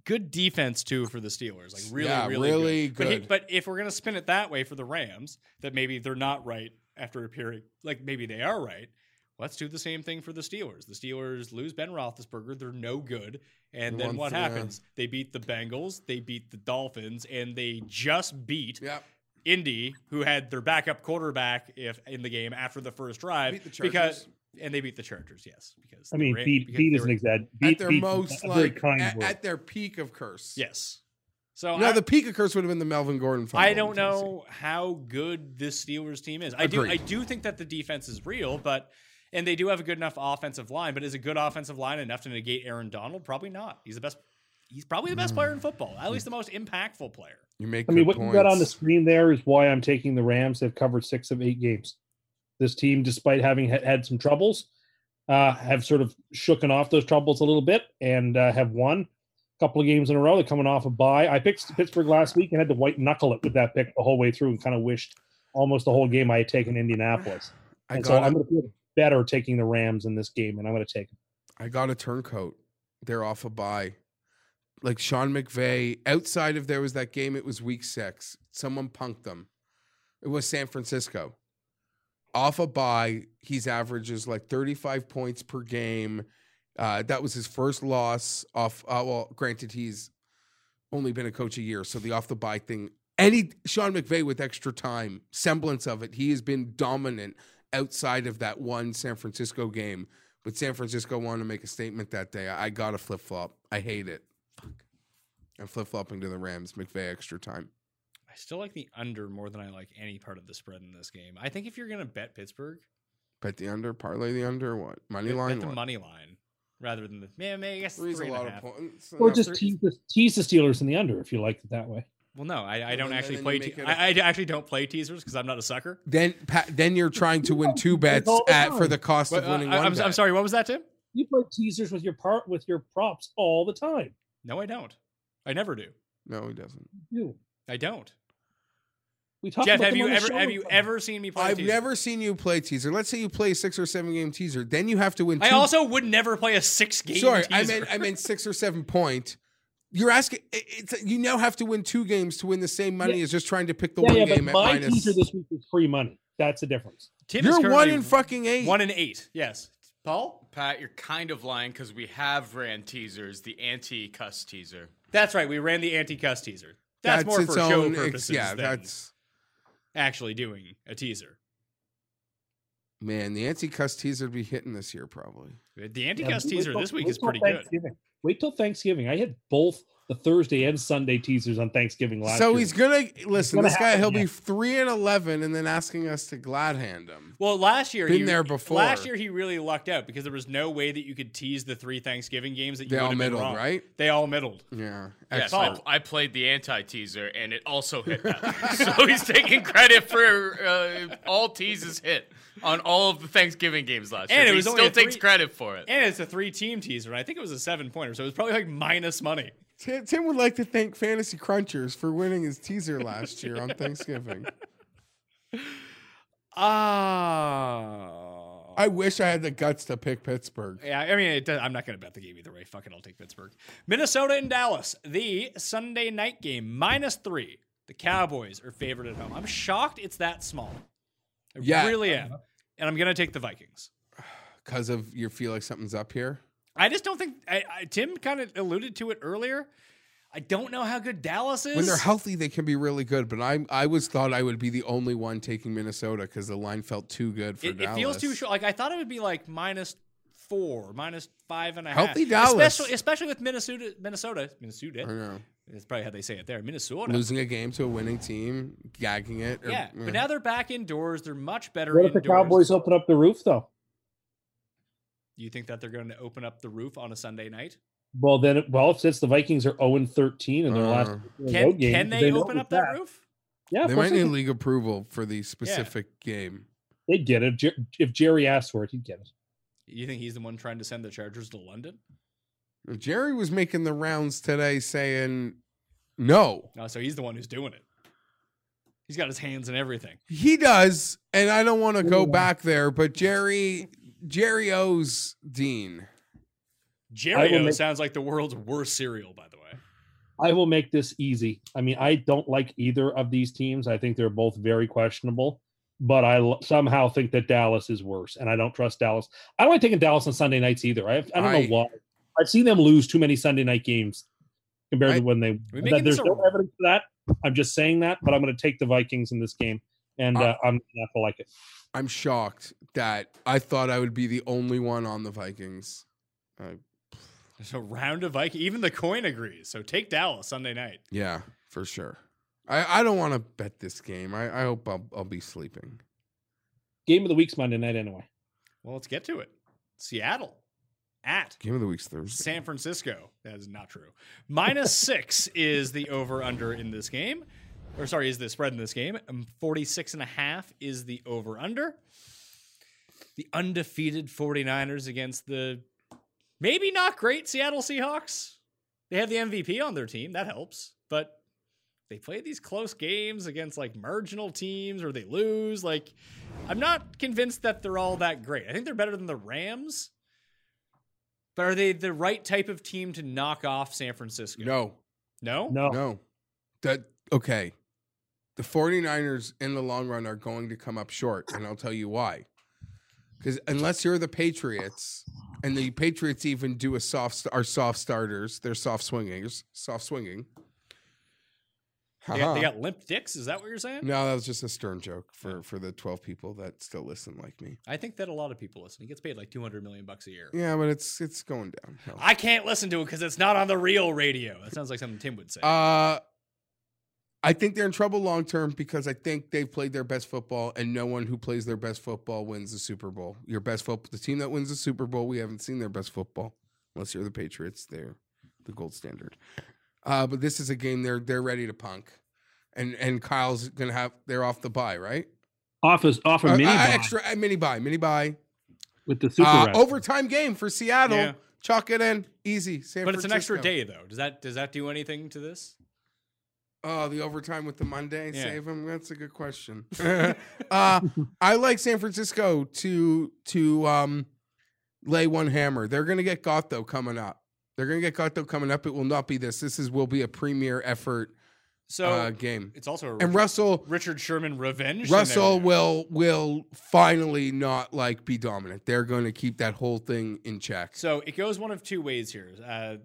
good defense too for the Steelers. Like really,
Yeah,
really,
really
But, he-
good.
but if we're gonna spin it that way for the Rams, that maybe they're not right after a period. Like maybe they are right. Let's do the same thing for the Steelers. The Steelers lose Ben Roethlisberger; they're no good. And
They
then
won
what
th- yeah.
happens? They beat the Bengals, they beat the Dolphins, and they just beat
Yeah,
Indy, who had their backup quarterback if in the game after the first drive,
Beat the Chargers.
because and they beat the Chargers. Yes, because
I
they
mean,
ran-
beat,
because
beat
they
is an
were-
exact.
at
Beat,
their
beat's
most
a very
like
kind
at,
word.
at their peak of curse.
yes. So
No,
I,
the peak of curse would have been the Melvin Gordon. fumble
I
in
don't
Tennessee.
know how good this Steelers team is. I do
Agreed.
I do think that the defense is real, but and they do have a good enough offensive line, but is a good offensive line enough to negate Aaron Donald? Probably not. He's the best he's probably the best
Hmm.
player in football, at least the most impactful player.
You make.
I mean,
good
what you got on the
points.
screen there is why I'm taking the Rams. They've covered six of eight games. This team, despite having ha- had some troubles, uh, have sort of shooken off those troubles a little bit and uh, have won a couple of games in a row. They're coming off a bye. I picked Pittsburgh last week and had to white knuckle it with that pick the whole way through and kind of wished almost the whole game I had taken Indianapolis.
I
and
got
so
it.
I'm going to feel better taking the Rams in this game, and I'm going to take. 'em.
I got a turncoat. They're off a buy. like Sean McVay. Outside of there was that game. It was Week Six. Someone punked them. It was San Francisco. Off a bye, he's averages like 35 points per game. Uh, that was his first loss off. Uh, well, granted, he's only been a coach a year, so the off the bye thing. Any Sean McVay with extra time, semblance of it, he has been dominant outside of that one San Francisco game. But San Francisco wanted to make a statement that day. I got to flip flop. I hate it. Fuck. I'm flip flopping to the Rams. McVay extra time.
I still like the under more than I like any part of the spread in this game. I think if you're gonna bet Pittsburgh,
Bet the under, parlay the under, or what money
bet-
line?
bet the
what?
money line rather than the man. I guess
Three's
three
a
and a
lot of
half.
points.
Or
Enough.
just
Thir-
tease the, tease the Steelers in the under if you liked it that way.
Well, no, I, I
Well,
don't
then-
actually
then
play.
you
Te-
make it
I, I actually don't play teasers because I'm not a sucker.
then pa- then you're trying to win two bets
all the
at for
time.
the cost
But, uh,
of winning
I,
one.
am
bet.
sorry. What was that, Tim?
You play teasers with your part with your props all the time.
No, I don't. I never do.
No, he doesn't.
You.
I don't.
We talked
Jeff,
about
have
them
you
on the
ever
show
have you
one time.
ever seen me play?
I've
teaser?
never seen you play teaser. Let's say you play a six or seven game teaser, then you have to win. Two
I also would never play a six game.
sorry,
teaser.
I meant I meant six or seven point. You're asking. it- It's you now have to win two games to win the same money as just trying to pick the
Yeah,
one
yeah,
game
but
at
my
minus.
teaser this week is free money. That's the difference.
Tim is
You're one
currently
in fucking eight.
one in eight. Yes, Paul.
Pat, you're kind of lying because we have ran teasers, the anti cuss teaser.
That's right. We ran the anti cuss teaser. That's, more for show
ex-
purposes
yeah,
than
that's
actually doing a teaser.
man. The anti-cuss teaser would be hitting this year probably.
The anti
Yeah,
cuss
wait
teaser
till-
this week
wait
is
till
pretty good.
Thanksgiving. Wait till Thanksgiving. I had both the Thursday and Sunday teasers on Thanksgiving last
so
year.
he's gonna listen.
gonna
this guy,
happen,
he'll be
yeah.
three and eleven, and then asking us to glad hand him.
Well, last year
Been
he,
there before.
Last year he really lucked out because there was no way that you could tease the three Thanksgiving games that you
They all
would have been
middled,
wrong.
right?
They all middled.
Yeah,
Yes,
excellent.
Oh.
I, I played the anti teaser and it also hit that. so he's taking credit for uh, all teases hit on all of the Thanksgiving games last
And
year.
it
but
was
he
only
still
a
takes
three-
credit for it.
And it's a three team teaser, and I think it was a seven pointer, so it was probably like minus money.
Tim, Tim would like to thank Fantasy Crunchers for winning his teaser last year on Thanksgiving.
Ah.
I wish I had the guts to pick Pittsburgh.
Yeah, I mean, it does, I'm not going to bet the game either way. Fucking, I'll take Pittsburgh. Minnesota and Dallas, the Sunday night game, minus three. The Cowboys are favored at home. I'm shocked it's that small. I
Yeah.
really am. And I'm going to take the Vikings.
Because of you feel like something's up here.
I just don't think I, I, Tim kind of alluded to it earlier. I don't know how good Dallas is.
When they're healthy, they can be really good. But I, I was thought I would be the only one taking Minnesota because the line felt too good for
it, it
Dallas.
feels too short. Like I thought it would be like minus four, minus five and a half.
Healthy Dallas.
especially especially with Minnesota, Minnesota,
I
Minnesota.
know.
That's probably how they say it there, Minnesota.
Losing a game to a winning team, gagging it. or-
Yeah, but now they're back indoors. They're much better
what if the
indoors.
Cowboys open up the roof though?
Do you think that they're going to open up the roof on a Sunday night?
Well, then, well, since the Vikings are 0 13 in their last
Uh,
road
Can,
game,
can they,
know
open
it's
up that roof?
Yeah, of
they
course
might
they
need
can.
league approval for the specific game.
They'd get it. Jer- If Jerry asked for it, he'd get it.
You think he's the one trying to send the Chargers to London?
Jerry was making the rounds today saying no.
No, Oh, so he's the one who's doing it. He's got his hands in everything.
He does, and I don't want to go
Anyway.
back there, but Jerry Jerry owes Dean.
Jerry
will
O
make-
sounds like the world's worst cereal, by the way.
I will make this easy. I mean, I don't like either of these teams. I think they're both very questionable, but I l- somehow think that Dallas is worse, and I don't trust Dallas. I don't like taking Dallas on Sunday nights either. I, I don't
I-
know why. I've seen them lose too many Sunday night games compared
I-
to when they.
we
that
making this
there's
a-
no evidence for that. I'm just saying that, but I'm going to take the Vikings in this game, and
I-
uh, I'm not going to like it.
I'm shocked that I thought I would be the only one on the Vikings.
There's a round of Viking. Even the coin agrees. So take Dallas Sunday night.
Yeah, for sure. I, I don't want to bet this game. I, I hope I'll, I'll be sleeping.
Game of the week's Monday night anyway.
Well, let's get to it. Seattle at
Game of the week's Thursday.
San Francisco. That is not true. Minus six is the over under in this game. Or sorry, is the spread in this game. Um, 46 and a half is the over under. The undefeated 49ers against the maybe not great Seattle Seahawks. They have the MVP on their team. That helps. But they play these close games against like marginal teams or they lose. Like, I'm not convinced that they're all that great. I think they're better than the Rams But are they the right type of team to knock off San Francisco?
No,
No?
No,
no. That okay. The 49ers in the long run are going to come up short, and I'll tell you why. Because unless you're the Patriots, and the Patriots even do a soft are soft starters, they're soft swingers, soft swinging.
They, got, they
Haha.
got limp dicks? Is that what you're saying?
Uh-huh. No, that was just a stern joke for for the 12 people that still listen like me.
I think that a lot of people listen. He gets paid like 200 million bucks a year.
Yeah, but it's it's going downhill.
I can't listen to it because it's not on the real radio. That sounds like something Tim would say.
Uh, I think they're in trouble long term because I think they've played their best football, and no one who plays their best football wins the Super Bowl. Your best football, the team that wins the Super Bowl, we haven't seen their best football unless you're the Patriots. They're the gold standard. Uh, but this is a game they're they're ready to punk, and and Kyle's gonna have they're off the bye right.
off a, off a
Uh,
mini
uh,
bye
extra uh, mini bye, mini bye.
with the super
Uh,
ref.
overtime game for Seattle.
Yeah.
Chalk it in, easy. San
but it's an extra
Francisco.
day though. Does that does that do anything to this?
Oh, the overtime with the Monday
Yeah.
save him. That's a good question. uh, I like San Francisco to to um, lay one hammer. They're going to get Gotho coming up. They're going to get Gotho coming up. It will not be this. This is will be a premier effort
So
uh, game.
it's also a Richard,
And Russell
Richard Sherman revenge.
Russell
scenario.
will will finally not like be dominant. They're going to keep that whole thing in check.
So it goes one of two ways here. Uh,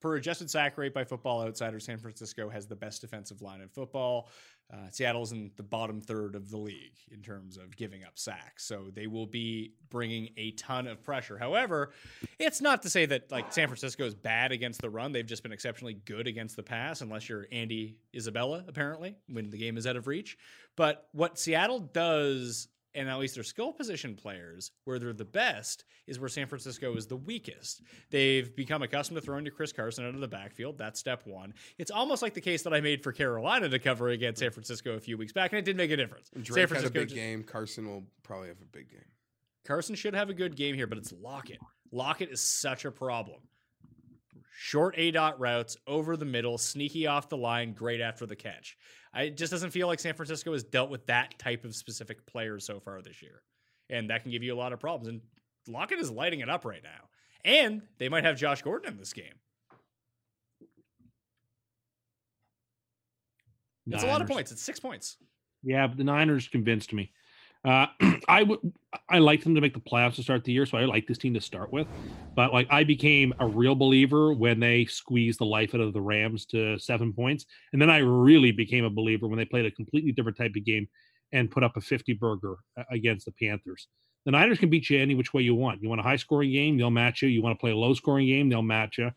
per adjusted sack rate by Football Outsider, San Francisco has the best defensive line in football. Uh, Seattle's in the bottom third of the league in terms of giving up sacks, so they will be bringing a ton of pressure. However, it's not to say that like San Francisco is bad against the run; they've just been exceptionally good against the pass, unless you're Andy Isabella, apparently, when the game is out of reach. But what Seattle does, and at least their skill position players, where they're the best, is where San Francisco is the weakest. They've become accustomed to throwing to Chris Carson out of the backfield. That's step one. It's almost like the case that I made for Carolina to cover against San Francisco a few weeks back, and it did make a difference. San
Drake had a
Francisco
big
just-
game. Carson will probably have a big game.
Carson should have a good game here, but it's Lockett. Lockett is such a problem. Short A dot routes over the middle, sneaky off the line, great after the catch. I, it just doesn't feel like San Francisco has dealt with that type of specific player so far this year. And that can give you a lot of problems. And Lockett is lighting it up right now. And they might have Josh Gordon in this game. It's a lot of
Niners.
points. It's six points.
Yeah, but the Niners convinced me. Uh, I would I liked them to make the playoffs to start the year, so I like this team to start with. But like I became a real believer when they squeezed the life out of the Rams to seven points, and then I really became a believer when they played a completely different type of game and put up a fifty burger uh, against the Panthers. The Niners can beat you any which way you want. You want a high scoring game, they'll match you. You want to play a low scoring game, they'll match you.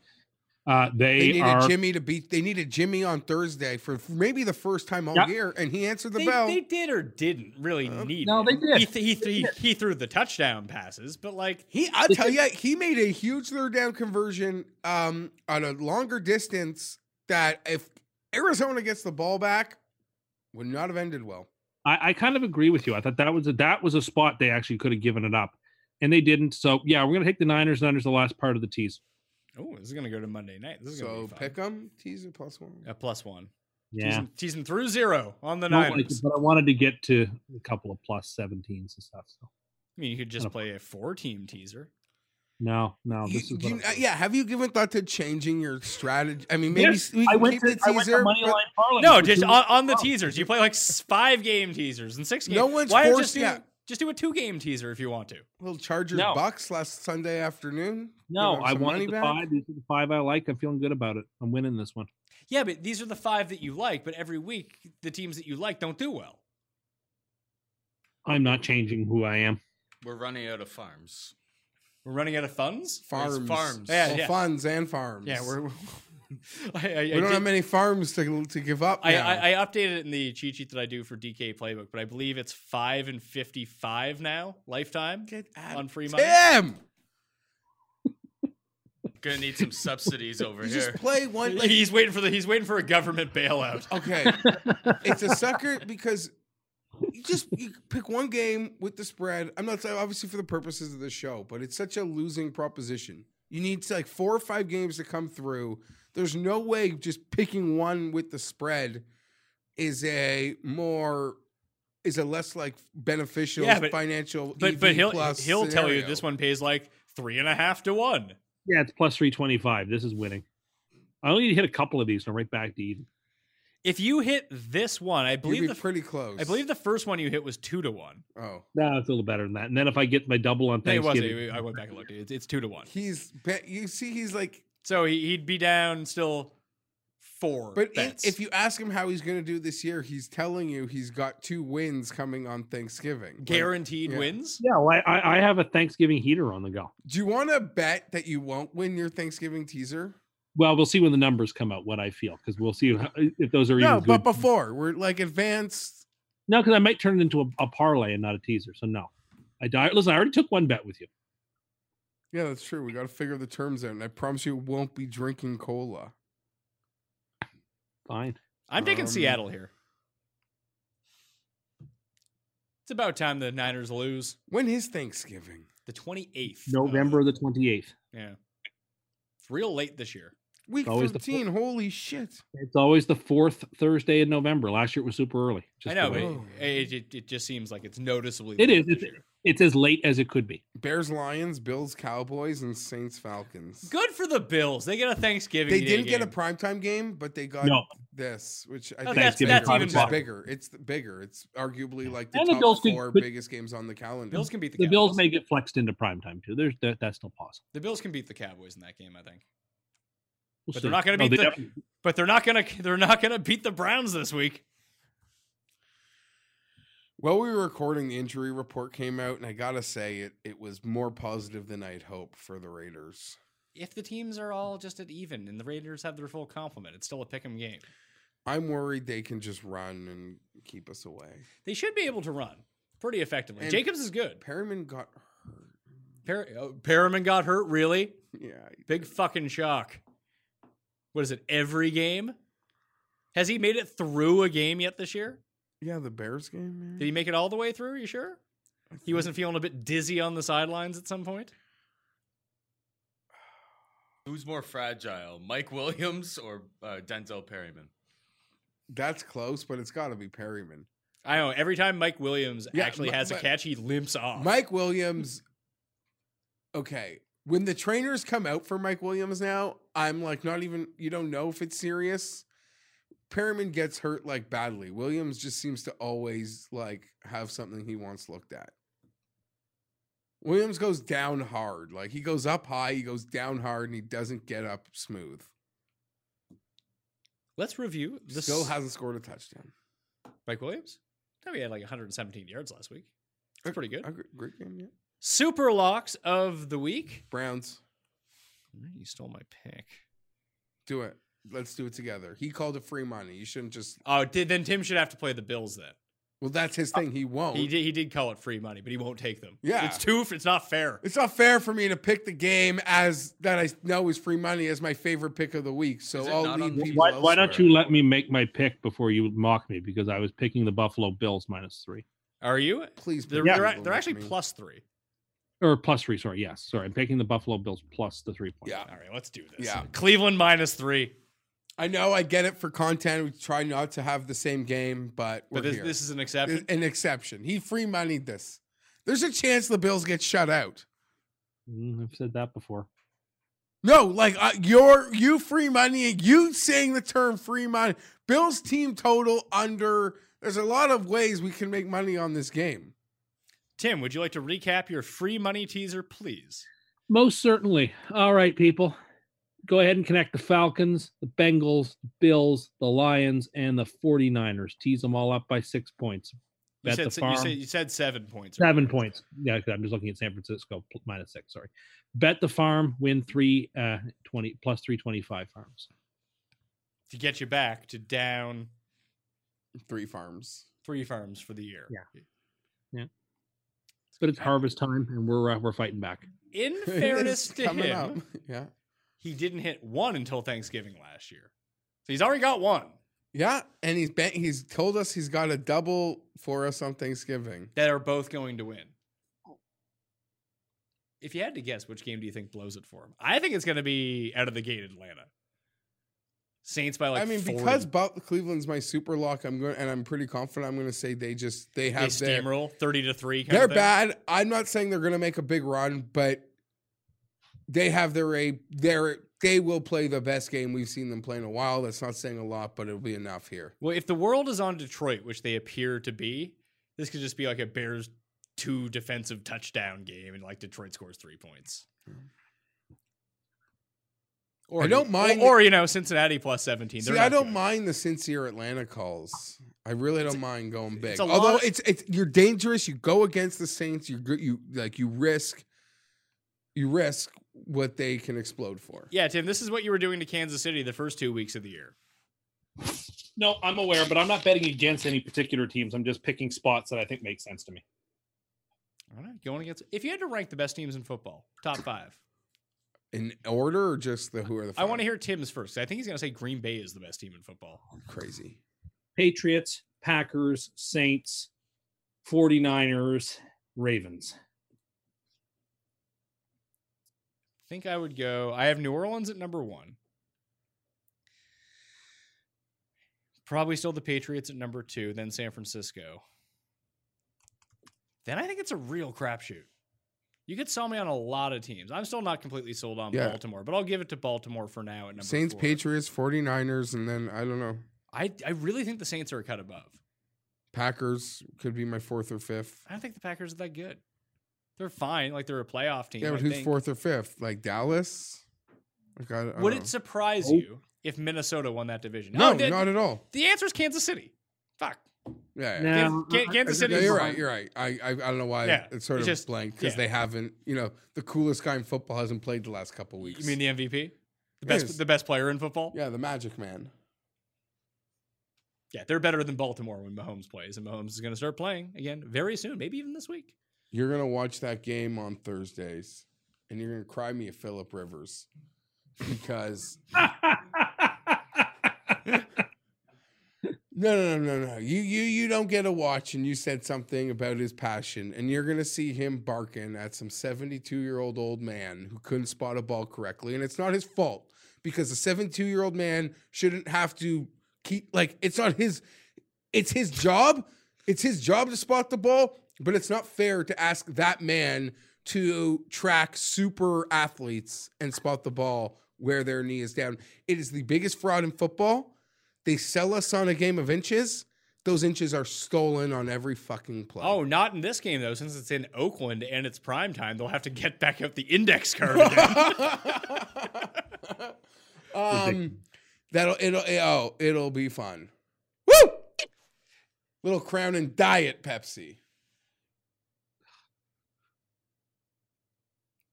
Uh,
They
they
needed
are
Jimmy to beat. They needed Jimmy on Thursday for f- maybe the first time all
Yeah.
year, and he answered the
they,
bell.
they did or didn't really
Uh,
need.
no,
him.
they did.
He, th- he, th- he, he threw the touchdown passes, but like
he, I tell you, he made a huge third down conversion um, on a longer distance that if Arizona gets the ball back, would not have ended well.
I, I kind of agree with you. I thought that was a, that was a spot they actually could have given it up, and they didn't. So yeah, we're gonna take the Niners. Niners the last part of the tease.
Oh, this is gonna go to Monday night. This is gonna
So
be fun.
pick them, teaser plus one.
a plus one.
Yeah,
Teasing, teasing through zero on the
I don't like it,
Niners.
but I wanted to get to a couple of plus seventeens and stuff. So
I mean, you could just
Kinda
play a four-team teaser.
no, no,
You-
this is
you-
what I-
uh, yeah, have you given thought to changing your strategy? I mean, maybe
Yes,
s- we
I
can
went
keep
to,
the
I went to
teaser.
money
but
line parlay.
No,
for
just
two
on, on the
bucks.
teasers. You play like s- five-game teasers and six. Game.
No one's
Why not
forced
just do,
yet.
Just do a two-game teaser if you want to.
Little Chargers
No.
Bucks last Sunday afternoon.
No,
Give up
I
some money
wanted the
back.
five. These are the five I like. I'm feeling good about it. I'm winning this one.
Yeah, but these are the five that you like. But every week, the teams that you like don't do well.
I'm not changing who I am.
We're running out of farms.
We're running out of funds.
Farms,
farms.
Yeah,
Well,
yeah.
funds and farms.
Yeah, we're. I, I,
we don't have many farms to, to give up.
I,
now.
I, I updated it in the cheat sheet that I do for DK Playbook, but I believe it's five and fifty-five now lifetime on free money.
Damn!
Gonna need some subsidies over
You
here.
just play one. like-
he's waiting for the he's waiting for a government bailout.
okay, it's a sucker because you just you pick one game with the spread. I'm not saying obviously for the purposes of the show, but it's such a losing proposition. You need like four or five games to come through. There's no way just picking one with the spread is a more is a less like beneficial
Yeah, but-
financial.
But
EV
but he'll
plus
he'll tell you
scenario.
this one pays like three and a half to one.
Yeah, it's plus 325. This is winning. I only need to hit a couple of these, and I'm right back to Eden.
If you hit this one, I
You'd
believe
be
the f-
pretty close.
I believe the first one you hit was two to one.
Oh,
No, it's a little better than that. And then if I get my double on
No, it wasn't.
Thanksgiving,
I went back and looked. It's, it's two to one.
he's. Be- you see, he's like.
So he, he'd be down still four.
But i-
bets.
if you ask him how he's going to do this year, he's telling you he's got two wins coming on Thanksgiving. Like,
guaranteed
yeah.
wins,
yeah, well, I- I, I have a Thanksgiving heater on the go.
do you want to bet that you won't win your Thanksgiving teaser?
Well, we'll see when the numbers come out what I feel because we'll see how, if those are
No,
even good.
but before we're like advanced.
no, because I might turn it into a, a parlay and not a teaser. So no, I die. Listen, I already took one bet with you.
Yeah, that's true. We got to figure the terms out, and I promise you, won't be drinking cola.
Fine.
I'm taking
Um,
Seattle here. It's about time the Niners lose
When is Thanksgiving?
the 28th. of-
November the 28th.
yeah, it's real late this year.
Week
Always the
thirteen. Holy shit!
It's always the fourth Thursday in November. Last year it was super early.
I
the
know,
way-
wait.
but it, it, it just seems like it's noticeably.
It
late
is.
this
It's-
year.
It's as late as it could be.
Bears, Lions, Bills, Cowboys, and Saints, Falcons.
Good for the Bills. They get a Thanksgiving.
They
Day
didn't get a
game.
primetime game, but they got
No,
this, which I
Oh,
think
that's-
is
that's
bigger,
even
which is
better.
bigger. It's th- bigger. It's arguably like the
And the
top
Bills could-
four
could-
biggest games on the calendar.
Bills can beat the,
the Bills
Cowboys.
may get flexed into primetime too. There's that, that's still possible.
the Bills can beat the Cowboys in that game. I think.
We'll
But
see.
they're not gonna
No,
beat
they
the-
definitely-
But they're not gonna they're not gonna beat the Browns this week.
While we were recording, the injury report came out, and I gotta say it it was more positive than I'd hoped for the Raiders.
If the teams are all just at even and the Raiders have their full complement, it's still a pick'em game.
I'm worried they can just run and keep us away.
They should be able to run pretty effectively.
And-
Jacobs is good.
Perryman got hurt.
Per- oh, Perriman got hurt. Really
Yeah, he
big
did.
fucking shock. What is it? Every game. Has he made it through a game yet this year?
Yeah, the Bears game. Man.
Did he make it all the way through? you sure?
I
He
think-
wasn't feeling a bit dizzy on the sidelines at some point?
Who's more fragile, Mike Williams or uh, Denzel Perryman?
That's close, but it's got to be Perryman.
I know. Every time Mike Williams
Yeah,
actually
Mi-
has a
Mi-
catch, he limps off.
Mike Williams. Okay. When the trainers come out for Mike Williams now, I'm like, not even, you don't know if it's serious. Perriman gets hurt like badly. Williams just seems to always like have something he wants looked at. Williams goes down hard. Like he goes up high, he goes down hard, and he doesn't get up smooth.
Let's review the
Still
s-
hasn't scored a touchdown.
Mike Williams. I thought he had like 117 yards last week. That's pretty good.
A gr- great game, yeah.
Super locks of the week.
Browns,
You stole my pick.
do it. Let's do it together. He called it free money. You shouldn't just.
Oh, did, then Tim should have to play the Bills then.
Well, that's his thing. He won't.
Uh, He did. He did call it free money, but he won't take them.
Oh. Yeah.
it's too. It's not fair.
It's not fair for me to pick the game as that I know is free money as my favorite pick of the week. So
Is it
I'll
not on
lead
the-
people.
Why, why don't
elsewhere.
you let me make my pick before you mock me? Because I was picking the Buffalo Bills minus three
Are you?
Please,
They're they're,
please don't
they're
make
actually
me.
plus three.
or plus three. Sorry, yes, sorry. I'm picking the Buffalo Bills plus the three points.
Yeah,
All right, let's do this.
Yeah.
Cleveland minus three.
I know. I get it for content. We try not to have the same game, but we're
But this,
here.
this is an
It's
exception.
an exception. He free moneyed this. There's a chance the Bills get shut out.
Mm, I've said that before.
No, like uh, you're you free money. You saying the term free money. Bills team total under. There's a lot of ways we can make money on this game.
Tim, would you like to recap your free money teaser, please?
Most certainly. All right, people. Go ahead and connect the Falcons, the Bengals, the Bills, the Lions, and the 49ers. Tease them all up by six points.
You
Bet
said,
the
se- you
farm.
said you said seven points.
Seven
earlier.
points. Yeah, 'cause I'm just looking at San Francisco pl- minus six. Sorry. Bet the farm, win three, uh, 20, plus 325 farms.
to get you back to down
Three farms.
three farms for the year.
Yeah. But it's harvest time and we're, uh, we're fighting back.
In
It
fairness
is
to
coming
him,
up. Yeah.
he didn't hit one until Thanksgiving last year, so he's already got one
Yeah, and he's been, he's told us he's got a double for us on Thanksgiving.
that are both going to win. If you had to guess, which game do you think blows it for him? I think it's going to be out of the gate Atlanta Saints by like.
I mean,
40.
because Bu- Cleveland's my super lock, I'm going and I'm pretty confident I'm going to say they just
they
they have their
steamroll thirty to three. Kind
they're
of thing.
bad. I'm not saying they're going to make a big run, but they have their a their they will play the best game we've seen them play in a while. That's not saying a lot, but it'll be enough here.
Well, if the world is on Detroit, which they appear to be, this could just be like a Bears two defensive touchdown game, and like Detroit scores three points. Or
I don't mind-
Or, or, you know, Cincinnati plus seventeen.
See,
They're
I
not
don't
good.
mind the sincere Atlanta calls. I really don't mind going big.
a lot
Although
of-
it's it's you're dangerous. You go against the Saints. You go- you like you risk you risk what they can explode for.
Yeah, Tim, this is what you were doing to Kansas City the first two weeks of the year.
No, I'm aware, but I'm not betting against any particular teams. I'm just picking spots that I think make sense to me.
All right, going against. If you had to rank the best teams in football, top five,
In order or just the who are the?
I want to
five?
hear Tim's first. 'cause I think he's going to say Green Bay is the best team in football.
crazy.
Patriots, Packers, Saints, 49ers, Ravens.
I think I would go. I have New Orleans at number one. Probably still the Patriots at number two, then San Francisco. Then I think it's a real crapshoot. You could sell me on a lot of teams. I'm still not completely sold on
Yeah.
Baltimore, but I'll give it to Baltimore for now at number
Saints,
four.
Patriots, 49ers, and then I don't know.
I, I really think the Saints are a cut above.
Packers could be my fourth or fifth.
I don't think the Packers are that good. They're fine. Like they're a playoff team.
Yeah,
I
but who's
think.
fourth or fifth? Like Dallas? Like I, I don't
Would
know.
it surprise
Nope.
you if Minnesota won that division?
no,
Oh, the,
not at all.
the answer is Kansas City. Fuck.
Yeah, yeah.
No,
Kansas,
Um,
Ka-
I-
Kansas
No,
City.
you're right. You're right. I, I I don't know why
Yeah,
it's sort
it's
of
just-
blank because
yeah.
they haven't. You know, the coolest guy in football hasn't played the last couple weeks.
You mean the MVP? The
Yes.
best, the best player in football.
yeah, the Magic Man.
Yeah, they're better than Baltimore when Mahomes plays, and Mahomes is going to start playing again very soon, maybe even this week.
You're gonna watch that game on Thursdays, and you're gonna cry me a Philip Rivers because No, no, no, no, no. You, you, you don't get a watch, and you said something about his passion, and you're gonna see him barking at some 72 year old old man who couldn't spot a ball correctly, and it's not his fault because a 72 year old man shouldn't have to keep like it's not his, it's his job, it's his job to spot the ball, but it's not fair to ask that man to track super athletes and spot the ball where their knee is down. It is the biggest fraud in football. They sell us on a game of inches. Those inches are stolen on every fucking play.
Oh, not in this game though, since it's in Oakland and it's prime time. They'll have to get back out the index card. again.
um, that'll it'll oh it'll be fun. Woo! Little Crown and Diet Pepsi.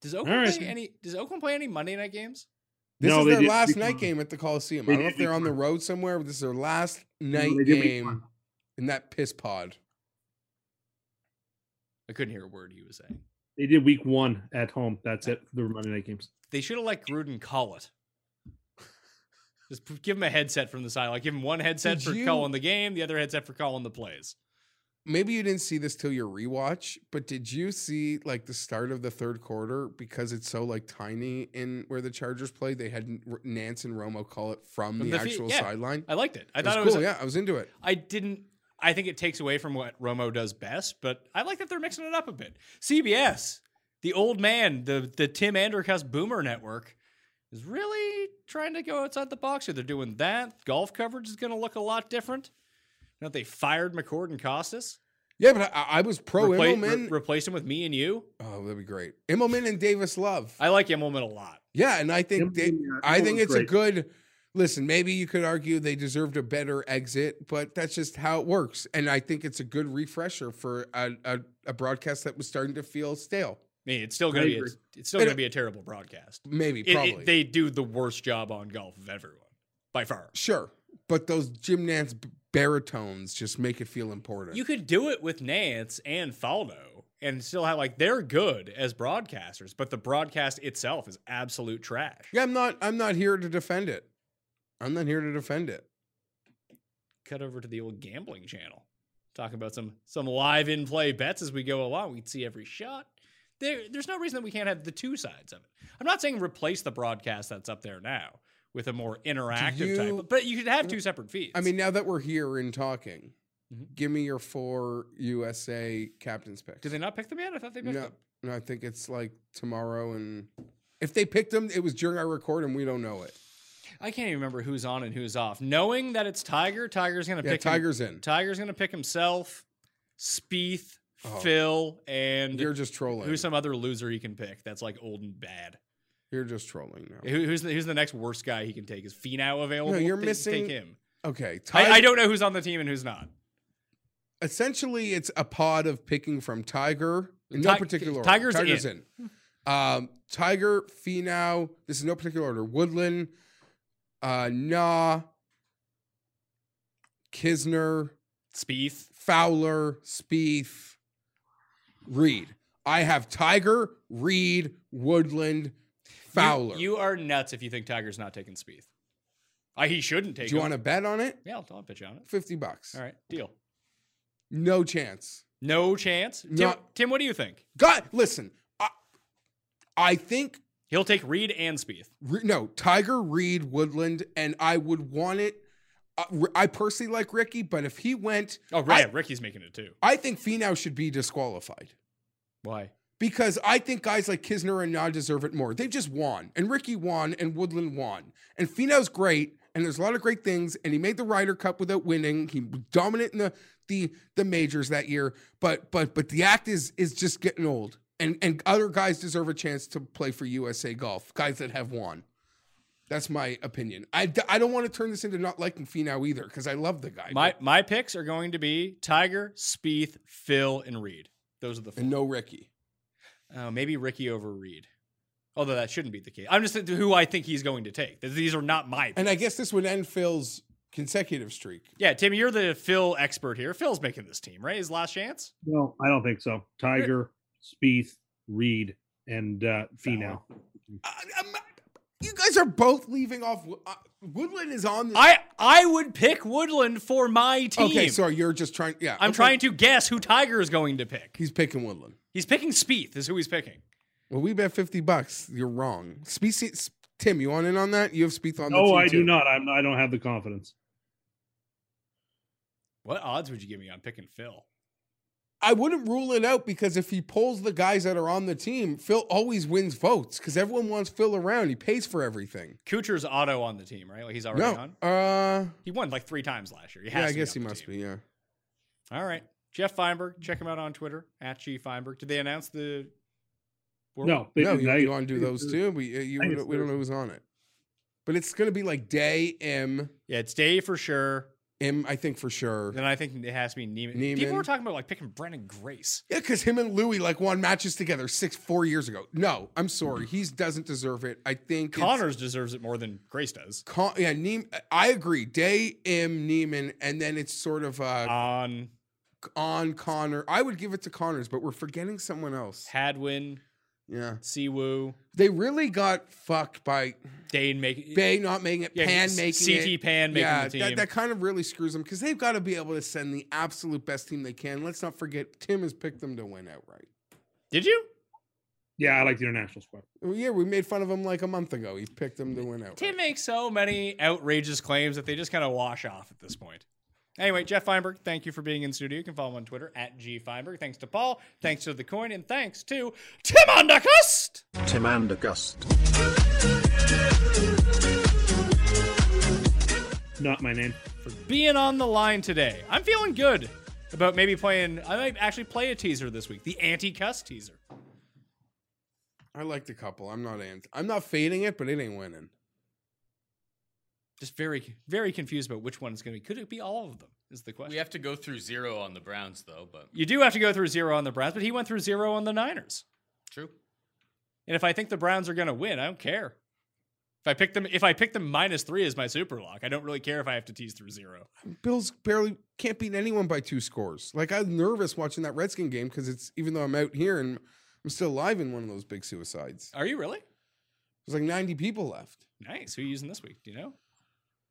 does Oakland
right.
play any? Does Oakland play any Monday night games?
This
No,
is
they
their
did
last
week
night
one.
game at the Coliseum.
They
I don't know
did
if they're
week
on the
one.
road somewhere, but this is their last night
they did week one.
game in that piss pod.
I couldn't hear a word he was saying.
They did week one at home. That's it. The Monday night games.
They should have let Gruden call it. Just p- give him a headset from the side. Like give him one headset
Did
for
you-
calling the game, the other headset for calling the plays.
Maybe you didn't see this till your rewatch, but did you see like the start of the third quarter because it's so like tiny in where the Chargers play? They had N- Nance and Romo call it from
From
the,
the fe-
actual
yeah.
sideline.
I liked it. I
It
thought
was cool.
it was. a-
yeah, I was into it.
I didn't. I think it takes away from what Romo does best, but I like that they're mixing it up a bit. CBS, the old man, the the Tim Andercuss Boomer Network, is really trying to go outside the box here. They're doing that. Golf coverage is going to look a lot different. Now that they fired McCord and Costas,
Yeah, but I, I was pro
Repla-
Immelman.
re- replaced him with me and you.
oh, that'd be great. Immelman and Davis Love.
I like Immelman a lot.
yeah, and I think they,
Immelman, yeah,
I think
Immelman's
it's a
great.
good. Listen, maybe you could argue they deserved a better exit, but that's just how it works. And I think it's a good refresher for a, a, a broadcast that was starting to feel stale.
I mean, it's still
I
going to be a,
agree.
it's still
It-
going to be a terrible broadcast.
Maybe,
It- it-
probably.
they do the worst job on golf of everyone by far.
Sure, but those Jim Nance b- baritones just make it feel important.
You could do it with Nance and Faldo and still have like they're good as broadcasters, but the broadcast itself is absolute trash.
yeah, I'm not. I'm not here to defend it. I'm not here to defend it.
Cut over to the old gambling channel. Talking about some some live in play bets as we go along. We'd see every shot. There, there's no reason that we can't have the two sides of it. I'm not saying replace the broadcast that's up there now with a more interactive
you-
type, but you could have two separate feeds.
I mean, now that we're here and talking,
Mhm.
give me your four USA captain's picks.
did they not pick them yet? I thought they picked
No,
them.
no, I think it's like tomorrow and If they picked him, it was during our record, and we don't know it.
I can't even remember who's on and who's off. Knowing that it's Tiger, Tiger's gonna
Yeah,
pick him-
Tiger's in.
Tiger's gonna pick himself, Spieth,
Oh.
Phil, and
You're just trolling.
who's some other loser he can pick that's like old and bad.
You're just trolling now.
Who, who's the, who's the next worst guy he can take? Is Finau available?
No, you're
Take-
missing-
Take him.
Okay,
I,
Tiger-
I don't know who's on the team and who's not.
essentially it's a pod of picking from Tiger in no
Ti-
particular order.
Tiger's
in. Um, Tiger, Finau. This is no particular order. Woodland, uh, Nah, Kisner,
Spieth.
Fowler, Spieth, Reed. I have Tiger, Reed, Woodland,
You-
Fowler.
You, are nuts if you think Tiger's not taking Spieth. Uh, he shouldn't take
Do you
him.
want to bet on it?
Yeah, I'll, I'll pitch on it.
Fifty bucks.
All right, deal.
No chance.
No chance. Tim,
Not-
Tim, what do you think?
God, listen. I, I think
He'll take Reed and Spieth.
Re- no Tiger Reed Woodland, and I would want it. I, I personally like Ricky, but if he went,
Oh, right. Ricky's making it too.
I think Finau should be disqualified
Why?
because I think guys like Kisner and Na deserve it more. They've just won, and Ricky won, and Woodland won, and Finau's great, and there's a lot of great things, and he made the Ryder Cup without winning. He was dominant in the the the majors that year, but but but the act is is just getting old, and and other guys deserve a chance to play for USA Golf, guys that have won. That's my opinion. I, d- I don't want to turn this into not liking Finau either because I love the guy.
My my picks are going to be Tiger, Spieth, Phil, and Reed. Those are the four.
and no Ricky.
Oh, maybe Ricky over Reed. Although that shouldn't be the case. I'm just thinking who I think he's going to take. These are not my.
And I guess this would end Phil's consecutive streak.
yeah, Tim, you're the Phil expert here. Phil's making this team, right? His last chance.
No, I don't think so. Tiger, Spieth, Reed, and uh, Finau.
I- I'm not- you guys are both leaving off. Wo- Uh, Woodland is on. This.
I I would pick Woodland for my team.
okay, sorry, you're just trying. Yeah,
I'm
okay.
trying to guess who Tiger is going to pick.
He's picking Woodland.
He's picking Spieth. Is who he's picking.
Well, we bet fifty bucks. You're wrong. Species, Tim, you want in on that? You have Speeth on. the
No,
team
Oh, I do
too.
not. I'm. I don't have the confidence.
What odds would you give me on picking Phil?
I wouldn't rule it out because if he pulls the guys that are on the team, Phil always wins votes because everyone wants Phil around. He pays for everything.
Kuchar's auto on the team, right? Like he's already
No,
on.
uh,
He won like three times last year. He has
yeah,
to
I
be
guess
on
he
the
must
team.
be. Yeah,
All right. Jeff Feinberg, check him out on Twitter at G Feinberg. Did they announce the board?
No, they-
no, you,
I-
you want to do those too? We uh, you,
I
we
guess
don't- we don't
there's-
know who's on it, but it's gonna be like Day M
Yeah, it's Day for sure.
M. I think for sure.
Then I think it has to be Neiman. People
Neiman.
were talking about like picking Brennan Grace.
Yeah, because him and Louis like won matches together six four years ago. No, I'm sorry,
Mm-hmm.
he doesn't deserve it. I think it's-
Connors deserves it more than Grace does.
Con- yeah, Neem. I agree. Day M Neiman, and then it's sort of uh,
On
on Connor. I would give it to Connors, but we're forgetting someone else.
Hadwin,
Yeah,
Siwoo,
they really got fucked by
Dane making
Bay not making it, Pan making
CT
it.
Pan making
yeah,
the team.
that, that kind of really screws them because they've got to be able to send the absolute best team they can. Let's not forget Tim has picked them to win outright.
Did you?
Yeah, I like the international squad.
Well, Yeah, we made fun of him like a month ago. He picked them to win outright.
Tim makes so many outrageous claims that they just kind of wash off at this point. Anyway, Jeff Feinberg, thank you for being in studio. You can follow him on Twitter at G Feinberg. Thanks to Paul. Thanks to the coin, and thanks to Tim Undercust.
Tim Andergust.
Not my name.
being on the line today. I'm feeling good about maybe playing. I might actually play a teaser this week, the anti-cuss teaser.
I liked a couple. I'm not anti. I'm not fading it, but it ain't winning.
Just very, very confused about which one it's going to be. Could it be all of them? Is the question.
We have to go through zero on the Browns, though. But
you do have to go through zero on the Browns, but he went through zero on the Niners.
true.
And if I think the Browns are going to win, I don't care. If I pick them, if I pick them minus three as my super lock, I don't really care if I have to tease through zero.
Bills barely can't beat anyone by two scores. Like I'm nervous watching that Redskin game because it's even though I'm out here and I'm still alive in one of those big suicides.
Are you really
There's like 90 people left.
nice? Who are you using this week? Do you know?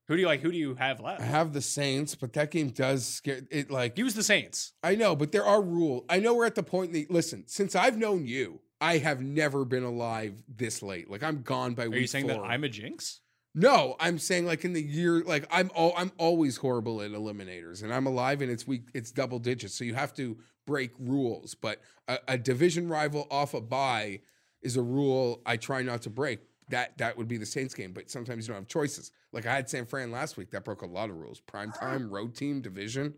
Who do you like? Who do you have
I
left?
have the Saints, but that game does scare it. Like
Use the Saints.
I know, but there are rules. I know we're at the point that listen. Since I've known you, I have never been alive this late. Like I'm gone by
Are
week
you saying that
four.
I'm a jinx?
No, I'm saying like in the year, like I'm all I'm always horrible at eliminators, and I'm alive, and it's week, it's double digits, so you have to break rules. But a, a division rival off a bye is a rule I try not to break. That that would be the Saints game, but sometimes you don't have choices. Like I had San Fran last week, that broke a lot of rules. Prime time, road team, division.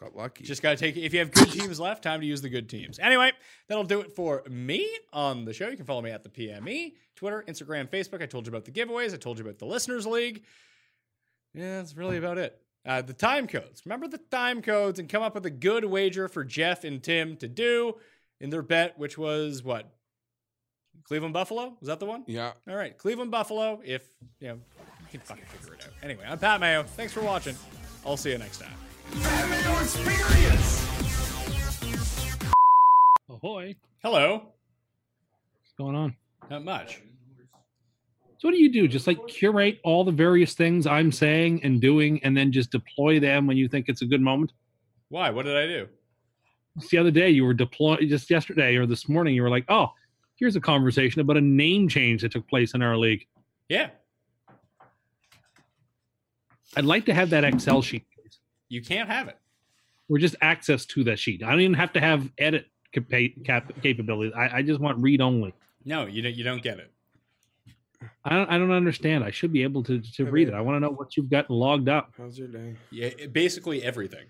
Got lucky.
Just got to take If you have good teams left, time to use the good teams. Anyway, that'll do it for me on the show. You can follow me at the PME, Twitter, Instagram, Facebook. I told you about the giveaways. I told you about the Listeners League. Yeah, that's really about it. Uh, the time codes. Remember the time codes and come up with a good wager for Jeff and Tim to do in their bet, which was what? Cleveland Buffalo? Was that the one?
yeah.
All right, Cleveland Buffalo. If you know, you can fucking figure it out. Anyway, I'm Pat Mayo. Thanks for watching. I'll see you next time.
Ahoy.
Hello.
What's going on?
Not much.
So what do you do? Just like curate all the various things I'm saying and doing and then just deploy them when you think it's a good moment?
Why? What did I do?
Just the other day you were deploy just yesterday or this morning you were like, "Oh, here's a conversation about a name change that took place in our league."
Yeah,
I'd like to have that Excel sheet.
you can't have it.
We're just access to that sheet. I don't even have to have edit capa- cap- capabilities. I, I just want read only.
No, you don't. You don't get it.
I don't, I don't understand. I should be able to, to read it. I want to know what you've got logged up.
How's your day?
Yeah, it- basically everything.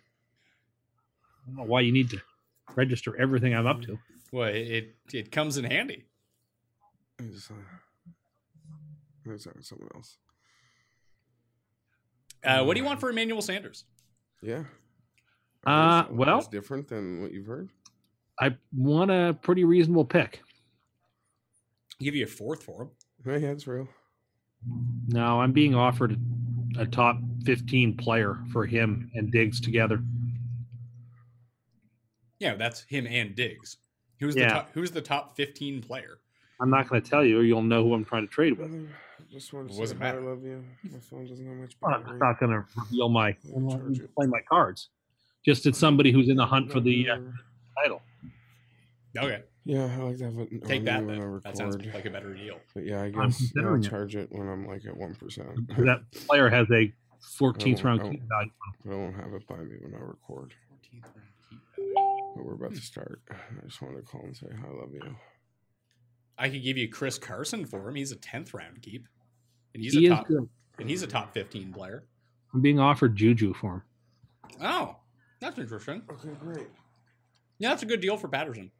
I don't know why you need to register everything I'm up to.
Well, it it, it comes in handy.
I just, uh, I was talking to someone else.
Uh, what do you want for Emmanuel Sanders?
Yeah.
Uh,
Ours-
well-
ours different than what you've heard.
I want a pretty reasonable pick.
Give you a fourth for him.
Yeah, yeah, it's real.
No, I'm being offered a top 15 player for him and Diggs together.
Yeah, that's him and Diggs. Who's the
Yeah.
top, who's the top fifteen player?
I'm not going to tell you, or you'll know who I'm trying to trade with.
Brother, just wanted
It
to say
wasn't
how I
Matt.
love you. My phone doesn't have much
I'm
battery.
just not going to reveal my I'm not
Charge it.
play my cards. Just it's somebody who's in the hunt for the uh, title.
Okay,
yeah, I like to have it. on
take
me
that.
when I
Then.
record.
That sounds like a better deal.
But yeah, I guess yeah, I'll
considering it.
charge it when I'm like at one percent. But
That player has a 14th round
Oh, oh.
key value.
I won't have it by me when I record. But we're about to start. I just wanted to call and say hi, I love you.
I could give you Chris Carson for him. He's a tenth round keep, and he's
He
a
is
top
good.
and he's a top fifteen player.
I'm being offered Juju for him.
Oh, that's interesting.
Okay, great.
Yeah, that's a good deal for Patterson.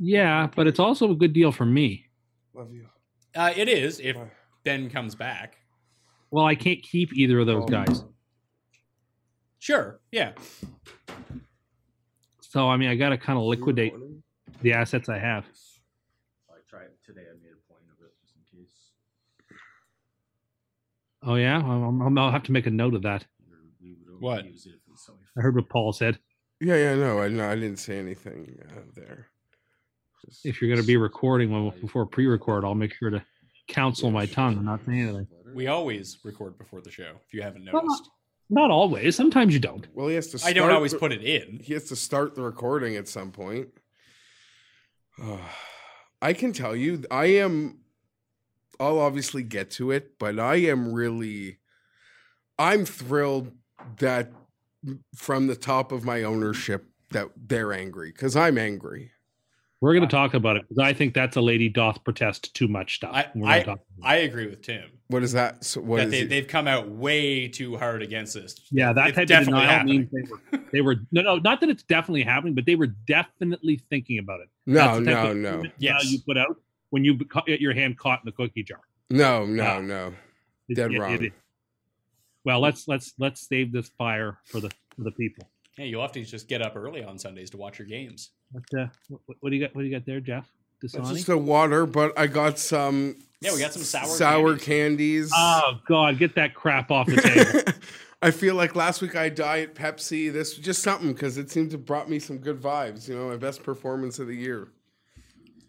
Yeah, but it's also a good deal for me.
Love you.
Uh, it is if
Bye.
Ben comes back.
Well, I can't keep either of those
Oh.
guys.
Sure. Yeah.
So I mean, I got to kind of liquidate the assets I have.
I tried today. I made a point of it just in case
Oh yeah, I'll, I'll- I'll have to make a note of that.
you're, we would only
What?
use it if it's something.
I heard what Paul said.
Yeah, yeah, no, I no, I didn't say anything uh, there. Just,
If you're going to be recording well, before pre-record, I'll make sure to counsel my tongue and not say anything.
We always record before the show, if you haven't noticed.
Not always. Sometimes you don't.
well, he has to. Start
I don't always
the-
put it in.
He has to start the recording at some point. I can tell you, I am. I'll obviously get to it, but I am really. I'm thrilled that from the top of my ownership that they're angry because I'm angry.
We're going to talk about it because I think that's a lady doth protest too much stuff.
I-
We're not talking about it.
I agree with Tim
What is that? So what
that
is
they,
it?
they've come out way too hard against this.
yeah, that
it's
type of
definitely
denial
happening.
means they were, they were no, no, not that it's definitely happening, but they were definitely thinking about it.
no,
That's the type
no,
of
no,
denial
Yes.
you put out when you beca- get your hand caught in the cookie jar.
no, no, no.
It-
Dead
it- it-
wrong.
it- well, let's let's let's save this fire for the for the people.
Yeah, you'll have to just get up early on Sundays to watch your games.
What, uh, what, what do you got? What do you got there, Jeff?
It's
Dasani?
just a water, but I got some.
Yeah, we got some sour
sour candies.
Oh God, get that crap off the table.
I feel like last week I diet Pepsi. This just something because it seemed to brought me some good vibes. You know, my best performance of the year.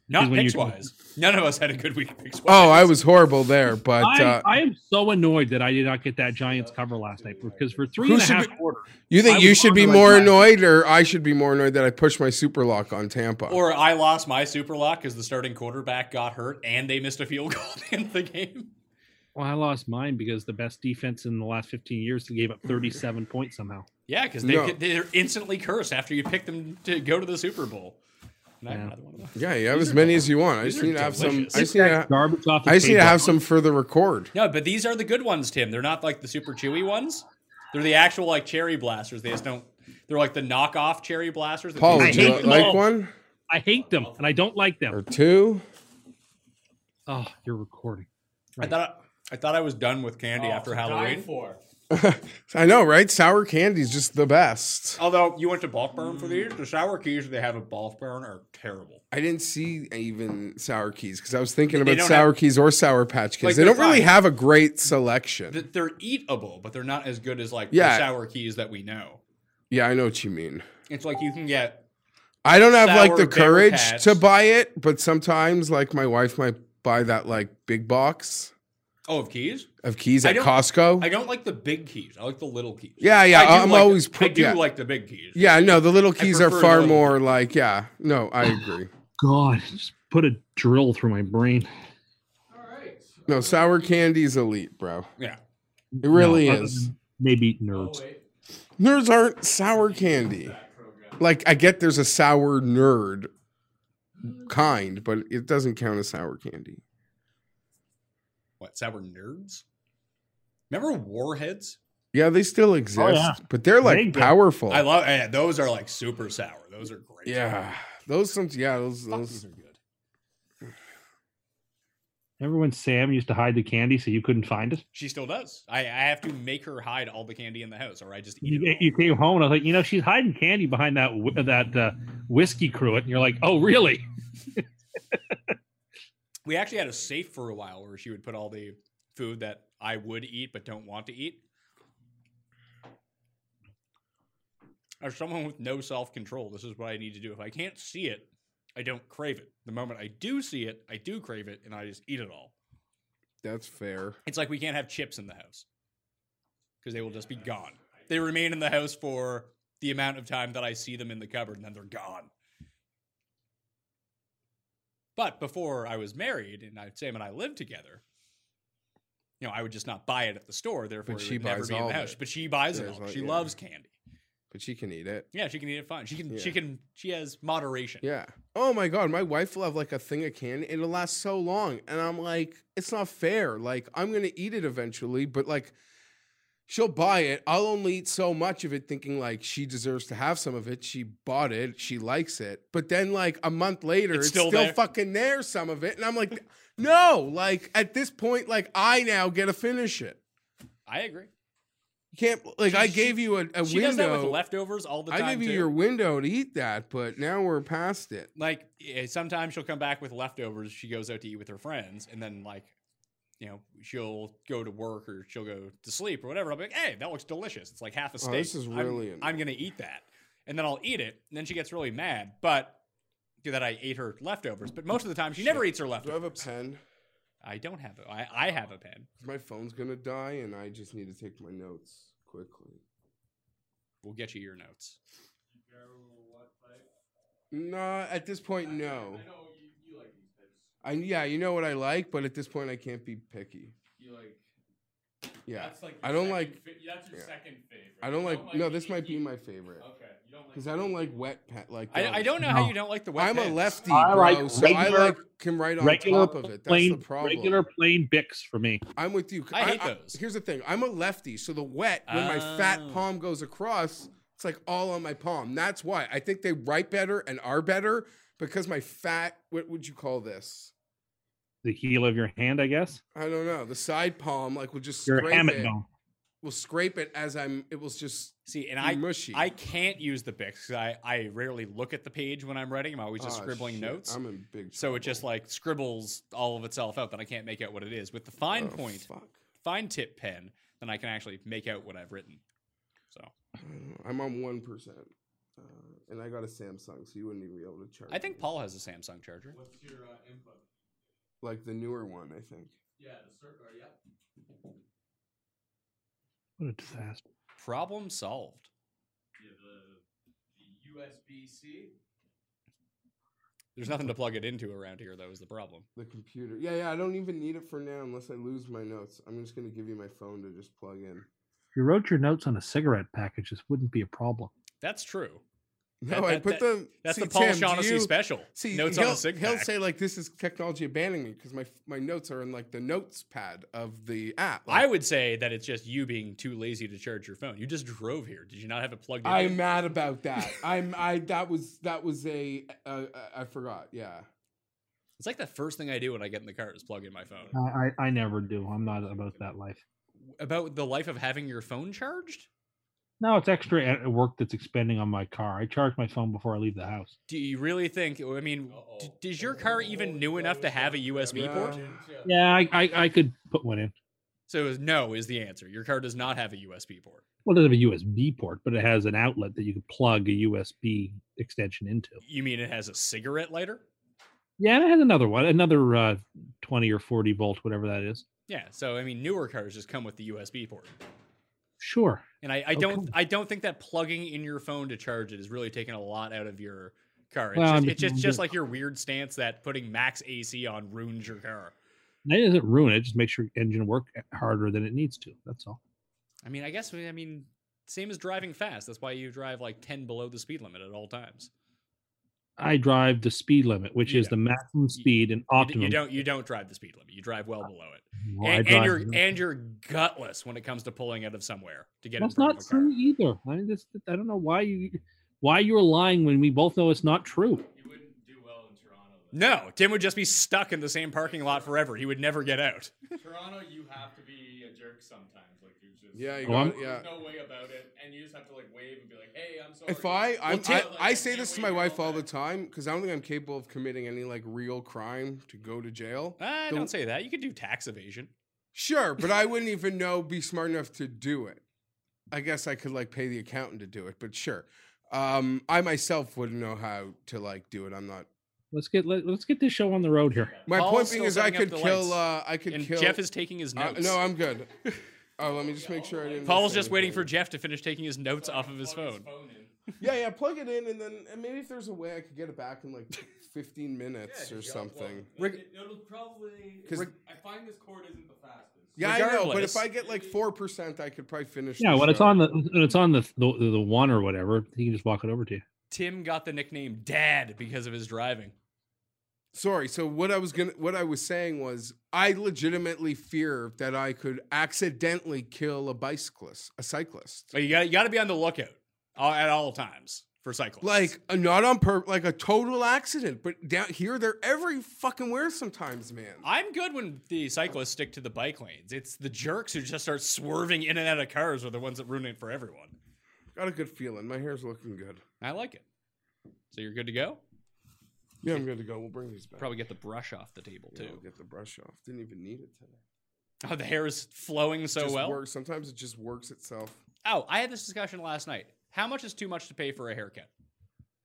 Not
Is when you-
picks wise. None of us had a good week picks
Oh, I was horrible there, but
I,
uh,
I am so annoyed that I did not get that Giants cover last night because for three
Who
and a
should
half
be-
quarters,
you think
I
you
was
should
on
be
the
more
right track.
annoyed, or I should be more annoyed that I pushed my super lock on Tampa?
Or I lost my super lock because the starting quarterback got hurt and they missed a field goal in the game.
well, I lost mine because the best defense in the last 15 years gave up 37 points somehow.
Yeah, because they
No.
they're instantly cursed after you pick them to go to the Super Bowl. Can I have
Yeah.
another one of those?
Yeah, you have
These
as
are
many
del-
as you want. I
these
just
are
need to have some.
delicious.
I just need to, ha-
garbage off. the
I just need to
table.
have some for the record.
No, but these are the good ones, Tim. They're not like the super chewy ones. They're the actual like cherry blasters. They just don't. They're like the knockoff cherry blasters. that
Paul,
they-
I
would you
hate them
like
all.
one
I hate them and I don't like
or
them.
two?
Oh, you're recording.
I thought I thought I was done with candy after Halloween.
For.
I know, right? Sour candy's just the best.
Although you went to bulk burn for these, the sour keys they have at bulk burn are terrible.
I didn't see even sour keys because I was thinking
Oh. They
about
don't
sour keys or sour patch kids.
Like,
they
they're
don't really
fine.
have a great selection.
Th- They're eatable, but they're not as good as like
Yeah.
the sour keys that we know.
yeah, I know what you mean.
It's like you can get
I don't have like
Sour
the
Bear
courage
Cats.
to buy it, but sometimes like my wife might buy that like big box
oh of keys.
of keys
I
at
don't-
Costco.
I don't like the big keys. I like the little keys.
yeah, yeah.
I do
I'm
like-
always
I
pro-
do
yeah.
like the big keys.
yeah, no, the little keys are
prefer
far
the-
more like yeah. No, I agree.
God, just put a drill through my brain.
No, sour candy's elite, bro.
Yeah.
It really
No, other
is.
than Maybe nerds.
Nerds aren't sour candy. Like I get there's a sour nerd kind, but it doesn't count as sour candy.
What sour nerds? Remember warheads?
Yeah, they still exist, but they're like
They do.
powerful.
I love eh, those. Are like super sour. Those are great.
yeah, those some yeah those
Fuck, these
those
are good.
Remember when Sam used to hide the candy so you couldn't find it?
She still does. I, I have to make her hide all the candy in the house, or I just eat
You,
it. all.
you came home and I was like, you know, she's hiding candy behind that whi- that uh, whiskey cruet, and you're like, oh, really?
We actually had a safe for a while where she would put all the food that I would eat but don't want to eat. As someone with no self control, this is what I need to do. If I can't see it, I don't crave it. The moment I do see it, I do crave it, and I just eat it all.
that's fair.
It's like we can't have chips in the house because they will just be gone. They remain in the house for the amount of time that I see them in the cupboard, and then they're gone. But before I was married and I, Sam and I lived together, you know, I would just not buy it at the store. Therefore,
she
it would never
buys
be in
all
the
of
house.
it.
But she buys it
There's
all.
like-
she
yeah.
loves candy.
But she can eat it.
Yeah, she can eat it fine. She can. She
Yeah.
can. She has moderation.
Yeah. Oh my god, my wife will have like a thing of candy. It'll last so long, and I'm like, it's not fair. Like I'm gonna eat it eventually, but like. She'll buy it. I'll only eat so much of it, thinking like she deserves to have some of it. She bought it. She likes it. But then, like a month later,
It's
it's,
still
still,
there.
fucking there, some of it. And I'm like, no. Like at this point, like I now get to finish it.
I agree.
You can't like I
she-
gave you a, a
she
window.
does that with leftovers all the time.
Uh, I gave you
too.
your window to eat that, but now we're past it.
like eh, sometimes she'll come back with leftovers she goes out to eat with her friends and then like you know she'll go to work or she'll go to sleep or whatever i'll be like hey that looks delicious it's like half a
Oh,
steak
this is
I'm-
really
I'm,
annoying.
gonna eat that and then i'll eat it and then she gets really mad but do that i ate her leftovers but most of the time she never eats her
Do I have a
leftovers
pen?
i don't have a, I, I have a pen
My phone's gonna die, and I just need to take my notes quickly.
we'll get you your notes
No, at this point, no. I yeah, you know what I like, but at this point, I can't be picky. Yeah, I don't like.
that's your
yeah.
second favorite.
I don't like. No, this might be my favorite
Okay, you don't
because I don't like wet pen. Like uh,
I, I don't know how you don't like the wet
I'm a
pens.
lefty,
I
bro.
like
so I
regular-
like him right on
regular
top of it. That's
plain,
the problem.
regular plain Bix for me.
I'm with you.
I hate those.
here's the thing. I'm a lefty, so the wet when my fat
Oh.
palm goes across, it's like all on my palm. That's why I think they write better and are better because my fat. What would you call this?
The heel of your hand, I guess.
I don't know. The side palm, like, will just
Your
scrape
hammock
it.
bone.
Will scrape it as I'm. It was just
see and i
mushy.
I can't use the Bix 'cause I, I rarely look at the page when I'm writing. I'm always just
Ah,
scribbling
shit,
notes.
I'm in big.
So it just like scribbles all of itself out, then I can't make out what it is. With the fine
Oh,
point,
fuck.
fine tip pen, then I can actually make out what I've written. So
I don't know. I'm on one percent, uh, and I got a Samsung, so you wouldn't even be able to charge.
I think
it.
Paul has a Samsung charger.
like the newer one. I think.
What a disaster.
Problem solved.
USB C.
There's nothing to plug it into around here, though, is the problem.
The computer. Yeah, yeah. I don't even need it for now unless I lose my notes. I'm just gonna give you my phone to just plug in.
If you wrote your notes on a cigarette package, this wouldn't be a problem.
That's true.
No,
That-
I
that- that-
put the.
That's
see,
the Paul
Tim, do
Shaughnessy
you-
special.
See,
notes
he'll,
on a sick
he'll
pack.
say like, "This is technology abandoning me" because my my notes are in like the notes pad of the app.
I
Like,
would say that it's just you being too lazy to charge your phone. You just drove here. Did you not have it plugged in?
I'm mad about that. I'm I that was that was a uh, I forgot. Yeah,
it's like the first thing I do when I get in the car is plug in my phone.
I, I I never do. I'm not about that life.
About the life of having your phone charged?
No, it's extra at- work that's expending on my car. I charge my phone before I leave the house.
Do you really think? I mean, d- is your car even new enough to have a USB port?
No.
Yeah, I, I, I could put one in.
So is- no is the answer. Your car does not have a USB port.
Well, it doesn't have a USB port, but it has an outlet that you can plug a USB extension into.
You mean it has a cigarette lighter?
Yeah, and it has another one, another uh, 20 or 40 volt, whatever that is.
Yeah. So I mean, newer cars just come with the USB port.
Sure.
And I, I
Oh,
don't
cool.
I don't think that plugging in your phone to charge it is really taking a lot out of your car. It's
Well, I
just,
mean,
it's just,
you
just
do-
like your weird stance that putting max AC on ruins your car.
And it doesn't ruin it. Just makes your engine work eh, harder than it needs to. That's all.
I mean, I guess I mean same as driving fast. That's why you drive like ten below the speed limit at all times.
I drive the speed limit, which
You
is the maximum
you-
speed and
You d-
optimum.
You, don't you don't drive the speed limit. You drive well below it.
Well, I
and, and
drive
you're
the-
and you're gutless when it comes to pulling out of somewhere to get
That's
in front
not
of a car.
true either. I mean, this, I don't know why you why you're lying when we both know it's not true.
You wouldn't do well in Toronto.
No, Tim would just be stuck in the same parking lot forever. He would never get out.
Toronto, you have to be a jerk sometimes. Like you just
Yeah, you
Oh, I'm-
got, yeah.
There's no way about it, and you just have to like wave and be like, "Hey, I'm sorry."
If I I'm,
Tim-
I,
like,
I
I
say
can't
this to
wait
my
to go
wife all the
back.
time because I don't think I'm capable of committing any like real crime to go to jail.
Ah,
The-
don't say that. You could do tax evasion.
Sure, but I wouldn't even know be smart enough to do it. I guess I could like pay the accountant to do it, but sure. Um, I myself wouldn't know how to like do it. I'm not.
Let's get let, let's get this show on the road here.
My
Paul's
point
still
being is, I
setting up
could
the
kill. Uh,
lights.
I could
And
kill.
Jeff is taking his
uh,
notes.
no, I'm good. Oh, let me just make sure I didn't.
Paul's
miss
just waiting for
anything.
Jeff to finish taking his notes off of his phone.
Yeah, yeah. Plug it in, and then and maybe if there's a way I could get it back in like 15 minutes or something.
Reg-
It, will probably.
'Cause- Reg-
I find this cord isn't the fastest.
Yeah, I know. But
Regardless.
if I get like four percent, I could probably finish.
Yeah,
the
when it's
show.
on the when it's on the, the the one or whatever, he can just walk it over to you.
Tim got the nickname Dad because of his driving.
sorry so what i was gonna what i was saying was i legitimately fear that i could accidentally kill a bicyclist a cyclist
So you got you got to be on the lookout all, at all times for cyclists.
like a, not on purpose like a total accident but down here they're every fucking where sometimes man
I'm good when the cyclists stick to the bike lanes. It's the jerks who just start swerving in and out of cars are the ones that ruin it for everyone.
got a good feeling my hair's looking good
I like it. So you're good to go.
yeah i'm good to go we'll bring these back
Probably get the brush off the table
Yeah, I'll
too.
get the brush off didn't even need it today
Oh, the hair is flowing so
just
Oh, well.
works. sometimes it just works itself
Oh, I had this discussion last night. How much is too much to pay for a haircut?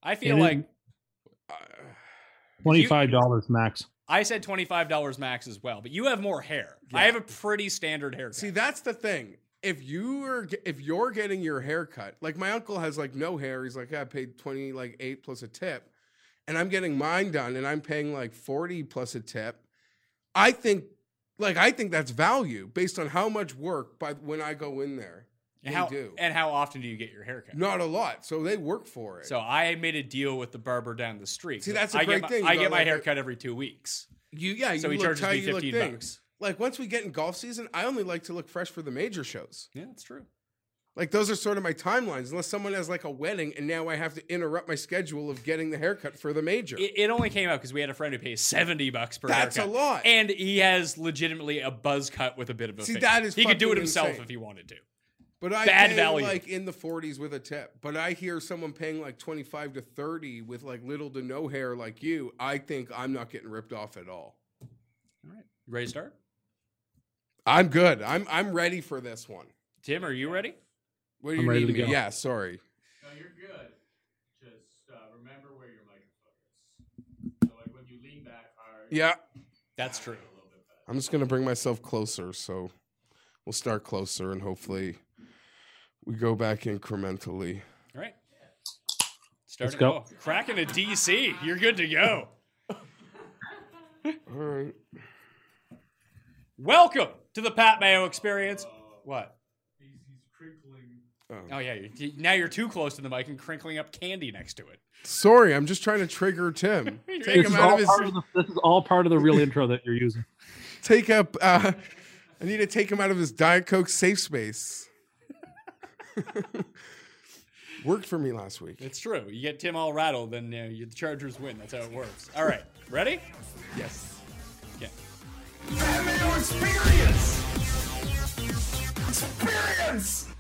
I feel
It is-
like
uh,
Twenty five dollars max.
I said twenty five dollars max as well, but you have more hair. I
Yeah.
have a pretty standard haircut.
see that's the thing if you are ge- if you're getting your hair cut, like my uncle has like no hair, he's like, yeah, I paid twenty like eight plus a tip, and I'm getting mine done and I'm paying like forty plus a tip. I think like I think that's value based on how much work by when I go in there.
and
they
how,
do.
And how often do you get your haircut?
Not a lot, so they work for it.
So I made a deal with the barber down the street.
See, that's a
a get
great
my,
thing.
I
You
get
got
my
like a-
haircut every two weeks,
you yeah, you
so he
look
charges
how
me
you look
fifteen
thing.
bucks.
Like once we get in golf season, I only like to look fresh for the major shows.
Yeah, that's true.
Like those are sort of my timelines, unless someone has like a wedding and now I have to interrupt my schedule of getting the haircut for the major.
It, it only came out because we had a friend who pays seventy bucks per
That's a
haircut.
lot.
and he has legitimately a buzz cut with a bit of a.
See,
fade.
that is
he could do it
fucking
himself
insane.
if he wanted to.
But I
Bad
pay
value.
like in the 40s with a tip. But I hear someone paying like 25 to 30 with like little to no hair like you. I think I'm not getting ripped off at all.
All right, you ready to start?
I'm good. I'm I'm ready for this one.
Tim, are you ready?
What do
I'm
you
ready
need
to
me?
go.
Yeah, sorry.
No, you're good. Just uh, remember where your microphone is. So like when you lean back hard.
Yeah.
That's true.
I'm just going to bring myself closer so we'll start closer and hopefully we go back incrementally.
All right. Starting
go.
off. Cracking a DC. You're good to go.
All right.
Welcome to the Pat Mayo Experience. What?
Oh. wrong.
Oh yeah, you- now you're too close to the mic and crinkling up candy next to it.
Sorry, I'm just trying to trigger Tim. Take
This
him
is,
out
all
of his.
part of the, this is all part of the real intro that you're using.
Take up. Uh, I need to take him out of his Diet Coke safe space. Worked for me last week.
It's true. You get Tim all rattled, then uh, you, the Chargers win. That's how it works. All right, ready?
Yes.
Yeah.
Experience! Experience!